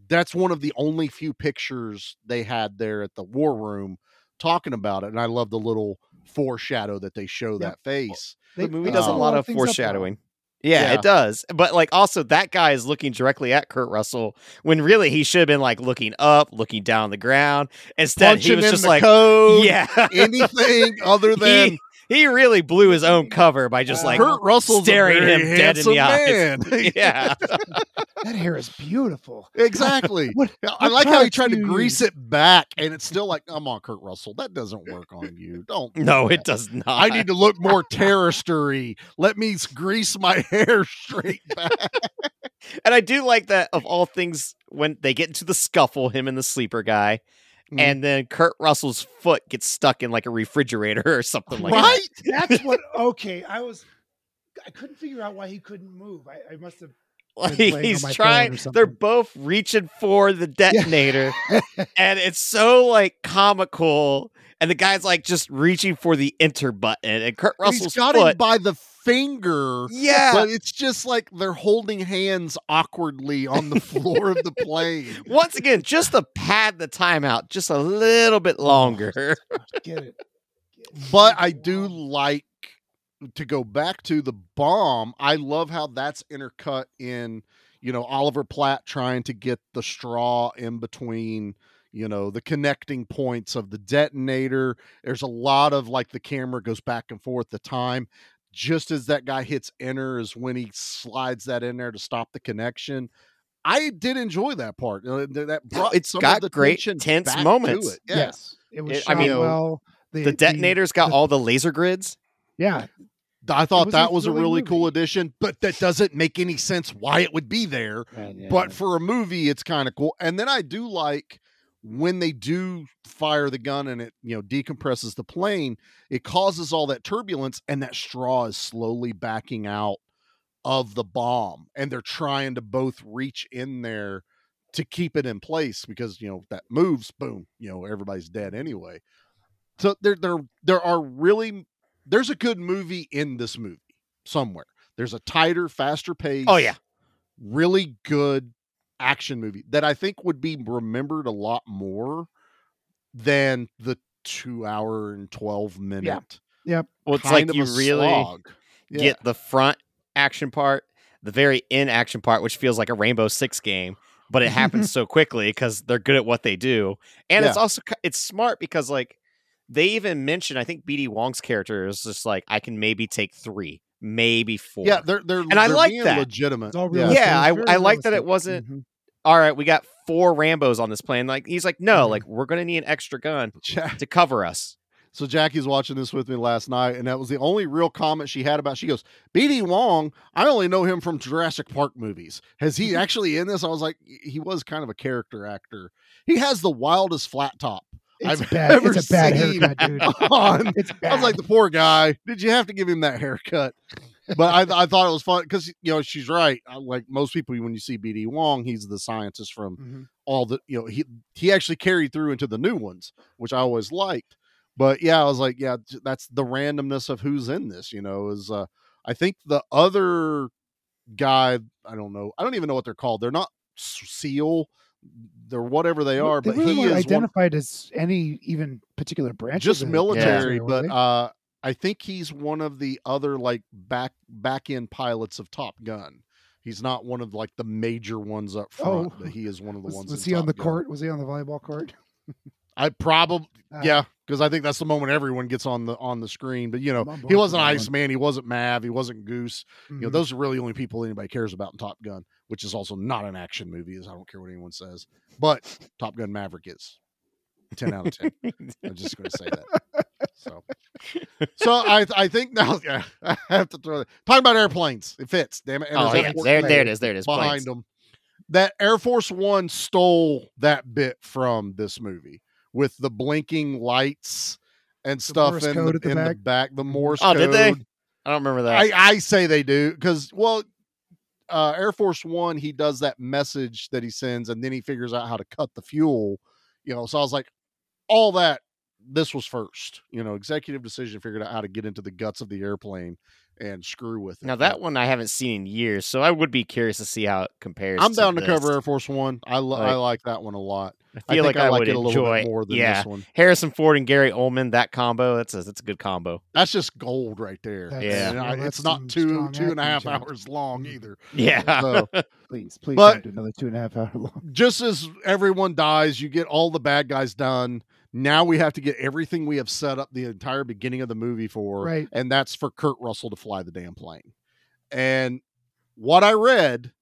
[SPEAKER 5] that's one of the only few pictures they had there at the war room talking about it. And I love the little foreshadow that they show that face.
[SPEAKER 6] the
[SPEAKER 7] they
[SPEAKER 6] movie
[SPEAKER 7] messed
[SPEAKER 6] does a
[SPEAKER 5] um,
[SPEAKER 6] lot of
[SPEAKER 7] things up, though.
[SPEAKER 6] foreshadowing. Yeah,
[SPEAKER 5] Yeah.
[SPEAKER 6] it does. But like also that guy is looking directly at Kurt Russell when really he should have been like looking up, looking down the ground. Instead, he
[SPEAKER 5] Punching
[SPEAKER 6] was
[SPEAKER 5] in
[SPEAKER 6] just
[SPEAKER 5] the
[SPEAKER 6] like
[SPEAKER 5] code,
[SPEAKER 6] Yeah.
[SPEAKER 5] anything other than
[SPEAKER 6] he, he really blew his own cover by just like
[SPEAKER 5] Kurt Russell's
[SPEAKER 6] staring
[SPEAKER 5] a very
[SPEAKER 6] him dead in the
[SPEAKER 5] handsome
[SPEAKER 6] eyes.
[SPEAKER 5] man.
[SPEAKER 6] Yeah.
[SPEAKER 7] That hair is beautiful.
[SPEAKER 5] exactly.
[SPEAKER 7] What-
[SPEAKER 5] Yeah, I
[SPEAKER 7] what
[SPEAKER 5] like how he
[SPEAKER 7] products
[SPEAKER 5] tried to
[SPEAKER 7] do you
[SPEAKER 5] grease
[SPEAKER 7] use?
[SPEAKER 5] it back, and it's still like, "Come on, Kurt Russell, that doesn't work on you. Don't."
[SPEAKER 6] No, it does not.
[SPEAKER 5] I need to look more terroristery. Let me s- grease my hair straight back.
[SPEAKER 6] And I do like that of all things when they get into the scuffle, him and the sleeper guy,
[SPEAKER 5] Mhm.
[SPEAKER 6] and then Kurt Russell's foot gets stuck in like a refrigerator or something like
[SPEAKER 5] right?
[SPEAKER 7] That's what. Okay, I was. I couldn't figure out why he couldn't move. I, I must have.
[SPEAKER 6] that. Like
[SPEAKER 7] Been playing on
[SPEAKER 6] he's
[SPEAKER 7] my phone
[SPEAKER 6] trying.
[SPEAKER 7] or
[SPEAKER 6] They're
[SPEAKER 7] something.
[SPEAKER 6] both reaching for the detonator, and it's so like comical. And the guy's like just reaching for the enter button, and Kurt
[SPEAKER 5] And
[SPEAKER 6] Russell's
[SPEAKER 5] He's got
[SPEAKER 6] foot.
[SPEAKER 5] him by the finger.
[SPEAKER 6] yeah.
[SPEAKER 5] But it's just like they're holding hands awkwardly on the floor of the plane.
[SPEAKER 6] once again, just to pad the timeout just a little bit
[SPEAKER 5] Oh,
[SPEAKER 6] longer.
[SPEAKER 7] Get it.
[SPEAKER 5] But I do like to go back to the bomb. I love how that's intercut in, you know, Oliver Platt trying to get the straw in between, you know, the connecting points of the detonator. There's a lot of like the camera goes back and forth the time. Just as that guy hits enter is when he slides that in there to stop the connection. I did enjoy that part. Uh, th- That brought
[SPEAKER 6] it's
[SPEAKER 5] some of
[SPEAKER 6] got
[SPEAKER 5] the
[SPEAKER 6] great
[SPEAKER 5] tension
[SPEAKER 6] tense
[SPEAKER 5] back to
[SPEAKER 6] moments.
[SPEAKER 5] it. Yeah.
[SPEAKER 7] Yes, it was.
[SPEAKER 6] It- I
[SPEAKER 7] shot
[SPEAKER 6] mean,
[SPEAKER 7] well. The,
[SPEAKER 6] The detonator's got
[SPEAKER 7] the-
[SPEAKER 6] all the laser grids.
[SPEAKER 7] yeah,
[SPEAKER 5] I thought
[SPEAKER 7] was a
[SPEAKER 5] that was a
[SPEAKER 7] thrilling
[SPEAKER 5] really cool
[SPEAKER 7] movie.
[SPEAKER 5] addition, but that doesn't make any sense why it would be there. But for a movie, it's kind of cool. And then I do like when they do fire the gun and it, you know, decompresses the plane, it causes all that turbulence and that straw is slowly backing out of the bomb. And they're trying to both reach in there to keep it in place because, you know, if that moves, boom, you know, everybody's dead anyway. So there there there are really there's a good movie in this movie somewhere. There's a tighter, faster pace
[SPEAKER 6] Oh yeah.
[SPEAKER 5] really good action movie that I think would be remembered a lot more than the two hour and 12 minute.
[SPEAKER 7] yep.
[SPEAKER 6] Well, it's
[SPEAKER 5] kind
[SPEAKER 6] like
[SPEAKER 5] of
[SPEAKER 6] you
[SPEAKER 5] a
[SPEAKER 6] really
[SPEAKER 5] slog. Yeah.
[SPEAKER 6] get the front action part, the very end action part, which feels like a Rainbow Six game, but it happens so quickly because they're good at what they do, and it's
[SPEAKER 5] Yeah.
[SPEAKER 6] also ki- it's smart because like they even mentioned, I think BD Wong's character is just like I can maybe take three, maybe four.
[SPEAKER 5] yeah, they're, they're,
[SPEAKER 6] And I
[SPEAKER 5] they're
[SPEAKER 6] like
[SPEAKER 5] being
[SPEAKER 6] that.
[SPEAKER 5] legitimate.
[SPEAKER 7] It's all
[SPEAKER 5] yeah.
[SPEAKER 7] realistic.
[SPEAKER 6] Yeah,
[SPEAKER 7] It was
[SPEAKER 6] I-
[SPEAKER 7] very
[SPEAKER 6] I like that it
[SPEAKER 7] realistic.
[SPEAKER 6] wasn't-
[SPEAKER 7] Mhm.
[SPEAKER 6] all right, we got
[SPEAKER 5] Mm-hmm.
[SPEAKER 6] four Rambo's on this plane. Like he's like, no,
[SPEAKER 7] Mhm.
[SPEAKER 6] like we're gonna need an extra gun
[SPEAKER 5] Yeah.
[SPEAKER 6] to cover us.
[SPEAKER 5] So Jackie's watching this with me last night, and that was the only real comment she had about. She goes, "BD Wong, I only know him from Jurassic Park movies. Has he actually in this?" I was like, "He was kind of a character actor. He has the wildest flat top."
[SPEAKER 7] It's
[SPEAKER 5] I've
[SPEAKER 7] bad.
[SPEAKER 5] ever
[SPEAKER 7] It's a bad
[SPEAKER 5] seen
[SPEAKER 7] haircut, dude.
[SPEAKER 5] on.
[SPEAKER 7] It's
[SPEAKER 5] I was like, the poor guy. Did you have to give him that haircut? But I, I thought it was fun because you know she's right. I- Like most people, when you see BD Wong, he's the scientist from
[SPEAKER 7] Mm-hmm.
[SPEAKER 5] all the you know he he actually carried through into the new ones, which I always liked. But yeah, I was like, yeah, j- that's the randomness of who's in this. You know, is uh, I think the other guy. I don't know. I don't even know what they're called. They're not S- Seal. They're whatever they are.
[SPEAKER 7] They
[SPEAKER 5] but
[SPEAKER 7] really
[SPEAKER 5] he
[SPEAKER 7] weren't
[SPEAKER 5] is one,
[SPEAKER 7] identified as any even particular branch.
[SPEAKER 5] just
[SPEAKER 7] of the
[SPEAKER 5] military,
[SPEAKER 7] were
[SPEAKER 5] but
[SPEAKER 7] they?
[SPEAKER 5] uh, I think he's one of the other like back back end pilots of Top Gun. He's not one of like the major ones up front,
[SPEAKER 7] Oh.
[SPEAKER 5] but he is one of the
[SPEAKER 7] was,
[SPEAKER 5] ones.
[SPEAKER 7] was
[SPEAKER 5] in
[SPEAKER 7] he on
[SPEAKER 5] Top
[SPEAKER 7] the
[SPEAKER 5] Gun.
[SPEAKER 7] court? Was he on the volleyball court?
[SPEAKER 5] I probably
[SPEAKER 7] Uh,
[SPEAKER 5] yeah, because I think that's the moment everyone gets on the on the screen. But you know,
[SPEAKER 7] Mumbo
[SPEAKER 5] he wasn't
[SPEAKER 7] jumbo.
[SPEAKER 5] Iceman, he wasn't Mav, he wasn't Goose. You know,
[SPEAKER 7] Mhm.
[SPEAKER 5] those are really the only people anybody cares about in Top Gun, which is also not an action movie. Is I don't care what anyone says, but Top Gun Maverick is ten out of ten. I'm just going to say that. So, so I I think now yeah, I have to throw that. talking about airplanes. It fits. Damn it!
[SPEAKER 6] Oh,
[SPEAKER 5] there's
[SPEAKER 6] yeah.
[SPEAKER 5] Air Force
[SPEAKER 6] There- there it
[SPEAKER 5] One
[SPEAKER 6] is, there it is,
[SPEAKER 5] Behind
[SPEAKER 6] planes.
[SPEAKER 5] them, that Air Force One stole that bit from this movie with the blinking lights and stuff
[SPEAKER 6] Morse
[SPEAKER 5] in, the,
[SPEAKER 6] code at the
[SPEAKER 5] in the
[SPEAKER 6] back.
[SPEAKER 5] back. The Morse
[SPEAKER 6] Oh,
[SPEAKER 5] code.
[SPEAKER 6] did they? I don't remember that.
[SPEAKER 5] I, I say they do because well, uh, Air Force One he does that message that he sends, and then he figures out how to cut the fuel. You know, so I was like, all that this was first. You know, executive decision figured out how to get into the guts of the airplane and screw with it.
[SPEAKER 6] now that one I haven't seen in years, so I would be curious to see how it compares.
[SPEAKER 5] I'm down to
[SPEAKER 6] this.
[SPEAKER 5] cover Air Force One. I lo- I
[SPEAKER 6] Like-
[SPEAKER 5] like that one a lot.
[SPEAKER 6] I feel
[SPEAKER 5] think
[SPEAKER 6] like I, would
[SPEAKER 5] like it a little
[SPEAKER 6] enjoy
[SPEAKER 5] bit more than
[SPEAKER 6] yeah.
[SPEAKER 5] this one.
[SPEAKER 6] Harrison Ford and Gary Oldman, that combo, that's a, that's a good combo.
[SPEAKER 5] That's just gold right there.
[SPEAKER 6] That's- Yeah.
[SPEAKER 5] And
[SPEAKER 6] well,
[SPEAKER 5] I-
[SPEAKER 7] that's
[SPEAKER 5] it's not
[SPEAKER 7] some
[SPEAKER 5] two
[SPEAKER 7] strong
[SPEAKER 5] two and a
[SPEAKER 7] acting Mm.
[SPEAKER 5] half
[SPEAKER 7] chops.
[SPEAKER 5] hours long either.
[SPEAKER 6] Yeah.
[SPEAKER 5] So-
[SPEAKER 7] please, please
[SPEAKER 5] But-
[SPEAKER 7] don't do another two and a half hour long.
[SPEAKER 5] just as everyone dies, you get all the bad guys done. Now we have to get everything we have set up the entire beginning of the movie for,
[SPEAKER 7] Right.
[SPEAKER 5] and that's for Kurt Russell to fly the damn plane. And what I read,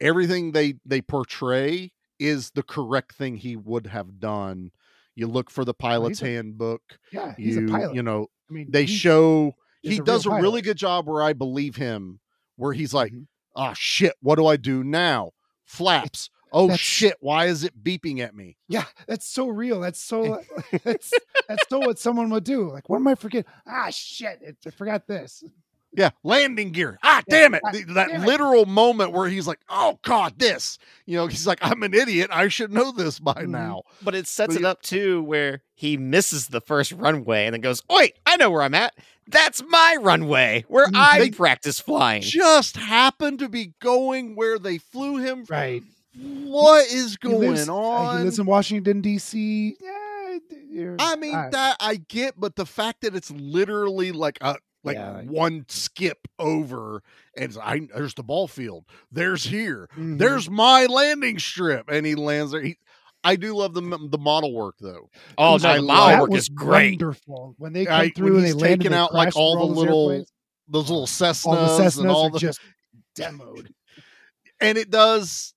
[SPEAKER 5] everything they they portray is the correct thing he would have done. You look for the pilot's
[SPEAKER 7] a-
[SPEAKER 5] handbook.
[SPEAKER 7] Yeah, he's a
[SPEAKER 5] you
[SPEAKER 7] pilot.
[SPEAKER 5] you know
[SPEAKER 7] I mean,
[SPEAKER 5] they
[SPEAKER 7] he's-
[SPEAKER 5] show
[SPEAKER 7] he's
[SPEAKER 5] he
[SPEAKER 7] a real
[SPEAKER 5] does a
[SPEAKER 7] pilot. Mm-hmm.
[SPEAKER 5] really good job where I believe him, where he's like, oh shit, what do I do now? Flaps. Oh shit, why is it beeping at me?
[SPEAKER 7] Yeah, that's so real. That's so that's that's so what someone would do. Like, what am I forgetting? Ah, shit! It, I forgot this.
[SPEAKER 5] Yeah, landing gear. Ah, damn it. Th- That literal moment where he's like, oh god, this. You know, he's like, I'm an idiot. I should know this by now.
[SPEAKER 6] But it sets
[SPEAKER 5] But
[SPEAKER 6] it up too where he misses the first runway and then goes, Wait, I know where I'm at. That's my runway where I
[SPEAKER 5] Mm, They-
[SPEAKER 6] practice flying.
[SPEAKER 5] Just happened to be going where they flew him. From.
[SPEAKER 7] Right.
[SPEAKER 5] What is
[SPEAKER 7] He
[SPEAKER 5] going
[SPEAKER 7] lives- uh,
[SPEAKER 5] on?
[SPEAKER 7] He lives in Washington D.C. Yeah, you're- ah,
[SPEAKER 5] I mean
[SPEAKER 7] I-
[SPEAKER 5] that I get, but the fact that it's literally like a like
[SPEAKER 7] Yeah, like-
[SPEAKER 5] one skip over, and it's, I there's the ball field, there's here,
[SPEAKER 7] mm-hmm.
[SPEAKER 5] there's my landing strip, and he lands there. He, I do love the m- the model work though.
[SPEAKER 6] Oh,
[SPEAKER 5] I
[SPEAKER 6] no, the
[SPEAKER 5] love-
[SPEAKER 6] model
[SPEAKER 7] that
[SPEAKER 6] work
[SPEAKER 7] was
[SPEAKER 6] is great.
[SPEAKER 7] Wonderful when they come
[SPEAKER 5] I-
[SPEAKER 7] through
[SPEAKER 5] when
[SPEAKER 7] and they
[SPEAKER 5] he's
[SPEAKER 7] land and
[SPEAKER 5] taking
[SPEAKER 7] they
[SPEAKER 5] out like
[SPEAKER 7] crash through
[SPEAKER 5] all the
[SPEAKER 7] those
[SPEAKER 5] little
[SPEAKER 7] airplanes,
[SPEAKER 5] those little Cessnas,
[SPEAKER 7] all the Cessnas
[SPEAKER 5] and all
[SPEAKER 7] are
[SPEAKER 5] the
[SPEAKER 7] just demoed.
[SPEAKER 5] and it does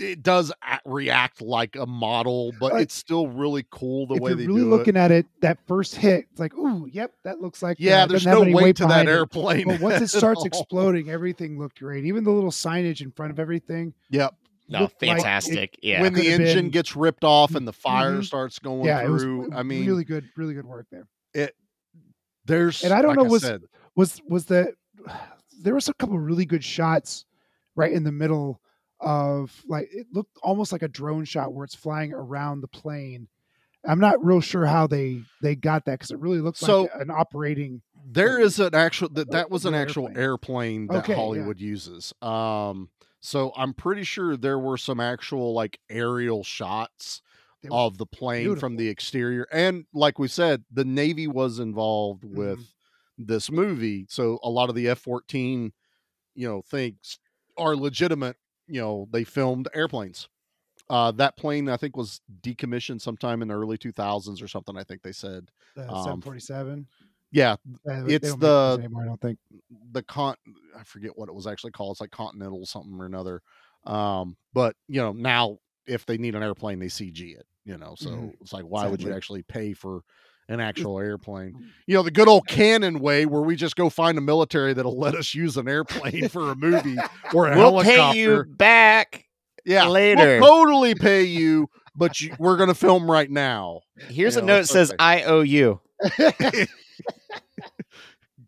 [SPEAKER 5] it does a- react like a model, but
[SPEAKER 7] Like,
[SPEAKER 5] it's still really cool the
[SPEAKER 7] if
[SPEAKER 5] way
[SPEAKER 7] you're
[SPEAKER 5] they
[SPEAKER 7] really
[SPEAKER 5] do
[SPEAKER 7] looking
[SPEAKER 5] it.
[SPEAKER 7] at it, that first hit, it's like, ooh, yep, that looks like
[SPEAKER 5] Yeah,
[SPEAKER 7] that. It uh,
[SPEAKER 5] there's
[SPEAKER 7] doesn't have
[SPEAKER 5] no
[SPEAKER 7] any
[SPEAKER 5] weight to that
[SPEAKER 7] behind it.
[SPEAKER 5] airplane
[SPEAKER 7] But once it
[SPEAKER 5] at
[SPEAKER 7] starts
[SPEAKER 5] all.
[SPEAKER 7] exploding, everything looked great. Even the little signage in front of everything.
[SPEAKER 5] Yep.
[SPEAKER 6] No,
[SPEAKER 7] looked like it
[SPEAKER 6] fantastic. yeah.
[SPEAKER 5] when the
[SPEAKER 7] could've
[SPEAKER 5] engine
[SPEAKER 7] been-
[SPEAKER 5] gets ripped off and the fire
[SPEAKER 7] Mhm.
[SPEAKER 5] starts going
[SPEAKER 7] yeah, it was
[SPEAKER 5] through, I mean,
[SPEAKER 7] really good, really good work there.
[SPEAKER 5] it there's
[SPEAKER 7] And I don't
[SPEAKER 5] like
[SPEAKER 7] know was
[SPEAKER 5] said,
[SPEAKER 7] was was the there was a couple of really good shots right in the middle of like it looked almost like a drone shot where it's flying around the plane. I'm not real sure how they they got that because it really looked
[SPEAKER 5] So-
[SPEAKER 7] like an operating.
[SPEAKER 5] there is an actual that that was an
[SPEAKER 7] Yeah,
[SPEAKER 5] actual airplane, that
[SPEAKER 7] Oh, Okay, yeah.
[SPEAKER 5] Hollywood uses. Um, so I'm pretty sure there were some actual like aerial shots
[SPEAKER 7] They were
[SPEAKER 5] of the plane
[SPEAKER 7] beautiful.
[SPEAKER 5] from the exterior, and like we said, the Navy was involved with
[SPEAKER 7] Mm-hmm.
[SPEAKER 5] this movie, so a lot of the F-14, you know, things are legitimate. You know, they filmed airplanes. Uh, that plane, I think, was decommissioned sometime in the early 2000s or something. I think they said.
[SPEAKER 7] The
[SPEAKER 5] Um,
[SPEAKER 7] 747.
[SPEAKER 5] Yeah,
[SPEAKER 7] Uh, they
[SPEAKER 5] it's
[SPEAKER 7] don't make those
[SPEAKER 5] the
[SPEAKER 7] anymore. I don't think.
[SPEAKER 5] the con I forget what it was actually called. It's like Continental something or another. Um, but you know, now if they need an airplane, they CG it, you know. So
[SPEAKER 7] Mhm.
[SPEAKER 6] Mm-hmm.
[SPEAKER 5] it's like why would you
[SPEAKER 7] Exactly.
[SPEAKER 5] actually pay for an actual
[SPEAKER 6] Mm.
[SPEAKER 5] airplane. You know, the good old canon way where we just go find a military that'll let us use an airplane for a movie or a
[SPEAKER 6] We'll
[SPEAKER 5] helicopter.
[SPEAKER 6] pay you back.
[SPEAKER 5] yeah,
[SPEAKER 6] later.
[SPEAKER 5] We'll totally pay you, but you, we're going to film right now.
[SPEAKER 6] Here's
[SPEAKER 5] You
[SPEAKER 6] a
[SPEAKER 5] know,
[SPEAKER 6] note that says
[SPEAKER 5] okay.
[SPEAKER 6] I owe you.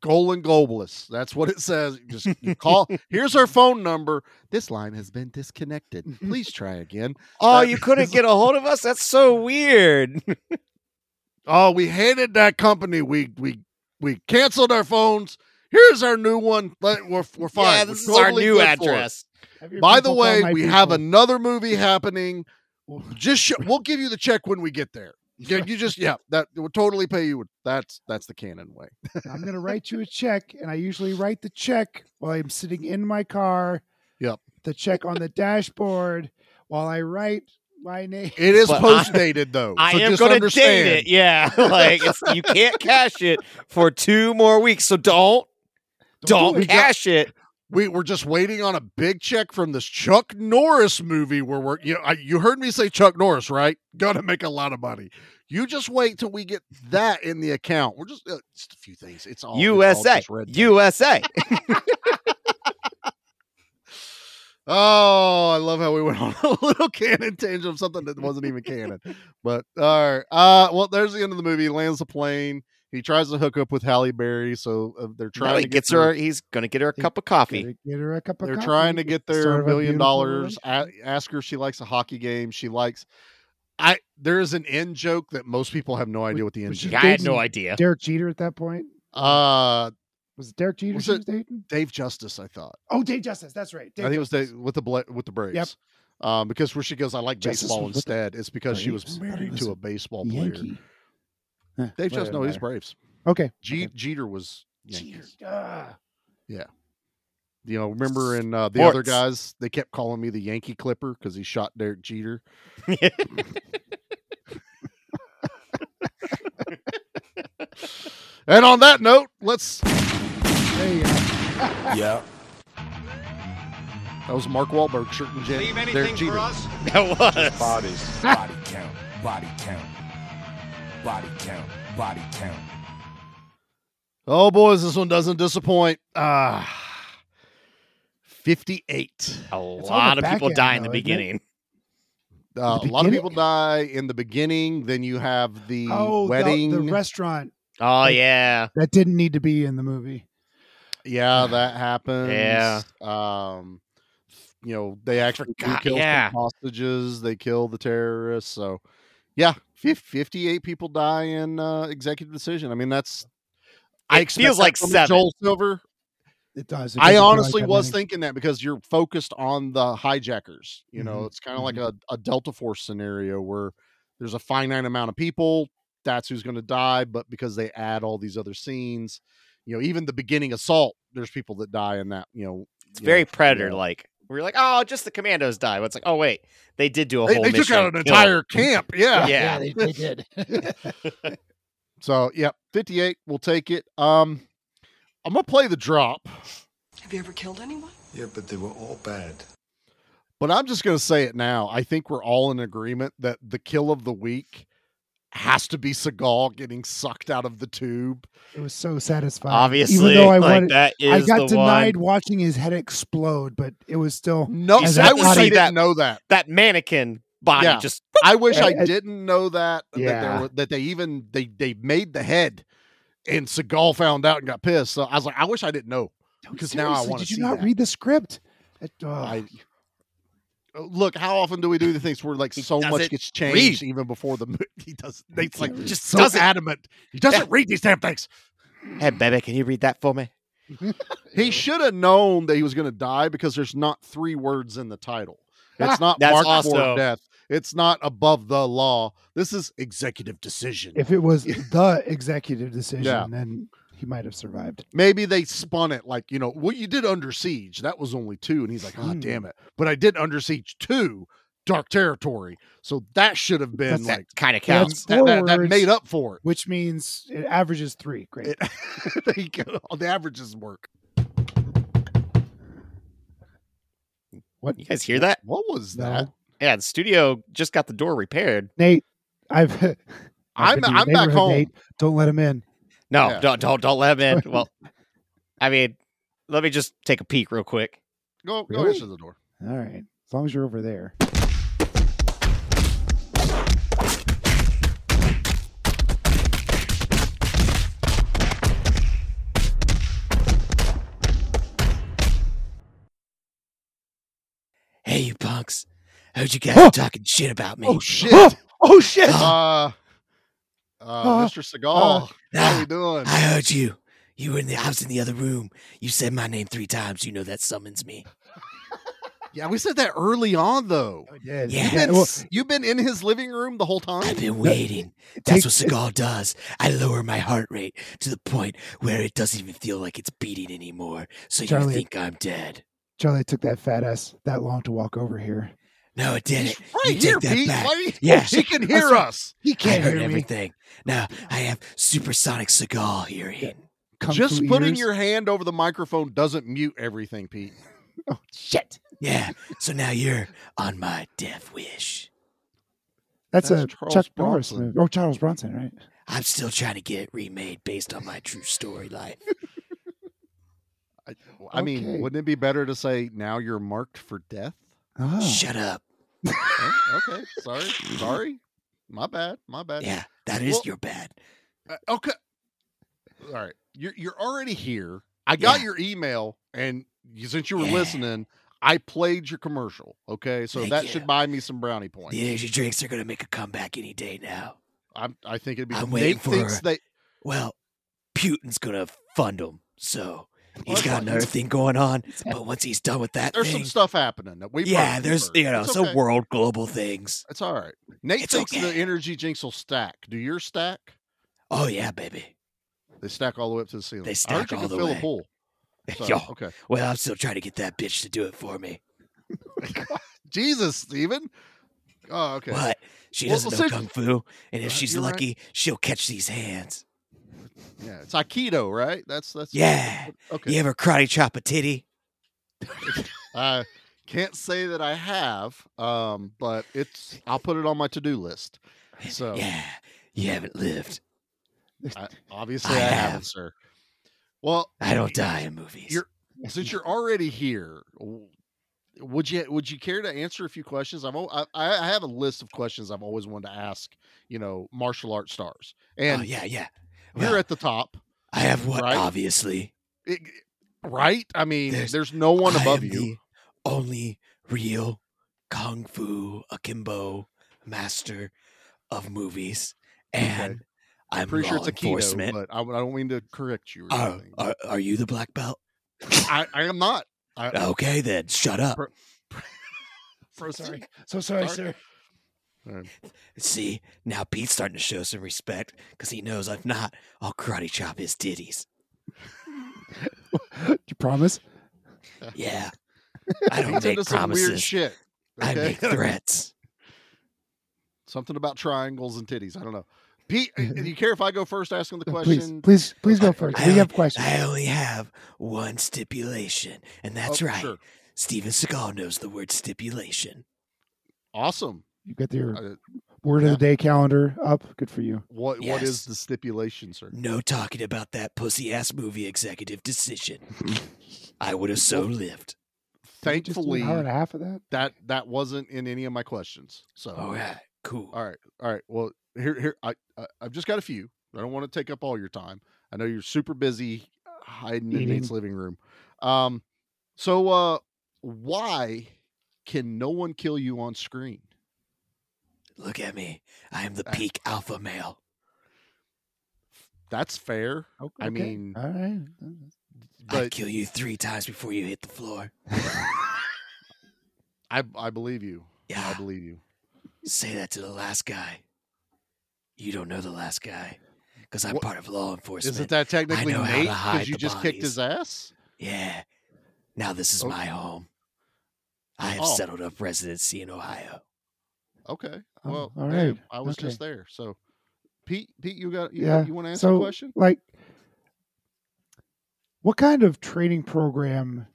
[SPEAKER 5] Golan Gobles. That's what it says. You Just you call. Here's our phone number. This line has been disconnected. Please try again.
[SPEAKER 6] Oh,
[SPEAKER 5] That
[SPEAKER 6] you couldn't
[SPEAKER 5] is-
[SPEAKER 6] get a hold of us? That's so weird.
[SPEAKER 5] Oh, we hated that company. We we we canceled our phones. Here's our new one. Let- We're we're fine.
[SPEAKER 6] Yeah,
[SPEAKER 5] We're
[SPEAKER 6] this is our
[SPEAKER 5] totally
[SPEAKER 6] new
[SPEAKER 5] good for it.
[SPEAKER 6] address.
[SPEAKER 7] Have your
[SPEAKER 5] By the
[SPEAKER 7] people call
[SPEAKER 5] way,
[SPEAKER 7] my
[SPEAKER 5] we have
[SPEAKER 7] people.
[SPEAKER 5] another movie happening. Just show, we'll give you the check when we get there. You, you just yeah, that we'll totally pay you. That's that's the canon way.
[SPEAKER 7] I'm going to write you a check, and I usually write the check while I'm sitting in my car.
[SPEAKER 5] Yep.
[SPEAKER 7] The check on the dashboard while I write my name.
[SPEAKER 5] It is
[SPEAKER 6] But I-
[SPEAKER 5] post dated though.
[SPEAKER 6] I
[SPEAKER 5] so
[SPEAKER 6] am
[SPEAKER 5] just
[SPEAKER 6] going to
[SPEAKER 5] understand.
[SPEAKER 6] date it. Yeah. Like, it's, you can't cash it for two more weeks. So don't, don't,
[SPEAKER 5] Don't do it.
[SPEAKER 6] cash it.
[SPEAKER 5] We we're just waiting on a big check from this Chuck Norris movie where we're you know I, you heard me say Chuck Norris right? Gonna make a lot of money. You just wait till we get that in the account. We're just uh, just a few things. Oh, It's all it's all
[SPEAKER 6] USA.
[SPEAKER 5] just red tape.
[SPEAKER 6] USA.
[SPEAKER 5] Oh, I love how we went on a little canon tangent of something that wasn't even canon. But all right, uh, well, there's the end of the movie. He lands the plane. He tries to hook up with Halle Berry, so uh, they're
[SPEAKER 6] Now
[SPEAKER 5] trying
[SPEAKER 6] he
[SPEAKER 5] to get
[SPEAKER 6] gets
[SPEAKER 5] their-
[SPEAKER 6] her, he's going to get her a cup of coffee.
[SPEAKER 7] Get her a cup of
[SPEAKER 5] They're
[SPEAKER 7] coffee,
[SPEAKER 5] trying to get their
[SPEAKER 7] serve a
[SPEAKER 5] million
[SPEAKER 7] beautiful
[SPEAKER 5] dollars. A- ask her if she likes a hockey game. She likes. I there is an end joke that most people have no idea what the end
[SPEAKER 7] she
[SPEAKER 5] joke.
[SPEAKER 6] I had
[SPEAKER 5] is.
[SPEAKER 6] no idea.
[SPEAKER 7] Derek Jeter at that point.
[SPEAKER 5] Uh,
[SPEAKER 7] Was it Derek Jeter
[SPEAKER 5] Was
[SPEAKER 7] she
[SPEAKER 5] it-
[SPEAKER 7] was dating?
[SPEAKER 5] Dave Justice, I thought.
[SPEAKER 7] Oh, Dave Justice. That's right. Dave
[SPEAKER 5] I think it was
[SPEAKER 7] Justice.
[SPEAKER 5] Dave, with the Bla- with the Braves. Um, because where she goes, I like
[SPEAKER 7] Justice
[SPEAKER 5] baseball
[SPEAKER 7] was with the
[SPEAKER 5] instead. It's because she was
[SPEAKER 7] Braves?
[SPEAKER 5] married to a baseball player.
[SPEAKER 7] Yankee.
[SPEAKER 5] Dave Justice, no, he's Braves.
[SPEAKER 7] Okay.
[SPEAKER 5] Je- Jeter was. Yankees.
[SPEAKER 7] Jeter. Ah.
[SPEAKER 5] Yeah. You know, remember in uh, the other
[SPEAKER 6] Sports.
[SPEAKER 5] guys, they kept calling me the Yankee Clipper because he shot Derek Jeter. and on that note, let's.
[SPEAKER 7] There you go.
[SPEAKER 11] Yeah.
[SPEAKER 5] That was Mark Wahlberg shirt and Jan- Derek Jeter.
[SPEAKER 6] That was.
[SPEAKER 11] Bodies. Body count. Body count. Body count. Body count.
[SPEAKER 5] Oh, boys, this one doesn't disappoint. Ah. 58.
[SPEAKER 6] A
[SPEAKER 7] the
[SPEAKER 6] lot of
[SPEAKER 7] back
[SPEAKER 6] people
[SPEAKER 7] end,
[SPEAKER 6] die in the
[SPEAKER 7] though, isn't it?
[SPEAKER 6] beginning.
[SPEAKER 5] Uh, a
[SPEAKER 7] The
[SPEAKER 5] lot of
[SPEAKER 7] beginning?
[SPEAKER 5] people die in the beginning. Then you have the
[SPEAKER 7] Oh,
[SPEAKER 5] wedding.
[SPEAKER 7] The, the restaurant
[SPEAKER 6] Oh, yeah.
[SPEAKER 7] that didn't need to be in the movie.
[SPEAKER 5] Yeah, that happens.
[SPEAKER 6] Yeah.
[SPEAKER 5] Um, you know, they actually do
[SPEAKER 6] forgot-
[SPEAKER 5] kill
[SPEAKER 6] yeah.
[SPEAKER 5] some hostages. They kill the terrorists. So, yeah, fif- fifty-eight people die in uh, executive decision. I mean, that's.
[SPEAKER 6] It
[SPEAKER 5] expect
[SPEAKER 6] feels
[SPEAKER 5] that
[SPEAKER 6] like
[SPEAKER 5] from
[SPEAKER 6] seven.
[SPEAKER 5] Joel Silver.
[SPEAKER 7] It does. It
[SPEAKER 5] I
[SPEAKER 7] doesn't feel like
[SPEAKER 5] honestly
[SPEAKER 7] that
[SPEAKER 5] was
[SPEAKER 7] many.
[SPEAKER 5] thinking that because you're focused on the hijackers. You know,
[SPEAKER 7] Mhm,
[SPEAKER 5] it's kind of like a, a Delta Force scenario where there's a finite amount of people. That's who's going to die. But because they add all these other scenes, you know, even the beginning assault, there's people that die in that. You know,
[SPEAKER 6] It's
[SPEAKER 5] you know,
[SPEAKER 6] very predator like. We're like, oh, just the commandos die. But it's like, oh, wait. They did do a
[SPEAKER 5] They,
[SPEAKER 6] whole
[SPEAKER 5] they took
[SPEAKER 6] mission
[SPEAKER 5] out an
[SPEAKER 6] and kill.
[SPEAKER 5] entire camp. Yeah.
[SPEAKER 6] Yeah.
[SPEAKER 7] they, they did.
[SPEAKER 5] So yeah, 58. We'll take it. Um, I'm gonna play the drop,
[SPEAKER 15] Have you ever killed anyone?
[SPEAKER 9] Yeah, but they were all bad.
[SPEAKER 5] but I'm just gonna say it now. I think we're all in agreement that the kill of the week has to be Seagal getting sucked out of the tube.
[SPEAKER 7] it was so satisfying.
[SPEAKER 6] Obviously,
[SPEAKER 7] even though I
[SPEAKER 6] like
[SPEAKER 7] wanted,
[SPEAKER 6] that is
[SPEAKER 7] I got
[SPEAKER 6] the
[SPEAKER 7] denied
[SPEAKER 6] one.
[SPEAKER 7] watching his head explode, but it was still
[SPEAKER 5] No,
[SPEAKER 6] You
[SPEAKER 5] I
[SPEAKER 6] said
[SPEAKER 5] wish
[SPEAKER 6] that-
[SPEAKER 5] I
[SPEAKER 6] see
[SPEAKER 5] didn't
[SPEAKER 6] that-
[SPEAKER 5] know that.
[SPEAKER 6] That mannequin body
[SPEAKER 5] Yeah.
[SPEAKER 6] just
[SPEAKER 5] I wish I
[SPEAKER 7] I- I-
[SPEAKER 5] didn't know that. That, there
[SPEAKER 7] Yeah.
[SPEAKER 5] were, that they even they they made the head, and Seagal found out and got pissed. So I was like, I wish I didn't know. because now I
[SPEAKER 7] Seriously,
[SPEAKER 5] wanna
[SPEAKER 7] Did you
[SPEAKER 5] see
[SPEAKER 7] not
[SPEAKER 5] that.
[SPEAKER 7] read the script? It- oh,
[SPEAKER 5] I Oh, look how often do we do the things where like
[SPEAKER 6] He
[SPEAKER 5] so much
[SPEAKER 6] doesn't
[SPEAKER 5] gets changed even before the movie he does it's like
[SPEAKER 6] read.
[SPEAKER 5] just
[SPEAKER 6] Just
[SPEAKER 5] so
[SPEAKER 6] doesn't-
[SPEAKER 5] adamant he doesn't read these damn things
[SPEAKER 6] Hey, baby, can you read that for me?
[SPEAKER 5] he should have known that he was going to die because there's not three words in the title it's not
[SPEAKER 6] That's
[SPEAKER 5] marked for
[SPEAKER 6] also-
[SPEAKER 5] death it's not above the law this is executive decision
[SPEAKER 7] if it was the executive decision,
[SPEAKER 5] Yeah.
[SPEAKER 7] then he might have survived.
[SPEAKER 5] maybe they spun it like you know well you did under siege that was only two and he's like ah damn it but i did under siege two dark territory so that should have been
[SPEAKER 7] That's-
[SPEAKER 5] like
[SPEAKER 6] That kind of
[SPEAKER 7] Yeah,
[SPEAKER 6] counts.
[SPEAKER 7] that's-
[SPEAKER 5] that, that, that
[SPEAKER 7] forwards.
[SPEAKER 5] made up for it
[SPEAKER 7] Which means it averages three. Great.
[SPEAKER 5] It, there you go. The averages work.
[SPEAKER 7] what
[SPEAKER 6] You guys hear that?
[SPEAKER 5] What was
[SPEAKER 7] No.
[SPEAKER 5] that?
[SPEAKER 6] Yeah, the studio just got the door repaired.
[SPEAKER 7] Nate, I've Like
[SPEAKER 5] I'm-
[SPEAKER 7] the
[SPEAKER 5] I'm back
[SPEAKER 7] neighborhood
[SPEAKER 5] home.
[SPEAKER 7] date, Don't let him in.
[SPEAKER 1] No,
[SPEAKER 5] Yeah.
[SPEAKER 1] don't don't don't let him in. Well, I mean, let me just take a peek real quick.
[SPEAKER 5] Go go
[SPEAKER 7] Really?
[SPEAKER 5] answer the door.
[SPEAKER 7] All right. As long as you're over there.
[SPEAKER 1] Hey, you punks! Heard you guys are talking shit about me.
[SPEAKER 5] Oh shit.
[SPEAKER 7] oh shit.
[SPEAKER 5] Uh, uh,
[SPEAKER 1] Uh,
[SPEAKER 5] Mr. Seagal, how
[SPEAKER 1] ah,
[SPEAKER 5] we doing?
[SPEAKER 1] I heard you. You were in the. I was in the other room. You said my name three times. You know that summons me.
[SPEAKER 5] Yeah, we said that early on though.
[SPEAKER 7] Yeah,
[SPEAKER 5] You've,
[SPEAKER 1] yeah,
[SPEAKER 5] been,
[SPEAKER 1] well-
[SPEAKER 5] s- you've been in his living room the whole time.
[SPEAKER 1] I've been waiting. That's what Seagal does. I lower my heart rate to the point where it doesn't even feel like it's beating anymore. So
[SPEAKER 7] Charlie-
[SPEAKER 1] you think I'm dead?
[SPEAKER 7] Charlie it took that fat ass that long to walk over here.
[SPEAKER 1] No, it didn't. you
[SPEAKER 5] Right here,
[SPEAKER 1] take that
[SPEAKER 5] Pete.
[SPEAKER 1] back.
[SPEAKER 5] Why do you-
[SPEAKER 1] yeah,
[SPEAKER 5] He can hear
[SPEAKER 1] Listen,
[SPEAKER 5] us.
[SPEAKER 7] He can't
[SPEAKER 1] I heard
[SPEAKER 7] hear me.
[SPEAKER 1] everything. Now I have supersonic Seagal hearing.
[SPEAKER 7] Kung
[SPEAKER 5] Just
[SPEAKER 7] Fu
[SPEAKER 5] putting
[SPEAKER 7] ears.
[SPEAKER 5] your hand over the microphone doesn't mute everything, Pete.
[SPEAKER 7] shit.
[SPEAKER 1] Yeah. So now you're on my death wish.
[SPEAKER 7] That's,
[SPEAKER 5] That's
[SPEAKER 7] a
[SPEAKER 5] Charles
[SPEAKER 7] Chuck Norris
[SPEAKER 5] Bronson.
[SPEAKER 7] movie. Oh, Charles Bronson, right?
[SPEAKER 1] I'm still trying to get it remade based on my true story life.
[SPEAKER 5] I, I mean,
[SPEAKER 7] Okay.
[SPEAKER 5] wouldn't it be better to say now you're marked for death?
[SPEAKER 7] Oh.
[SPEAKER 1] Shut up.
[SPEAKER 5] Oh, okay, sorry, sorry, my bad, my bad.
[SPEAKER 1] Yeah, that is
[SPEAKER 5] Well-
[SPEAKER 1] your bad.
[SPEAKER 5] Uh, okay, all right. You're you're already here. I got
[SPEAKER 1] Yeah.
[SPEAKER 5] your email, and you, since you were
[SPEAKER 1] Yeah.
[SPEAKER 5] listening, I played your commercial. Okay, so
[SPEAKER 1] Thank
[SPEAKER 5] that
[SPEAKER 1] you.
[SPEAKER 5] should buy me some brownie points.
[SPEAKER 1] The energy drinks are going to make a comeback any day now.
[SPEAKER 5] I'm, I think it'd be.
[SPEAKER 1] I'm waiting
[SPEAKER 5] Nate
[SPEAKER 1] for
[SPEAKER 5] thinks
[SPEAKER 1] a-
[SPEAKER 5] they.
[SPEAKER 1] Well, Putin's going to fund him. So he's
[SPEAKER 5] that's
[SPEAKER 1] got
[SPEAKER 5] fine.
[SPEAKER 1] another thing going on. But once he's done with that
[SPEAKER 5] There's
[SPEAKER 1] thing,
[SPEAKER 5] some stuff happening. That we've
[SPEAKER 1] yeah,
[SPEAKER 5] heard, we've
[SPEAKER 1] there's,
[SPEAKER 5] heard.
[SPEAKER 1] you know,
[SPEAKER 5] It's
[SPEAKER 1] some
[SPEAKER 5] okay.
[SPEAKER 1] world global things.
[SPEAKER 5] It's all right. Nate
[SPEAKER 1] It's
[SPEAKER 5] thinks the
[SPEAKER 1] okay.
[SPEAKER 5] energy drinks will stack. Do your stack?
[SPEAKER 1] Oh, yeah, baby.
[SPEAKER 5] They stack all the way up to the ceiling.
[SPEAKER 1] They
[SPEAKER 5] I heard
[SPEAKER 1] stack
[SPEAKER 5] you
[SPEAKER 1] all
[SPEAKER 5] can
[SPEAKER 1] the
[SPEAKER 5] fill
[SPEAKER 1] way.
[SPEAKER 5] a pool. So,
[SPEAKER 1] Yo,
[SPEAKER 5] okay.
[SPEAKER 1] Well, I'm still trying to get that bitch to do it for me.
[SPEAKER 5] Jesus, Steven. Oh, okay.
[SPEAKER 1] What? She
[SPEAKER 5] Well,
[SPEAKER 1] doesn't know
[SPEAKER 5] since-
[SPEAKER 1] kung fu, and if
[SPEAKER 5] Uh,
[SPEAKER 1] she's
[SPEAKER 5] you're right.
[SPEAKER 1] lucky, she'll catch these hands.
[SPEAKER 5] Yeah, it's Aikido, right? That's that's
[SPEAKER 1] Yeah.
[SPEAKER 5] Okay.
[SPEAKER 1] You ever karate chop a titty?
[SPEAKER 5] I can't say that I have, um, but it's I'll put it on my to-do list. So
[SPEAKER 1] Yeah. You haven't lived.
[SPEAKER 5] I, obviously I,
[SPEAKER 1] I
[SPEAKER 5] haven't,
[SPEAKER 1] have.
[SPEAKER 5] sir. Well,
[SPEAKER 1] I don't
[SPEAKER 5] y-
[SPEAKER 1] die in movies.
[SPEAKER 5] You're since you're already here. w- Would you would you care to answer a few questions? I've al- I, I have a list of questions I've always wanted to ask. You know, martial arts stars, and
[SPEAKER 1] oh, yeah, yeah.
[SPEAKER 5] you're
[SPEAKER 1] Well,
[SPEAKER 5] at the top.
[SPEAKER 1] I have what,
[SPEAKER 5] right?
[SPEAKER 1] obviously.
[SPEAKER 5] It- right? I mean, there's,
[SPEAKER 1] There's-
[SPEAKER 5] no one
[SPEAKER 1] I
[SPEAKER 5] above
[SPEAKER 1] am
[SPEAKER 5] you.
[SPEAKER 1] the only real kung fu akimbo master of movies, and I'm
[SPEAKER 5] Pretty sure it's
[SPEAKER 1] law
[SPEAKER 5] a keto,
[SPEAKER 1] enforcement. Oh,
[SPEAKER 5] but I, I don't mean to correct you. Or
[SPEAKER 1] are,
[SPEAKER 5] anything.
[SPEAKER 1] are, are you the black belt? oh.
[SPEAKER 5] I, I am not. I,
[SPEAKER 1] Okay, then shut up.
[SPEAKER 5] Per- for
[SPEAKER 7] Sorry. So sorry,
[SPEAKER 5] Sorry.
[SPEAKER 7] sir.
[SPEAKER 1] See, now Pete's starting to show some respect because he knows if not, I'll karate chop his ditties.
[SPEAKER 7] you promise?
[SPEAKER 1] Yeah. I don't
[SPEAKER 5] He's
[SPEAKER 1] make
[SPEAKER 5] into some weird
[SPEAKER 1] promises.
[SPEAKER 5] shit.
[SPEAKER 1] I
[SPEAKER 5] okay?
[SPEAKER 1] make threats.
[SPEAKER 5] Something about triangles and titties. I don't know. Pete, uh, do you care if I go first asking the
[SPEAKER 1] Uh,
[SPEAKER 7] No, please,
[SPEAKER 5] question? Oh,
[SPEAKER 7] please, please go
[SPEAKER 5] I-
[SPEAKER 7] first.
[SPEAKER 1] I
[SPEAKER 7] We have
[SPEAKER 1] only-
[SPEAKER 7] questions.
[SPEAKER 1] I only have one stipulation, and that's
[SPEAKER 5] Oh,
[SPEAKER 1] right.
[SPEAKER 5] sure.
[SPEAKER 1] Steven Seagal knows the word stipulation.
[SPEAKER 5] Awesome.
[SPEAKER 7] you got your
[SPEAKER 5] Uh,
[SPEAKER 7] word of
[SPEAKER 5] yeah.
[SPEAKER 7] the day calendar up. Good for you.
[SPEAKER 5] what what is
[SPEAKER 1] Yes.
[SPEAKER 5] the stipulation, sir?
[SPEAKER 1] No talking about that pussy ass movie executive decision. I would have so lived.
[SPEAKER 7] Did we just do
[SPEAKER 5] Thankfully,
[SPEAKER 7] an hour and a half of that.
[SPEAKER 5] that that wasn't in any of my questions. So
[SPEAKER 1] All right, cool.
[SPEAKER 5] All right, all right. Well, here, here, I, I, I've just got a few. I don't want to take up all your time. I know you're super busy hiding in Nate's
[SPEAKER 7] Eating.
[SPEAKER 5] living room. Um, so, uh, why can no one kill you on screen?
[SPEAKER 1] Look at me. I am the
[SPEAKER 5] Uh,
[SPEAKER 1] peak alpha male.
[SPEAKER 5] That's fair,
[SPEAKER 7] Okay.
[SPEAKER 5] I mean-
[SPEAKER 7] all right.
[SPEAKER 1] I
[SPEAKER 5] but
[SPEAKER 1] kill you three times before you hit the floor.
[SPEAKER 5] I, I believe you. I
[SPEAKER 1] Yeah.
[SPEAKER 5] believe you.
[SPEAKER 1] Say that to the last guy. You don't know the last guy because I'm
[SPEAKER 5] What-
[SPEAKER 1] part of law enforcement.
[SPEAKER 5] Isn't that technically
[SPEAKER 1] know how to
[SPEAKER 5] Nate
[SPEAKER 1] hide
[SPEAKER 5] because you
[SPEAKER 1] the
[SPEAKER 5] just kicked his ass?
[SPEAKER 1] Yeah. Now this is
[SPEAKER 5] Oh.
[SPEAKER 1] my home. I have
[SPEAKER 5] Oh.
[SPEAKER 1] settled up residency in Ohio.
[SPEAKER 5] Okay.
[SPEAKER 7] Oh,
[SPEAKER 5] Well,
[SPEAKER 7] all
[SPEAKER 5] hey,
[SPEAKER 7] right,
[SPEAKER 5] I was
[SPEAKER 7] okay.
[SPEAKER 5] just there. So, Pete, Pete, you got you,
[SPEAKER 7] Yeah,
[SPEAKER 5] you want to answer
[SPEAKER 7] so
[SPEAKER 5] a question?
[SPEAKER 7] like, what kind of training program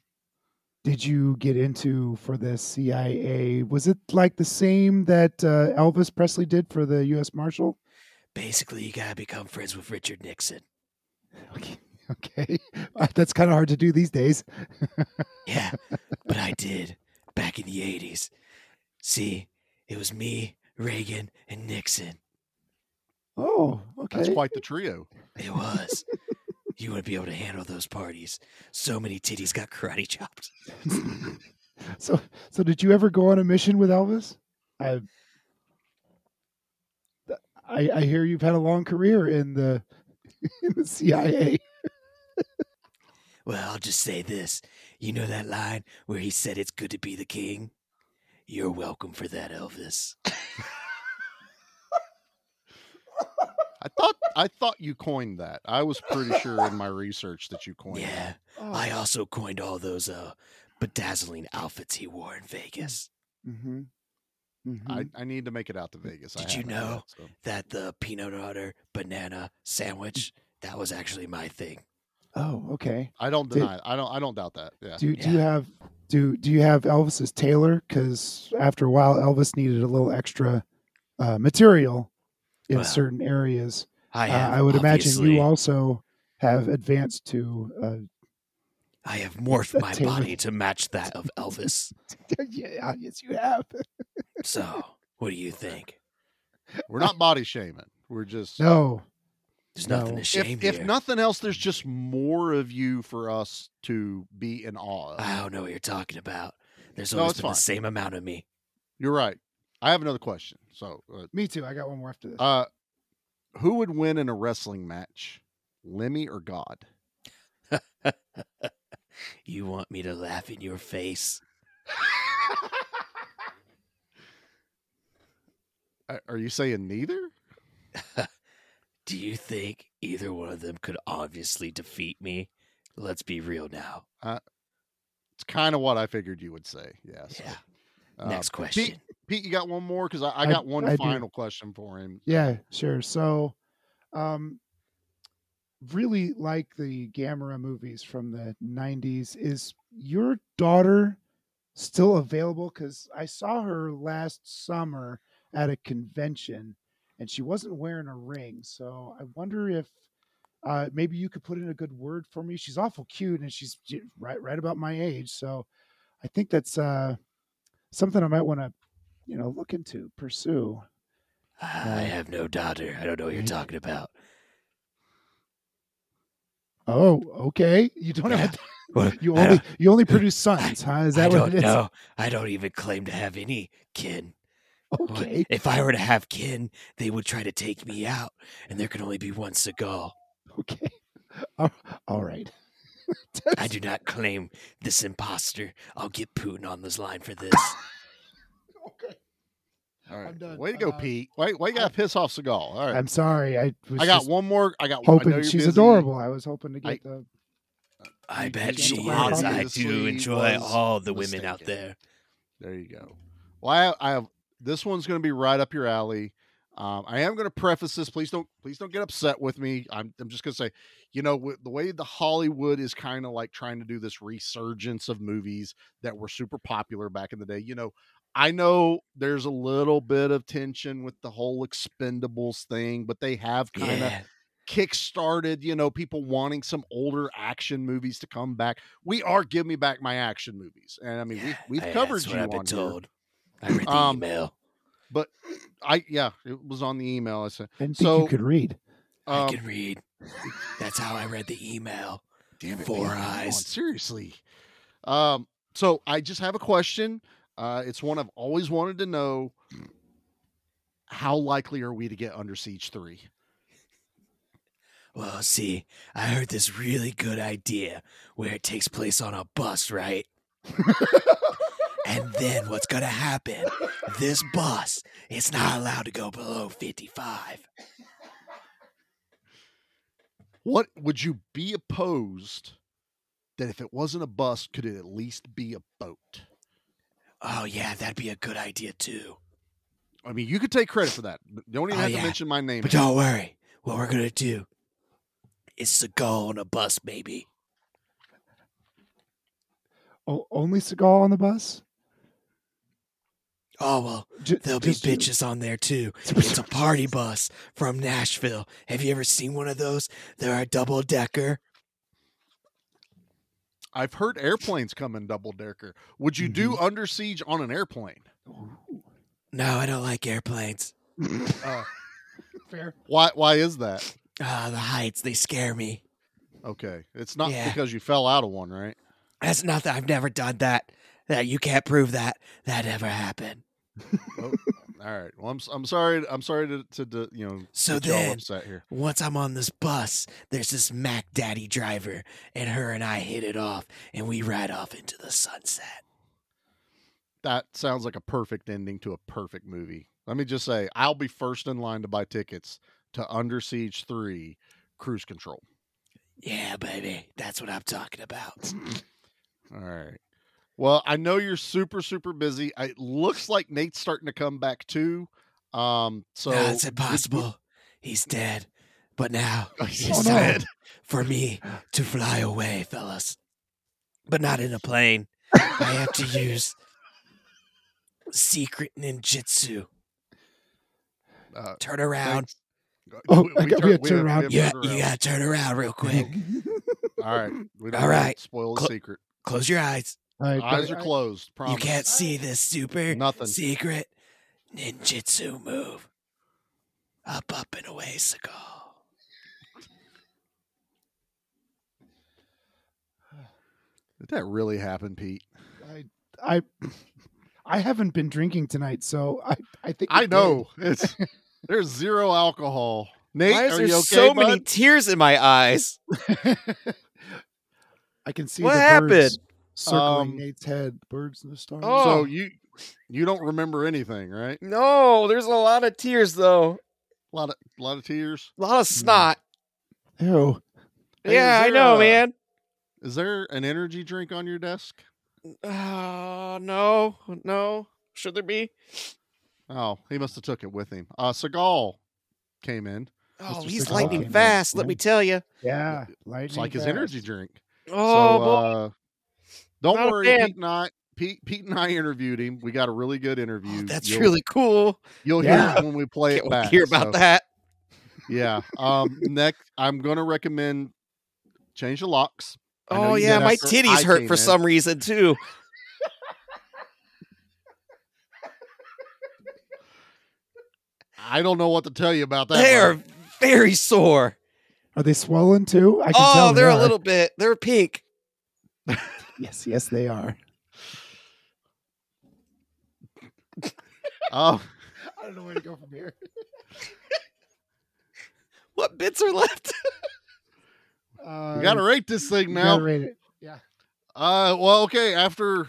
[SPEAKER 7] did you get into for the CIA? Was it like the same that uh, Elvis Presley did for the U.S. Marshal?
[SPEAKER 1] Basically, you gotta become friends with Richard Nixon.
[SPEAKER 7] Okay, that's kind of hard to do these days.
[SPEAKER 1] Yeah, but I did back in the 80s. See, it was me, Reagan, and Nixon.
[SPEAKER 7] Oh, okay.
[SPEAKER 5] That's quite the trio.
[SPEAKER 1] It was. you wouldn't be able to handle those parties. So many titties got karate chopped.
[SPEAKER 7] So, so did you ever go on a mission with Elvis? I, I, I hear you've had a long career in the, in the CIA.
[SPEAKER 1] Well, I'll just say this. You know that line where he said it's good to be the king? You're welcome for that, Elvis.
[SPEAKER 5] I thought I thought you coined that. I was pretty sure in my research that you coined.
[SPEAKER 1] Yeah,
[SPEAKER 7] Oh.
[SPEAKER 1] I also coined all those uh bedazzling outfits he wore in Vegas.
[SPEAKER 7] Mm-hmm.
[SPEAKER 5] I, I need to make it out to Vegas.
[SPEAKER 1] Mm-hmm.
[SPEAKER 5] I
[SPEAKER 1] Did you
[SPEAKER 5] haven't yet,
[SPEAKER 1] know
[SPEAKER 5] so.
[SPEAKER 1] that the peanut butter banana sandwich that was actually my thing?
[SPEAKER 7] Oh, okay.
[SPEAKER 5] I don't
[SPEAKER 7] Did-
[SPEAKER 5] deny. it. I don't. I don't doubt that. Yeah.
[SPEAKER 7] Do do you have do do you have Elvis's tailor? Because after a while, Elvis needed a little extra uh, material in
[SPEAKER 1] Well,
[SPEAKER 7] certain areas.
[SPEAKER 1] I
[SPEAKER 7] Uh,
[SPEAKER 1] have,
[SPEAKER 7] I would imagine
[SPEAKER 1] obviously.
[SPEAKER 7] you also have advanced to. Uh,
[SPEAKER 1] I have morphed
[SPEAKER 7] A
[SPEAKER 1] my
[SPEAKER 7] tailor-
[SPEAKER 1] body to match that of Elvis.
[SPEAKER 7] yeah, yes, you have.
[SPEAKER 1] So, what do you think?
[SPEAKER 5] We're not body shaming. We're just
[SPEAKER 7] No,
[SPEAKER 1] There's
[SPEAKER 7] No.
[SPEAKER 1] nothing to
[SPEAKER 7] If-
[SPEAKER 1] shame
[SPEAKER 5] If, if
[SPEAKER 1] here.
[SPEAKER 5] nothing else, there's just more of you for us to be in awe. Of.
[SPEAKER 1] I don't know what you're talking about. There's
[SPEAKER 5] No,
[SPEAKER 1] always
[SPEAKER 5] it's
[SPEAKER 1] been the
[SPEAKER 5] fine.
[SPEAKER 1] same amount of me.
[SPEAKER 5] You're right. I have another question. So, uh,
[SPEAKER 7] me too. I got one more after this.
[SPEAKER 5] uh, who would win in a wrestling match, Lemmy or God?
[SPEAKER 1] You want me to laugh in your face?
[SPEAKER 5] A- Are you saying neither?
[SPEAKER 1] Do you think either one of them could obviously defeat me? Let's be real now.
[SPEAKER 5] It's kind of what I figured you would say. Yes.
[SPEAKER 1] Yeah.
[SPEAKER 7] Oh,
[SPEAKER 1] Next
[SPEAKER 5] Pete,
[SPEAKER 1] question.
[SPEAKER 5] Pete, you got one more because I, I
[SPEAKER 7] I-
[SPEAKER 5] got one
[SPEAKER 7] I do.
[SPEAKER 5] final question for him.
[SPEAKER 7] Yeah, sure. So, um, really like the Gamera movies from the '90s. Is your daughter still available? Because I saw her last summer at a convention, and she wasn't wearing a ring. So I wonder if uh, maybe you could put in a good word for me. She's awful cute, and she's j- right right about my age. So I think that's uh, something I might want to, you know, look into pursue.
[SPEAKER 1] I
[SPEAKER 7] Uh,
[SPEAKER 1] have no daughter. I don't know what you're
[SPEAKER 7] right.
[SPEAKER 1] talking about.
[SPEAKER 7] Oh, okay. You don't have
[SPEAKER 1] Well,
[SPEAKER 7] you
[SPEAKER 1] I
[SPEAKER 7] only
[SPEAKER 1] don't-
[SPEAKER 7] you only produce sons, huh? Is that
[SPEAKER 1] I
[SPEAKER 7] what
[SPEAKER 1] don't
[SPEAKER 7] it is?
[SPEAKER 1] know. I don't even claim to have any kin. What-
[SPEAKER 7] Okay.
[SPEAKER 1] If I were to have kin, they would try to take me out, and there can only be one Seagal.
[SPEAKER 7] Okay. All- all right.
[SPEAKER 1] I do not claim this imposter. I'll get Putin on this line for this.
[SPEAKER 7] Okay.
[SPEAKER 5] All right.
[SPEAKER 7] done.
[SPEAKER 5] Way to go,
[SPEAKER 7] Uh,
[SPEAKER 5] Pete. Wait, why you got to piss off Seagal? All right.
[SPEAKER 7] I'm sorry. I was
[SPEAKER 5] I got
[SPEAKER 7] just
[SPEAKER 5] one more. I got I
[SPEAKER 7] hoping
[SPEAKER 5] know you're
[SPEAKER 7] she's
[SPEAKER 5] busy.
[SPEAKER 7] adorable. I was hoping to get
[SPEAKER 5] I-
[SPEAKER 7] the
[SPEAKER 1] I
[SPEAKER 5] You-
[SPEAKER 1] bet
[SPEAKER 5] you
[SPEAKER 1] she
[SPEAKER 5] were
[SPEAKER 1] is. I do
[SPEAKER 5] obviously
[SPEAKER 1] enjoy
[SPEAKER 5] was
[SPEAKER 1] all the women out
[SPEAKER 5] mistaken.
[SPEAKER 1] there.
[SPEAKER 5] There you go. Well, I, I have this one's going to be right up your alley. Um, I am going to preface this. Please don't, please don't get upset with me. I'm, I'm just going to say, you know, w- the way the Hollywood is kind of like trying to do this resurgence of movies that were super popular back in the day. You know, I know there's a little bit of tension with the whole Expendables thing, but they have kind of
[SPEAKER 1] Yeah.
[SPEAKER 5] kickstarted, you know, people wanting some older action movies to come back. We are give me back my action movies, and I mean
[SPEAKER 1] yeah.
[SPEAKER 5] we,
[SPEAKER 1] I-
[SPEAKER 5] we've covered
[SPEAKER 1] that's
[SPEAKER 5] you
[SPEAKER 1] what I've been
[SPEAKER 5] on here.
[SPEAKER 1] told. I read the
[SPEAKER 5] Um,
[SPEAKER 1] email.
[SPEAKER 5] But I yeah, it was on the email. I said
[SPEAKER 7] didn't think
[SPEAKER 5] so.
[SPEAKER 7] you could read.
[SPEAKER 5] um,
[SPEAKER 1] I can read. That's how I read the email.
[SPEAKER 5] damn it,
[SPEAKER 1] four
[SPEAKER 5] man, come on,
[SPEAKER 1] eyes.
[SPEAKER 5] seriously. Um, so I just have a question. Uh, it's one I've always wanted to know. How likely are we to get Under Siege three?
[SPEAKER 1] Well, see, I heard this really good idea where it takes place on a bus, right? and then what's going to happen? This bus, it's not allowed to go below 55.
[SPEAKER 5] What would you be opposed that if it wasn't a bus, could it at least be a boat?
[SPEAKER 1] Oh, yeah, that'd be a good idea, too.
[SPEAKER 5] I mean, you could take credit for that. but Don't even
[SPEAKER 1] Oh,
[SPEAKER 5] have
[SPEAKER 1] yeah.
[SPEAKER 5] to mention my name.
[SPEAKER 1] But don't worry. What we're going to do is to go on a bus, baby.
[SPEAKER 7] Oh, only Seagal on the bus?
[SPEAKER 6] Oh well, there'll be bitches on there too. It's a party bus from Nashville. Have you ever seen one of those? They're a double decker.
[SPEAKER 5] I've heard airplanes come in double decker. Would you do Under Siege on an airplane?
[SPEAKER 6] No, I don't like airplanes.
[SPEAKER 7] Fair.
[SPEAKER 5] Why? Why is that?
[SPEAKER 6] Ah, the heights they scare me.
[SPEAKER 5] Okay, it's not
[SPEAKER 6] Yeah.
[SPEAKER 5] because you fell out of one, right?
[SPEAKER 6] That's not that I've never done that. That you can't prove that that ever happened.
[SPEAKER 5] Oh, all right. Well, I'm s- I'm sorry. I'm sorry to, to, to you know.
[SPEAKER 6] So
[SPEAKER 5] get y'all
[SPEAKER 6] then,
[SPEAKER 5] upset here.
[SPEAKER 6] once I'm on this bus, there's this Mac Daddy driver, and her and I hit it off, and we ride off into the sunset.
[SPEAKER 5] That sounds like a perfect ending to a perfect movie. Let me just say, I'll be first in line to buy tickets to Under Siege Three, Cruise Control.
[SPEAKER 6] Yeah, baby, that's what I'm talking about.
[SPEAKER 5] All right. Well, I know you're super super busy. I- It looks like Nate's starting to come back too. Um, so
[SPEAKER 6] no, it's impossible. He's dead. But now
[SPEAKER 5] Oh,
[SPEAKER 6] it's
[SPEAKER 5] no.
[SPEAKER 6] time for me to fly away, fellas. But not in a plane. I have to use secret ninjutsu.
[SPEAKER 5] Uh,
[SPEAKER 6] turn around.
[SPEAKER 7] Oh, we- I we got- we turn- gotta we turn have- we around. have to
[SPEAKER 6] Yeah,
[SPEAKER 7] turn
[SPEAKER 6] you
[SPEAKER 7] around.
[SPEAKER 6] gotta turn around real quick.
[SPEAKER 5] All right. We don't
[SPEAKER 6] All
[SPEAKER 5] wanna
[SPEAKER 6] right.
[SPEAKER 5] Spoil
[SPEAKER 6] Clo-
[SPEAKER 5] the secret.
[SPEAKER 6] Close your eyes.
[SPEAKER 7] All
[SPEAKER 5] Eyes are closed.
[SPEAKER 6] You
[SPEAKER 5] Promise.
[SPEAKER 6] can't see this super
[SPEAKER 5] Nothing.
[SPEAKER 6] secret ninjutsu move. Up, up, and away, Seagal.
[SPEAKER 5] Did that really happen, Pete?
[SPEAKER 7] I I haven't been drinking tonight, so I I think
[SPEAKER 5] I
[SPEAKER 7] it
[SPEAKER 5] know
[SPEAKER 7] did.
[SPEAKER 5] it's there's zero alcohol. Nate,
[SPEAKER 6] Why is
[SPEAKER 5] are
[SPEAKER 6] there
[SPEAKER 5] you okay,
[SPEAKER 6] so many
[SPEAKER 5] bud?
[SPEAKER 6] tears in my eyes?
[SPEAKER 7] I can see
[SPEAKER 6] What
[SPEAKER 7] the
[SPEAKER 6] happened?
[SPEAKER 7] birds circling
[SPEAKER 5] Um, oh.
[SPEAKER 7] Nate's head. Birds in the stars.
[SPEAKER 6] Oh.
[SPEAKER 5] So you you don't remember anything, right?
[SPEAKER 6] No, there's a lot of tears though.
[SPEAKER 5] A lot of lot of tears.
[SPEAKER 6] A lot of
[SPEAKER 7] Hmm.
[SPEAKER 6] snot.
[SPEAKER 7] Ew.
[SPEAKER 5] Hey,
[SPEAKER 6] yeah,
[SPEAKER 5] is
[SPEAKER 6] I
[SPEAKER 5] there
[SPEAKER 6] know,
[SPEAKER 5] a-
[SPEAKER 6] man.
[SPEAKER 5] Is there an energy drink on your desk?
[SPEAKER 6] Uh, no, no. Should there be?
[SPEAKER 5] Oh, he must have took it with him. Uh Seagal came in.
[SPEAKER 6] Oh,
[SPEAKER 5] Mr.
[SPEAKER 6] he's
[SPEAKER 5] Seagal
[SPEAKER 6] lightning
[SPEAKER 5] came in.
[SPEAKER 6] fast. Let me tell you.
[SPEAKER 7] Yeah, lightning
[SPEAKER 5] It's like his
[SPEAKER 7] fast.
[SPEAKER 5] energy drink.
[SPEAKER 6] Oh,
[SPEAKER 5] so,
[SPEAKER 6] boy.
[SPEAKER 5] uh, don't
[SPEAKER 6] Not a
[SPEAKER 5] worry,
[SPEAKER 6] fan.
[SPEAKER 5] Pete and I. Pete, Pete and I interviewed him. We got a really good interview.
[SPEAKER 6] Oh, That's
[SPEAKER 5] You'll-
[SPEAKER 6] really cool.
[SPEAKER 5] You'll hear
[SPEAKER 6] Yeah.
[SPEAKER 5] it when we play
[SPEAKER 6] Can't
[SPEAKER 5] it
[SPEAKER 6] wait to
[SPEAKER 5] back.
[SPEAKER 6] hear about
[SPEAKER 5] so-
[SPEAKER 6] that.
[SPEAKER 5] Yeah. Um. next, I'm gonna recommend change the locks. I know
[SPEAKER 6] Oh
[SPEAKER 5] you
[SPEAKER 6] yeah,
[SPEAKER 5] did
[SPEAKER 6] my
[SPEAKER 5] after
[SPEAKER 6] titties
[SPEAKER 5] I
[SPEAKER 6] hurt
[SPEAKER 5] came
[SPEAKER 6] for
[SPEAKER 5] in.
[SPEAKER 6] some reason too.
[SPEAKER 5] I don't know what to tell you about that.
[SPEAKER 6] They are
[SPEAKER 5] one.
[SPEAKER 6] very sore.
[SPEAKER 7] Are they swollen too? I can
[SPEAKER 6] Oh,
[SPEAKER 7] tell
[SPEAKER 6] they're
[SPEAKER 7] they
[SPEAKER 6] a
[SPEAKER 7] are.
[SPEAKER 6] little bit. They're pink.
[SPEAKER 7] Yes, yes, they are.
[SPEAKER 5] Oh,
[SPEAKER 7] I don't know where to go from here.
[SPEAKER 6] What bits are left?
[SPEAKER 7] Uh,
[SPEAKER 5] we gotta rate this thing
[SPEAKER 7] you gotta
[SPEAKER 5] now.
[SPEAKER 7] rate it. Yeah,
[SPEAKER 5] Uh. Well, okay. After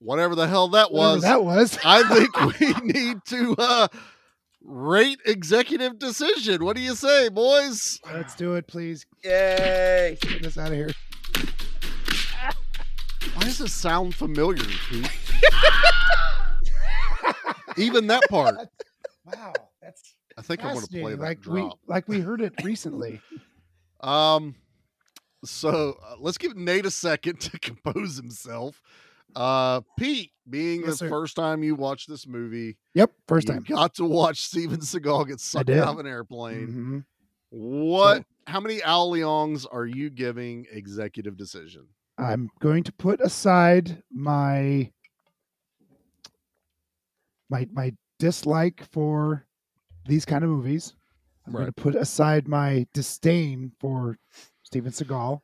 [SPEAKER 5] whatever the hell that
[SPEAKER 7] Whatever
[SPEAKER 5] was,
[SPEAKER 7] that was.
[SPEAKER 5] I think we need to uh rate executive decision. What do you say, boys?
[SPEAKER 7] Let's do it, please.
[SPEAKER 6] Yay!
[SPEAKER 7] Get us out of here.
[SPEAKER 5] Why does this sound familiar, Pete? Even that part.
[SPEAKER 7] Wow, that's
[SPEAKER 5] I think I'm gonna play
[SPEAKER 7] fascinating.
[SPEAKER 5] that
[SPEAKER 7] like we
[SPEAKER 5] drop.
[SPEAKER 7] like we heard it recently.
[SPEAKER 5] Um, so uh, let's give Nate a second to compose himself. Uh, Pete, being
[SPEAKER 7] Yes,
[SPEAKER 5] the
[SPEAKER 7] sir.
[SPEAKER 5] first time you watched this movie,
[SPEAKER 7] yep, first
[SPEAKER 5] you
[SPEAKER 7] time.
[SPEAKER 5] got to watch Steven Seagal get sucked
[SPEAKER 7] did.
[SPEAKER 5] out of an airplane.
[SPEAKER 7] hmm
[SPEAKER 5] What? How many Al Leongs are you giving executive decision?
[SPEAKER 7] I'm going to put aside my my my dislike for these kind of movies. I'm going to
[SPEAKER 5] Right.
[SPEAKER 7] put aside my disdain for Steven Seagal.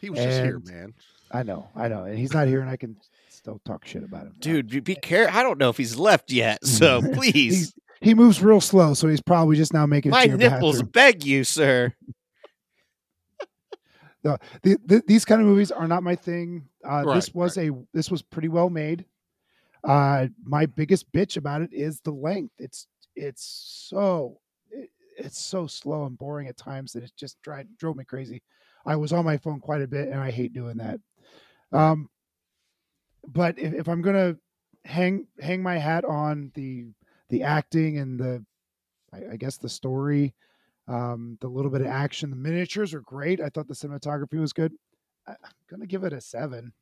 [SPEAKER 5] He was just here,
[SPEAKER 7] And-
[SPEAKER 5] man.
[SPEAKER 7] I know, I know, and he's not here, and I can still talk shit about him.
[SPEAKER 6] Dude, be- be careful. I don't know if he's left yet, so please.
[SPEAKER 7] He moves real slow, so he's probably just now making it
[SPEAKER 6] My
[SPEAKER 7] to your
[SPEAKER 6] nipples
[SPEAKER 7] bathroom.
[SPEAKER 6] beg you, sir.
[SPEAKER 7] No, the, the, these kind of movies are not my thing. Uh, this
[SPEAKER 5] Right,
[SPEAKER 7] was a this was pretty well made. Uh, my biggest bitch about it is the length. It's it's so it, it's so slow and boring at times that it just drive, drove me crazy. I was on my phone quite a bit, and I hate doing that. Um, but if, if I'm gonna hang hang my hat on the the acting and the I, I guess the story, um, the little bit of action, the miniatures are great. I thought the cinematography was good. I, I'm gonna give it a seven.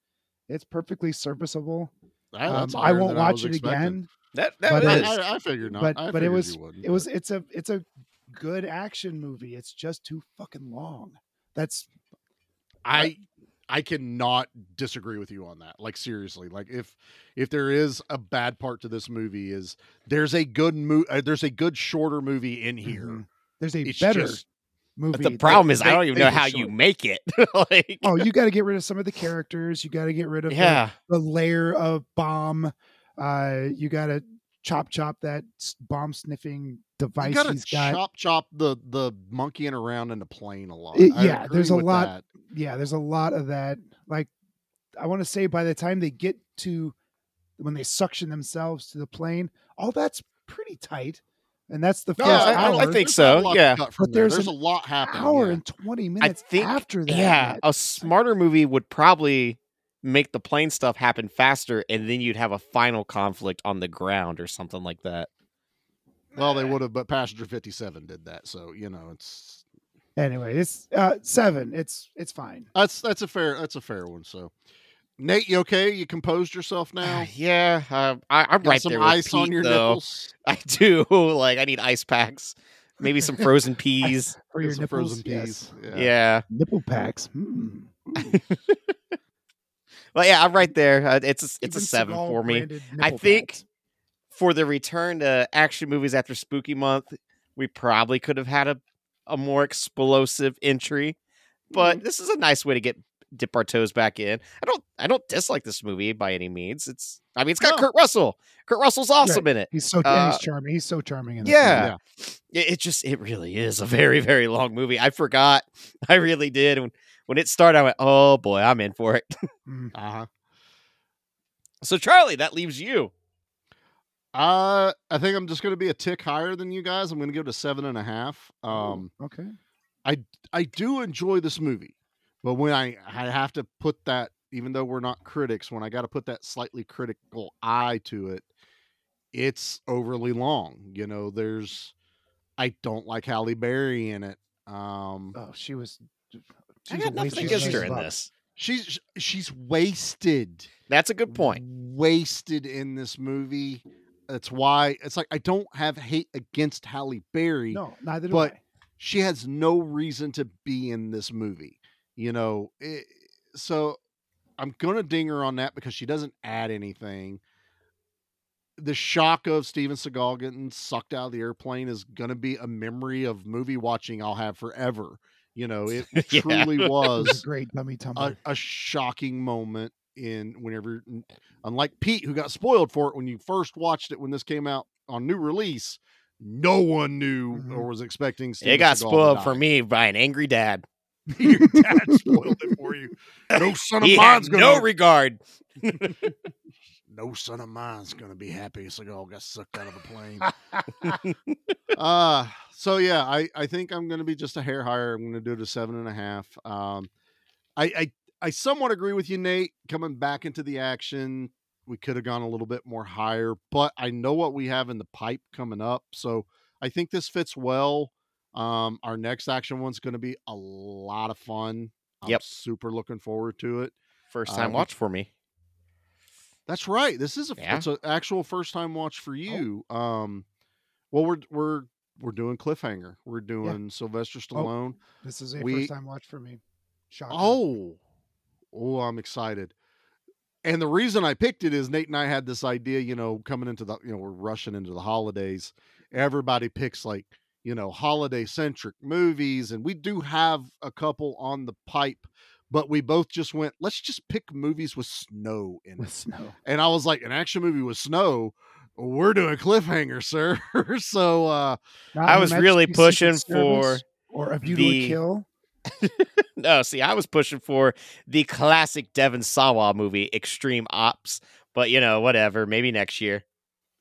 [SPEAKER 7] It's perfectly serviceable.
[SPEAKER 5] Ah, that's
[SPEAKER 7] um, I
[SPEAKER 5] higher
[SPEAKER 7] won't
[SPEAKER 5] than I
[SPEAKER 7] watch
[SPEAKER 5] was
[SPEAKER 7] it
[SPEAKER 5] expecting.
[SPEAKER 7] again.
[SPEAKER 5] That- that
[SPEAKER 7] but
[SPEAKER 5] is-
[SPEAKER 7] it's-
[SPEAKER 5] I- I figured not.
[SPEAKER 7] But
[SPEAKER 5] I
[SPEAKER 7] but it
[SPEAKER 5] figured
[SPEAKER 7] was
[SPEAKER 5] you wouldn't,
[SPEAKER 7] it was it's a it's a good action movie. It's just too fucking long. That's
[SPEAKER 5] I I cannot disagree with you on that. Like seriously, like if if there is a bad part to this movie is there's a good mo- uh, there's a good shorter movie in here.
[SPEAKER 7] mm-hmm. There's a
[SPEAKER 5] It's
[SPEAKER 7] better
[SPEAKER 5] just-
[SPEAKER 7] movie.
[SPEAKER 6] But the
[SPEAKER 7] that-
[SPEAKER 6] problem is, I
[SPEAKER 5] they-
[SPEAKER 6] don't even
[SPEAKER 5] they
[SPEAKER 6] know
[SPEAKER 5] were
[SPEAKER 6] how
[SPEAKER 5] short.
[SPEAKER 6] you make it. like,
[SPEAKER 7] oh, you got to get rid of some of the characters. You got to get rid of the-
[SPEAKER 6] Yeah.
[SPEAKER 7] the, layer of bomb. Uh, you got to chop chop that s- bomb sniffing device.
[SPEAKER 5] you gotta
[SPEAKER 7] he's Mm-hmm. got.
[SPEAKER 5] chop chop the the monkeying around in the plane a lot.
[SPEAKER 7] It-
[SPEAKER 5] I
[SPEAKER 7] Eh, yeah,
[SPEAKER 5] agree
[SPEAKER 7] there's a
[SPEAKER 5] with
[SPEAKER 7] lot.
[SPEAKER 5] that.
[SPEAKER 7] Yeah, there's a lot of that. Like, I want to say by the time they get to when they suction themselves to the plane, all that's pretty tight, and that's the
[SPEAKER 5] No,
[SPEAKER 7] first
[SPEAKER 5] I- I
[SPEAKER 7] hour.
[SPEAKER 5] don't- there's not a lot to cut from
[SPEAKER 7] but
[SPEAKER 5] there.
[SPEAKER 7] there's,
[SPEAKER 5] there's
[SPEAKER 7] an
[SPEAKER 5] a lot happening.
[SPEAKER 7] hour
[SPEAKER 5] yeah.
[SPEAKER 7] and twenty minutes after that.
[SPEAKER 6] yeah, oh a smarter movie would probably make the plane stuff happen faster, and then you'd have a final conflict on the ground or something like that.
[SPEAKER 5] Well, they would have, but Passenger 57 did that, so you know it's
[SPEAKER 7] Anyway, it's uh, seven. It's it's fine.
[SPEAKER 5] that's that's a fair that's a fair one. So, Nate, you okay? You composed yourself now?
[SPEAKER 6] Yeah, uh, I, I'm
[SPEAKER 5] Got
[SPEAKER 6] right
[SPEAKER 5] some
[SPEAKER 6] there with
[SPEAKER 5] ice on
[SPEAKER 6] Pete,
[SPEAKER 5] your
[SPEAKER 6] though.
[SPEAKER 5] nipples?
[SPEAKER 6] I do. Like, I need ice packs, maybe some frozen peas.
[SPEAKER 7] for your
[SPEAKER 5] Some
[SPEAKER 7] nipples.
[SPEAKER 5] frozen peas.
[SPEAKER 6] Yeah.
[SPEAKER 5] Yeah.
[SPEAKER 7] Nipple packs. Hmm.
[SPEAKER 6] Well, yeah, I'm right there. Uh, it's a, it's a
[SPEAKER 7] Even
[SPEAKER 6] seven
[SPEAKER 7] Seagal
[SPEAKER 6] for me.
[SPEAKER 7] branded
[SPEAKER 6] I
[SPEAKER 7] nipple
[SPEAKER 6] think for the return to action movies after Spooky Month, we probably could have had a a more explosive entry, but this is a nice way to get dip our toes back in. I don't I don't dislike this movie by any means. It's I mean it's got Kurt Russell. Kurt Russell's awesome
[SPEAKER 7] Right.
[SPEAKER 6] in it.
[SPEAKER 7] He's so and
[SPEAKER 6] Uh,
[SPEAKER 7] he's charming. He's so charming in this movie.
[SPEAKER 6] yeah. It, it just it really is a very very long movie. I forgot. I really did. When when it started, I went, "Oh boy, I'm in for it."
[SPEAKER 5] Uh huh.
[SPEAKER 6] So Charlie, that leaves you.
[SPEAKER 5] Uh, I think I'm just gonna be a tick higher than you guys. I'm gonna give it a seven and a half. Um,
[SPEAKER 7] Okay.
[SPEAKER 5] I I do enjoy this movie, but when I I have to put that, even though we're not critics, when I got to put that slightly critical eye to it, it's overly long. You know, there's I don't like Halle Berry in it.
[SPEAKER 6] Uh.
[SPEAKER 5] Um,
[SPEAKER 7] oh, she was.
[SPEAKER 6] I got nothing against her in this.
[SPEAKER 5] She's she's wasted.
[SPEAKER 6] That's a good point.
[SPEAKER 5] Wasted in this movie. That's why it's like I don't have hate against Halle Berry.
[SPEAKER 7] No, neither do
[SPEAKER 5] but
[SPEAKER 7] I.
[SPEAKER 5] she has no reason to be in this movie. You know, it, so I'm gonna ding her on that because she doesn't add anything. The shock of Steven Seagal getting sucked out of the airplane is gonna be a memory of movie watching I'll have forever. You know, it
[SPEAKER 7] Yeah.
[SPEAKER 5] truly
[SPEAKER 7] It
[SPEAKER 5] was
[SPEAKER 7] was a great dummy tumbler.
[SPEAKER 5] A, a shocking moment in whenever, unlike Pete, who got spoiled for it when you first watched it when this came out on new release, no one knew or was expecting.
[SPEAKER 6] Mm-hmm. it
[SPEAKER 5] Steven
[SPEAKER 6] got
[SPEAKER 5] Seagal to
[SPEAKER 6] spoiled
[SPEAKER 5] die.
[SPEAKER 6] for me by an angry dad.
[SPEAKER 5] No son of
[SPEAKER 6] He had
[SPEAKER 5] mine's gonna
[SPEAKER 6] no regard.
[SPEAKER 5] no son of mine's gonna be happy. Seagal got sucked out of a plane. uh so yeah, I I think I'm gonna be just a hair higher. I'm gonna do it a seven and a half. Um, I I I somewhat agree with you, Nate. Coming back into the action, we could have gone a little bit more higher, but I know what we have in the pipe coming up, so I think this fits well. Um, our next action one's gonna be a lot of fun. I'm
[SPEAKER 6] Yep.
[SPEAKER 5] super looking forward to it.
[SPEAKER 6] First
[SPEAKER 5] Uh,
[SPEAKER 6] time
[SPEAKER 5] we-
[SPEAKER 6] watch for me.
[SPEAKER 5] that's right. This is a
[SPEAKER 6] Yeah.
[SPEAKER 5] it's an actual first time watch for you. Um, well, we're we're we're doing cliffhanger. We're doing Sylvester Stallone.
[SPEAKER 7] This is a
[SPEAKER 5] We-
[SPEAKER 7] first time watch for me. Shocker.
[SPEAKER 5] Oh, oh, I'm excited. And the reason I picked it is Nate and I had this idea. You know, coming into the you know we're rushing into the holidays. Everybody picks like you know holiday centric movies, and we do have a couple on the pipe. But we both just went. Let's just pick movies with snow in
[SPEAKER 7] with
[SPEAKER 5] it.
[SPEAKER 7] snow.
[SPEAKER 5] and I was like, an action movie with snow. We're doing cliffhanger, sir. so uh
[SPEAKER 7] Not
[SPEAKER 6] I
[SPEAKER 7] an
[SPEAKER 6] was
[SPEAKER 7] emergency
[SPEAKER 6] really
[SPEAKER 7] secret
[SPEAKER 6] pushing for
[SPEAKER 7] service or a view to
[SPEAKER 6] the-
[SPEAKER 7] a kill.
[SPEAKER 6] No, see, I was pushing for the classic Devon Sawa movie, Extreme Ops. But you know, whatever. Maybe next year.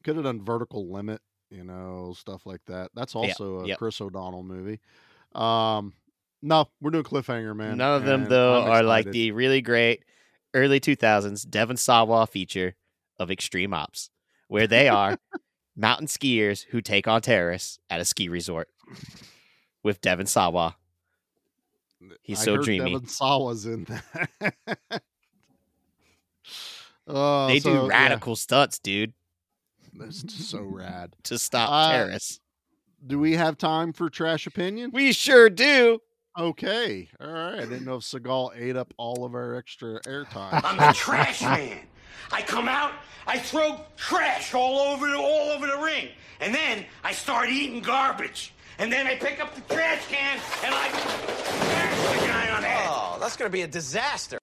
[SPEAKER 5] could have done vertical limit, you know, stuff like that. That's also a
[SPEAKER 6] yep.
[SPEAKER 5] Chris O'Donnell movie. Um no, we're doing cliffhanger, man.
[SPEAKER 6] None of them
[SPEAKER 5] and
[SPEAKER 6] though
[SPEAKER 5] I'm
[SPEAKER 6] are like
[SPEAKER 5] excited.
[SPEAKER 6] the really great early 2000s Devon Sawa feature of Extreme Ops, where they are mountain skiers who take on terrorists at a ski resort with Devon Sawa. He's
[SPEAKER 5] I
[SPEAKER 6] so
[SPEAKER 5] heard
[SPEAKER 6] dreamy.
[SPEAKER 5] Devin Sawa's in that. Oh,
[SPEAKER 6] they
[SPEAKER 5] so,
[SPEAKER 6] do
[SPEAKER 5] yeah.
[SPEAKER 6] radical stunts, dude,
[SPEAKER 5] That's so rad.
[SPEAKER 6] to stop
[SPEAKER 5] Uh,
[SPEAKER 6] terrorists.
[SPEAKER 5] Do we have time for trash opinion?
[SPEAKER 6] We sure do.
[SPEAKER 5] Okay. All right. I didn't know if Seagal ate up all of our extra airtime.
[SPEAKER 3] I'm the trash man. I come out, I throw trash all over the, all over the ring, and then I start eating garbage. And then I pick up the trash can and I smash the guy on the head. Oh, that's gonna be a disaster.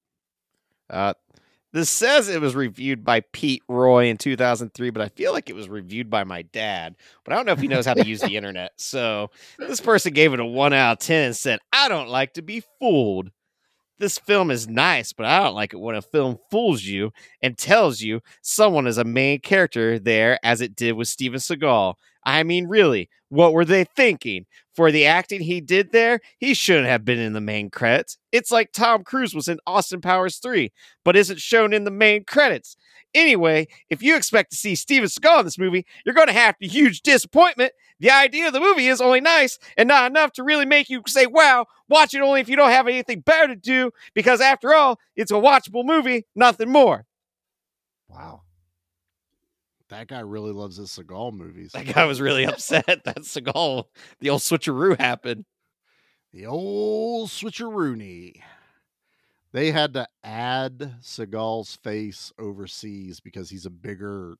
[SPEAKER 6] Uh, this says it was reviewed by Pete Roy in 2003, but I feel like it was reviewed by my dad. But I don't know if he knows how to use the internet. So this person gave it a one out of 10 and said, I don't like to be fooled. This film is nice, but I don't like it when a film fools you and tells you someone is a main character there, as it did with Steven Seagal. I mean, really, what were they thinking? For the acting he did there, he shouldn't have been in the main credits. It's like Tom Cruise was in Austin Powers 3, but isn't shown in the main credits. Anyway, if you expect to see Steven Seagal in this movie, you're going to have a huge disappointment. The idea of the movie is only nice and not enough to really make you say, wow, watch it only if you don't have anything better to do, because after all, it's a watchable movie, nothing more.
[SPEAKER 5] Wow. That guy really loves his Seagal movies.
[SPEAKER 6] That guy was really upset that Seagal, the old switcheroo happened.
[SPEAKER 5] The old switcheroony. They had to add Seagal's face overseas because he's a bigger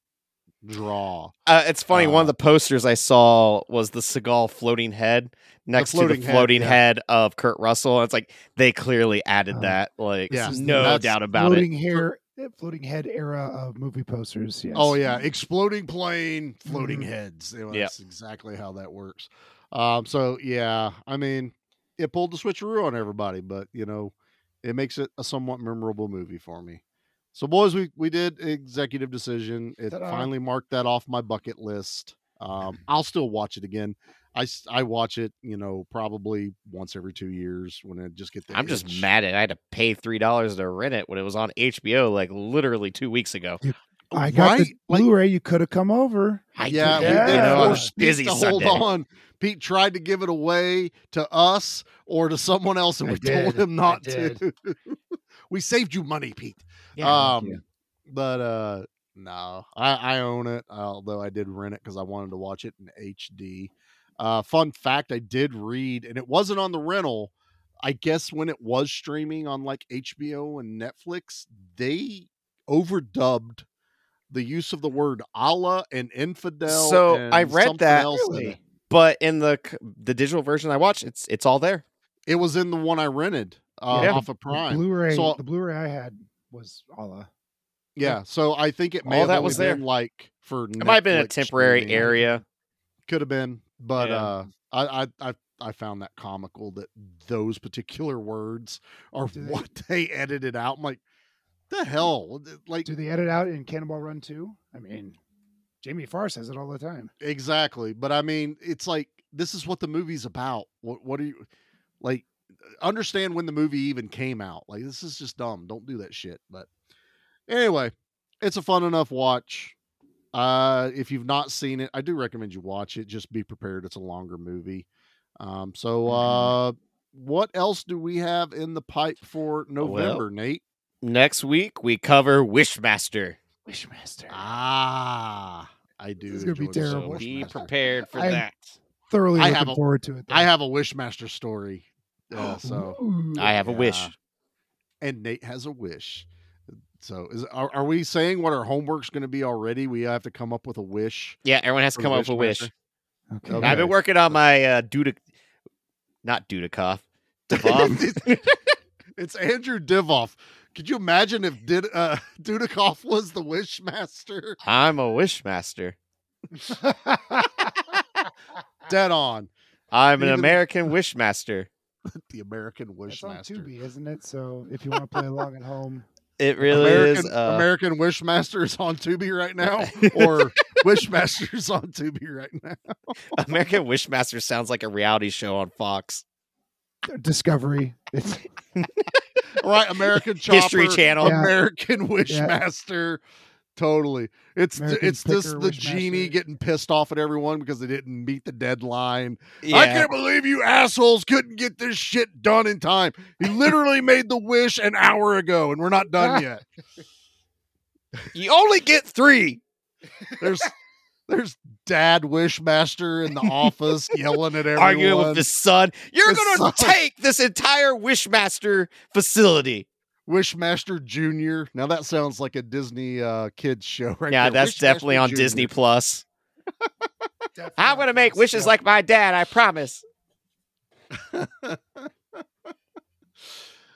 [SPEAKER 5] draw.
[SPEAKER 6] Uh, it's funny. one of the posters I saw was the Seagal floating head next
[SPEAKER 5] floating
[SPEAKER 6] to
[SPEAKER 5] head,
[SPEAKER 6] the floating
[SPEAKER 5] yeah. Uh,
[SPEAKER 6] head, of Kurt Russell. It's like they clearly added
[SPEAKER 7] Oh.
[SPEAKER 6] that. Like,
[SPEAKER 5] Yeah.
[SPEAKER 6] no
[SPEAKER 5] That's
[SPEAKER 6] doubt about
[SPEAKER 7] floating
[SPEAKER 6] it.
[SPEAKER 7] hair, eh, floating head era of movie posters. Yes.
[SPEAKER 5] Oh yeah, exploding plane, floating
[SPEAKER 7] Mhm.
[SPEAKER 5] heads. You know,
[SPEAKER 6] Yep.
[SPEAKER 5] That's exactly how that works. Um, so yeah, I mean, it pulled the switcheroo on everybody, but you know, it makes it a somewhat memorable movie for me. So boys, we we did executive decision. It
[SPEAKER 7] Ta-da.
[SPEAKER 5] finally marked that off my bucket list. Um, I'll still watch it again. I, s- I watch it, you know, probably once every two years when I just get the.
[SPEAKER 6] I'm just
[SPEAKER 5] itch.
[SPEAKER 6] mad at. I had to pay three dollars to rent it when it was on HBO, like literally two weeks ago.
[SPEAKER 7] I
[SPEAKER 5] Right?
[SPEAKER 7] got the Blu-ray. You could have come over.
[SPEAKER 6] I
[SPEAKER 5] yeah,
[SPEAKER 6] couldn't,
[SPEAKER 5] we did
[SPEAKER 6] you know, I
[SPEAKER 5] force
[SPEAKER 6] was
[SPEAKER 5] Pete
[SPEAKER 6] busy
[SPEAKER 5] to hold
[SPEAKER 6] Sunday.
[SPEAKER 5] on. Pete tried to give it away to us or to someone else, and
[SPEAKER 7] I
[SPEAKER 5] we told
[SPEAKER 7] did,
[SPEAKER 5] him
[SPEAKER 7] I
[SPEAKER 5] not to. we saved you money, Pete.
[SPEAKER 6] Yeah.
[SPEAKER 5] um, but uh, no, I, I own it. Although I did rent it because I wanted to watch it in HD. Uh, fun fact: I did read, and it wasn't on the rental. I guess when it was streaming on like HBO and Netflix, they overdubbed the use of the word Allah and infidel.
[SPEAKER 6] So I
[SPEAKER 5] and
[SPEAKER 6] read
[SPEAKER 5] something
[SPEAKER 6] that,
[SPEAKER 5] else in it.
[SPEAKER 6] but in the c- the digital version I watched, it's it's all there.
[SPEAKER 5] It was in the one I rented uh,
[SPEAKER 6] Yeah.
[SPEAKER 5] off of
[SPEAKER 7] The
[SPEAKER 5] Prime.
[SPEAKER 7] Blu-ray.
[SPEAKER 5] So
[SPEAKER 7] the Blu-ray I had was Allah.
[SPEAKER 5] yeah, so I think it may
[SPEAKER 6] All
[SPEAKER 5] have
[SPEAKER 6] Oh, that
[SPEAKER 5] only
[SPEAKER 6] was there.
[SPEAKER 5] been like for
[SPEAKER 6] It might have been a
[SPEAKER 5] Netflix
[SPEAKER 6] temporary
[SPEAKER 5] streaming.
[SPEAKER 6] area.
[SPEAKER 5] Could have been, but
[SPEAKER 6] Yeah.
[SPEAKER 5] uh, I, I I I found that comical that those particular words are
[SPEAKER 7] Do they-
[SPEAKER 5] what they edited out. I'm like, the hell, like
[SPEAKER 7] Do they edit out in Cannonball Run too? I mean, Jamie Farr says it all the time.
[SPEAKER 5] Exactly. But I mean, it's like this is what the movie's about. What what are you like understand when the movie even came out. Like this is just dumb. Don't do that shit. But anyway, it's a fun enough watch. Uh if you've not seen it, I do recommend you watch it. Just be prepared. It's a longer movie. Um
[SPEAKER 7] Mm-hmm.
[SPEAKER 5] so uh what else do we have in the pipe for November, Nate?
[SPEAKER 6] Next week we cover Wishmaster.
[SPEAKER 7] Wishmaster.
[SPEAKER 5] Ah, I do.
[SPEAKER 7] is gonna be
[SPEAKER 5] enjoy this so
[SPEAKER 7] terrible.
[SPEAKER 5] much,
[SPEAKER 6] Be
[SPEAKER 5] Master.
[SPEAKER 6] prepared for
[SPEAKER 7] I'm-
[SPEAKER 6] that.
[SPEAKER 7] Thoroughly
[SPEAKER 5] I
[SPEAKER 7] looking
[SPEAKER 5] have a-
[SPEAKER 7] forward to it.
[SPEAKER 5] I have a Wishmaster story.
[SPEAKER 6] Oh.
[SPEAKER 5] Uh, so
[SPEAKER 7] Ooh.
[SPEAKER 6] I have a wish.
[SPEAKER 5] Yeah. and Nate has a wish. So is are, are we saying what our homework's going to be already? We have to come up with a wish.
[SPEAKER 6] Yeah, everyone has to
[SPEAKER 5] for
[SPEAKER 6] come up with a wish.
[SPEAKER 5] Wishmaster?
[SPEAKER 7] Okay.
[SPEAKER 5] Okay.
[SPEAKER 6] I've been working on my uh, Dudik, not Dudikoff. Duvall.
[SPEAKER 5] It's Andrew Divoff. Could you imagine if Did uh, Dudikoff was the wish master?
[SPEAKER 6] I'm a wishmaster.
[SPEAKER 5] Dead on
[SPEAKER 6] I'm an
[SPEAKER 5] Even-
[SPEAKER 6] American wishmaster.
[SPEAKER 5] the American wish
[SPEAKER 7] It's on
[SPEAKER 5] master.
[SPEAKER 7] Tubi, isn't it? So if you want to play along at home,
[SPEAKER 6] It really
[SPEAKER 5] American,
[SPEAKER 6] is. Uh,
[SPEAKER 5] American Wishmaster is on Tubi right now, or Wishmaster is on Tubi right now.
[SPEAKER 6] American wishmaster sounds like a reality show on Fox.
[SPEAKER 7] Discovery. It's
[SPEAKER 5] right? American Chopper,
[SPEAKER 6] History Channel.
[SPEAKER 7] Yeah.
[SPEAKER 5] American
[SPEAKER 7] Yeah.
[SPEAKER 5] Wishmaster. Totally, it's th-
[SPEAKER 7] American
[SPEAKER 5] it's this
[SPEAKER 7] Picker
[SPEAKER 5] the genie
[SPEAKER 7] Wishmaster.
[SPEAKER 5] getting pissed off at everyone because they didn't meet the deadline. I
[SPEAKER 6] Yeah.
[SPEAKER 5] can't believe you assholes couldn't get this shit done in time. He literally made the wish an hour ago, and we're not done yet.
[SPEAKER 6] You only get three.
[SPEAKER 5] There's there's Dad Wishmaster in the office yelling at everyone.
[SPEAKER 6] Arguing with his son. You're
[SPEAKER 5] His
[SPEAKER 6] gonna
[SPEAKER 5] son.
[SPEAKER 6] take this entire Wishmaster facility.
[SPEAKER 5] Wishmaster Junior. Now that sounds like a Disney uh, kids show, right?
[SPEAKER 6] yeah,
[SPEAKER 5] there.
[SPEAKER 6] that's
[SPEAKER 5] Wishmaster
[SPEAKER 6] definitely on
[SPEAKER 5] Jr..
[SPEAKER 6] Disney Plus. I'm gonna make wishes like my dad. I promise.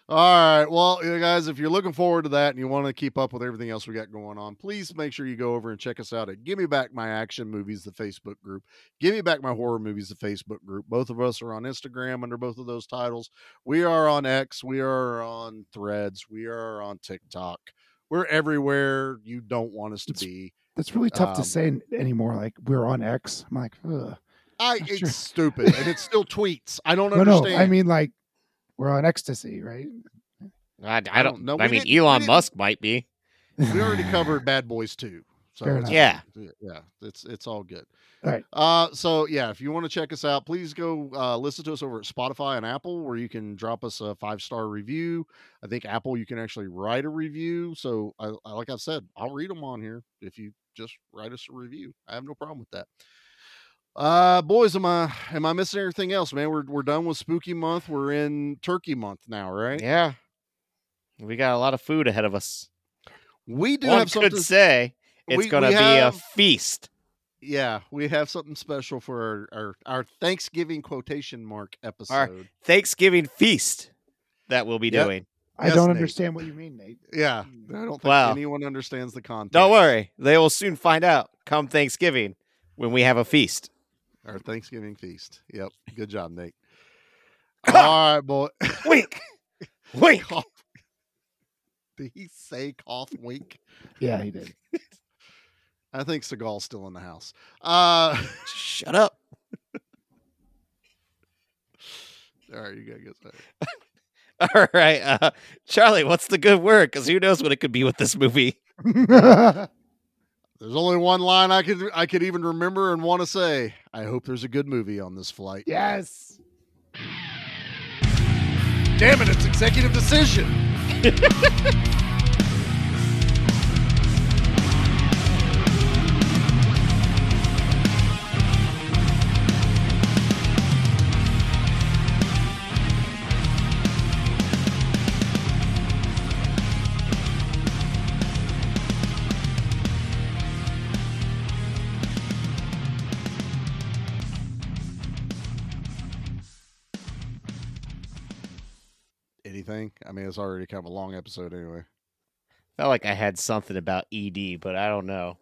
[SPEAKER 5] All right. Well, you guys, if you're looking forward to that and you want to keep up with everything else we got going on, please make sure you go over and check us out at Give Me Back My Action Movies, the Facebook group. Give Me Back My Horror Movies, the Facebook group. Both of us are on Instagram under both of those titles. We are on X. We are on Threads. We are on TikTok. We're everywhere you don't want us to be.
[SPEAKER 7] That's really tough
[SPEAKER 5] Um,
[SPEAKER 7] to say anymore. Like we're on X. I'm like, ugh.
[SPEAKER 5] I, it's stupid. And it's still tweets. I don't
[SPEAKER 7] no,
[SPEAKER 5] understand.
[SPEAKER 7] no. I mean, like we're on ecstasy, right?
[SPEAKER 6] I, I don't
[SPEAKER 5] know.
[SPEAKER 6] know. I
[SPEAKER 5] We
[SPEAKER 6] mean,
[SPEAKER 5] didn't- we
[SPEAKER 6] Elon
[SPEAKER 5] didn't-
[SPEAKER 6] Musk might be.
[SPEAKER 5] we already covered Bad Boys 2. So
[SPEAKER 6] Fair
[SPEAKER 5] it's-
[SPEAKER 6] enough.
[SPEAKER 5] Yeah, it's it's all good.
[SPEAKER 7] All right.
[SPEAKER 5] Uh so yeah, if you want to check us out, please go uh listen to us over at Spotify and Apple where you can drop us a five-star review. I think Apple you can actually write a review. So I, I like I've said, I'll read them on here if you just write us a review. I have no problem with that. Uh boys, am I am I missing anything else, man? We're we're done with spooky month. We're in turkey month now, right?
[SPEAKER 6] Yeah. We got a lot of food ahead of us.
[SPEAKER 5] We do
[SPEAKER 6] One
[SPEAKER 5] have something
[SPEAKER 6] could say it's
[SPEAKER 5] we-
[SPEAKER 6] gonna
[SPEAKER 5] we
[SPEAKER 6] be
[SPEAKER 5] have-
[SPEAKER 6] a feast.
[SPEAKER 5] Yeah, we have something special for our our, our Thanksgiving quotation mark episode.
[SPEAKER 6] Our Thanksgiving feast that we'll be
[SPEAKER 5] Yep.
[SPEAKER 6] doing.
[SPEAKER 7] I
[SPEAKER 5] Yes,
[SPEAKER 7] don't
[SPEAKER 5] Nate.
[SPEAKER 7] understand what you mean, Nate.
[SPEAKER 5] Yeah, I don't think
[SPEAKER 6] Wow.
[SPEAKER 5] anyone understands the context.
[SPEAKER 6] Don't worry, they will soon find out come Thanksgiving when we have a feast.
[SPEAKER 5] Our Thanksgiving feast. Yep. Good job, Nate. All right, boy.
[SPEAKER 6] Wink. Wink.
[SPEAKER 5] Cough. Did he say cough wink?
[SPEAKER 7] Yeah, he did.
[SPEAKER 5] I think Seagal's still in the house. Uh
[SPEAKER 6] Shut up.
[SPEAKER 5] All right, you gotta get started.
[SPEAKER 6] All right, uh, Charlie, what's the good word? Because who knows what it could be with this movie?
[SPEAKER 5] There's only one line I could I could even remember and want to say. I hope there's a good movie on this flight.
[SPEAKER 7] Yes.
[SPEAKER 5] Damn it, it's executive decision. Anything? I mean, it's already kind of a long episode anyway. E
[SPEAKER 6] Felt like I had something about ED, but I don't know.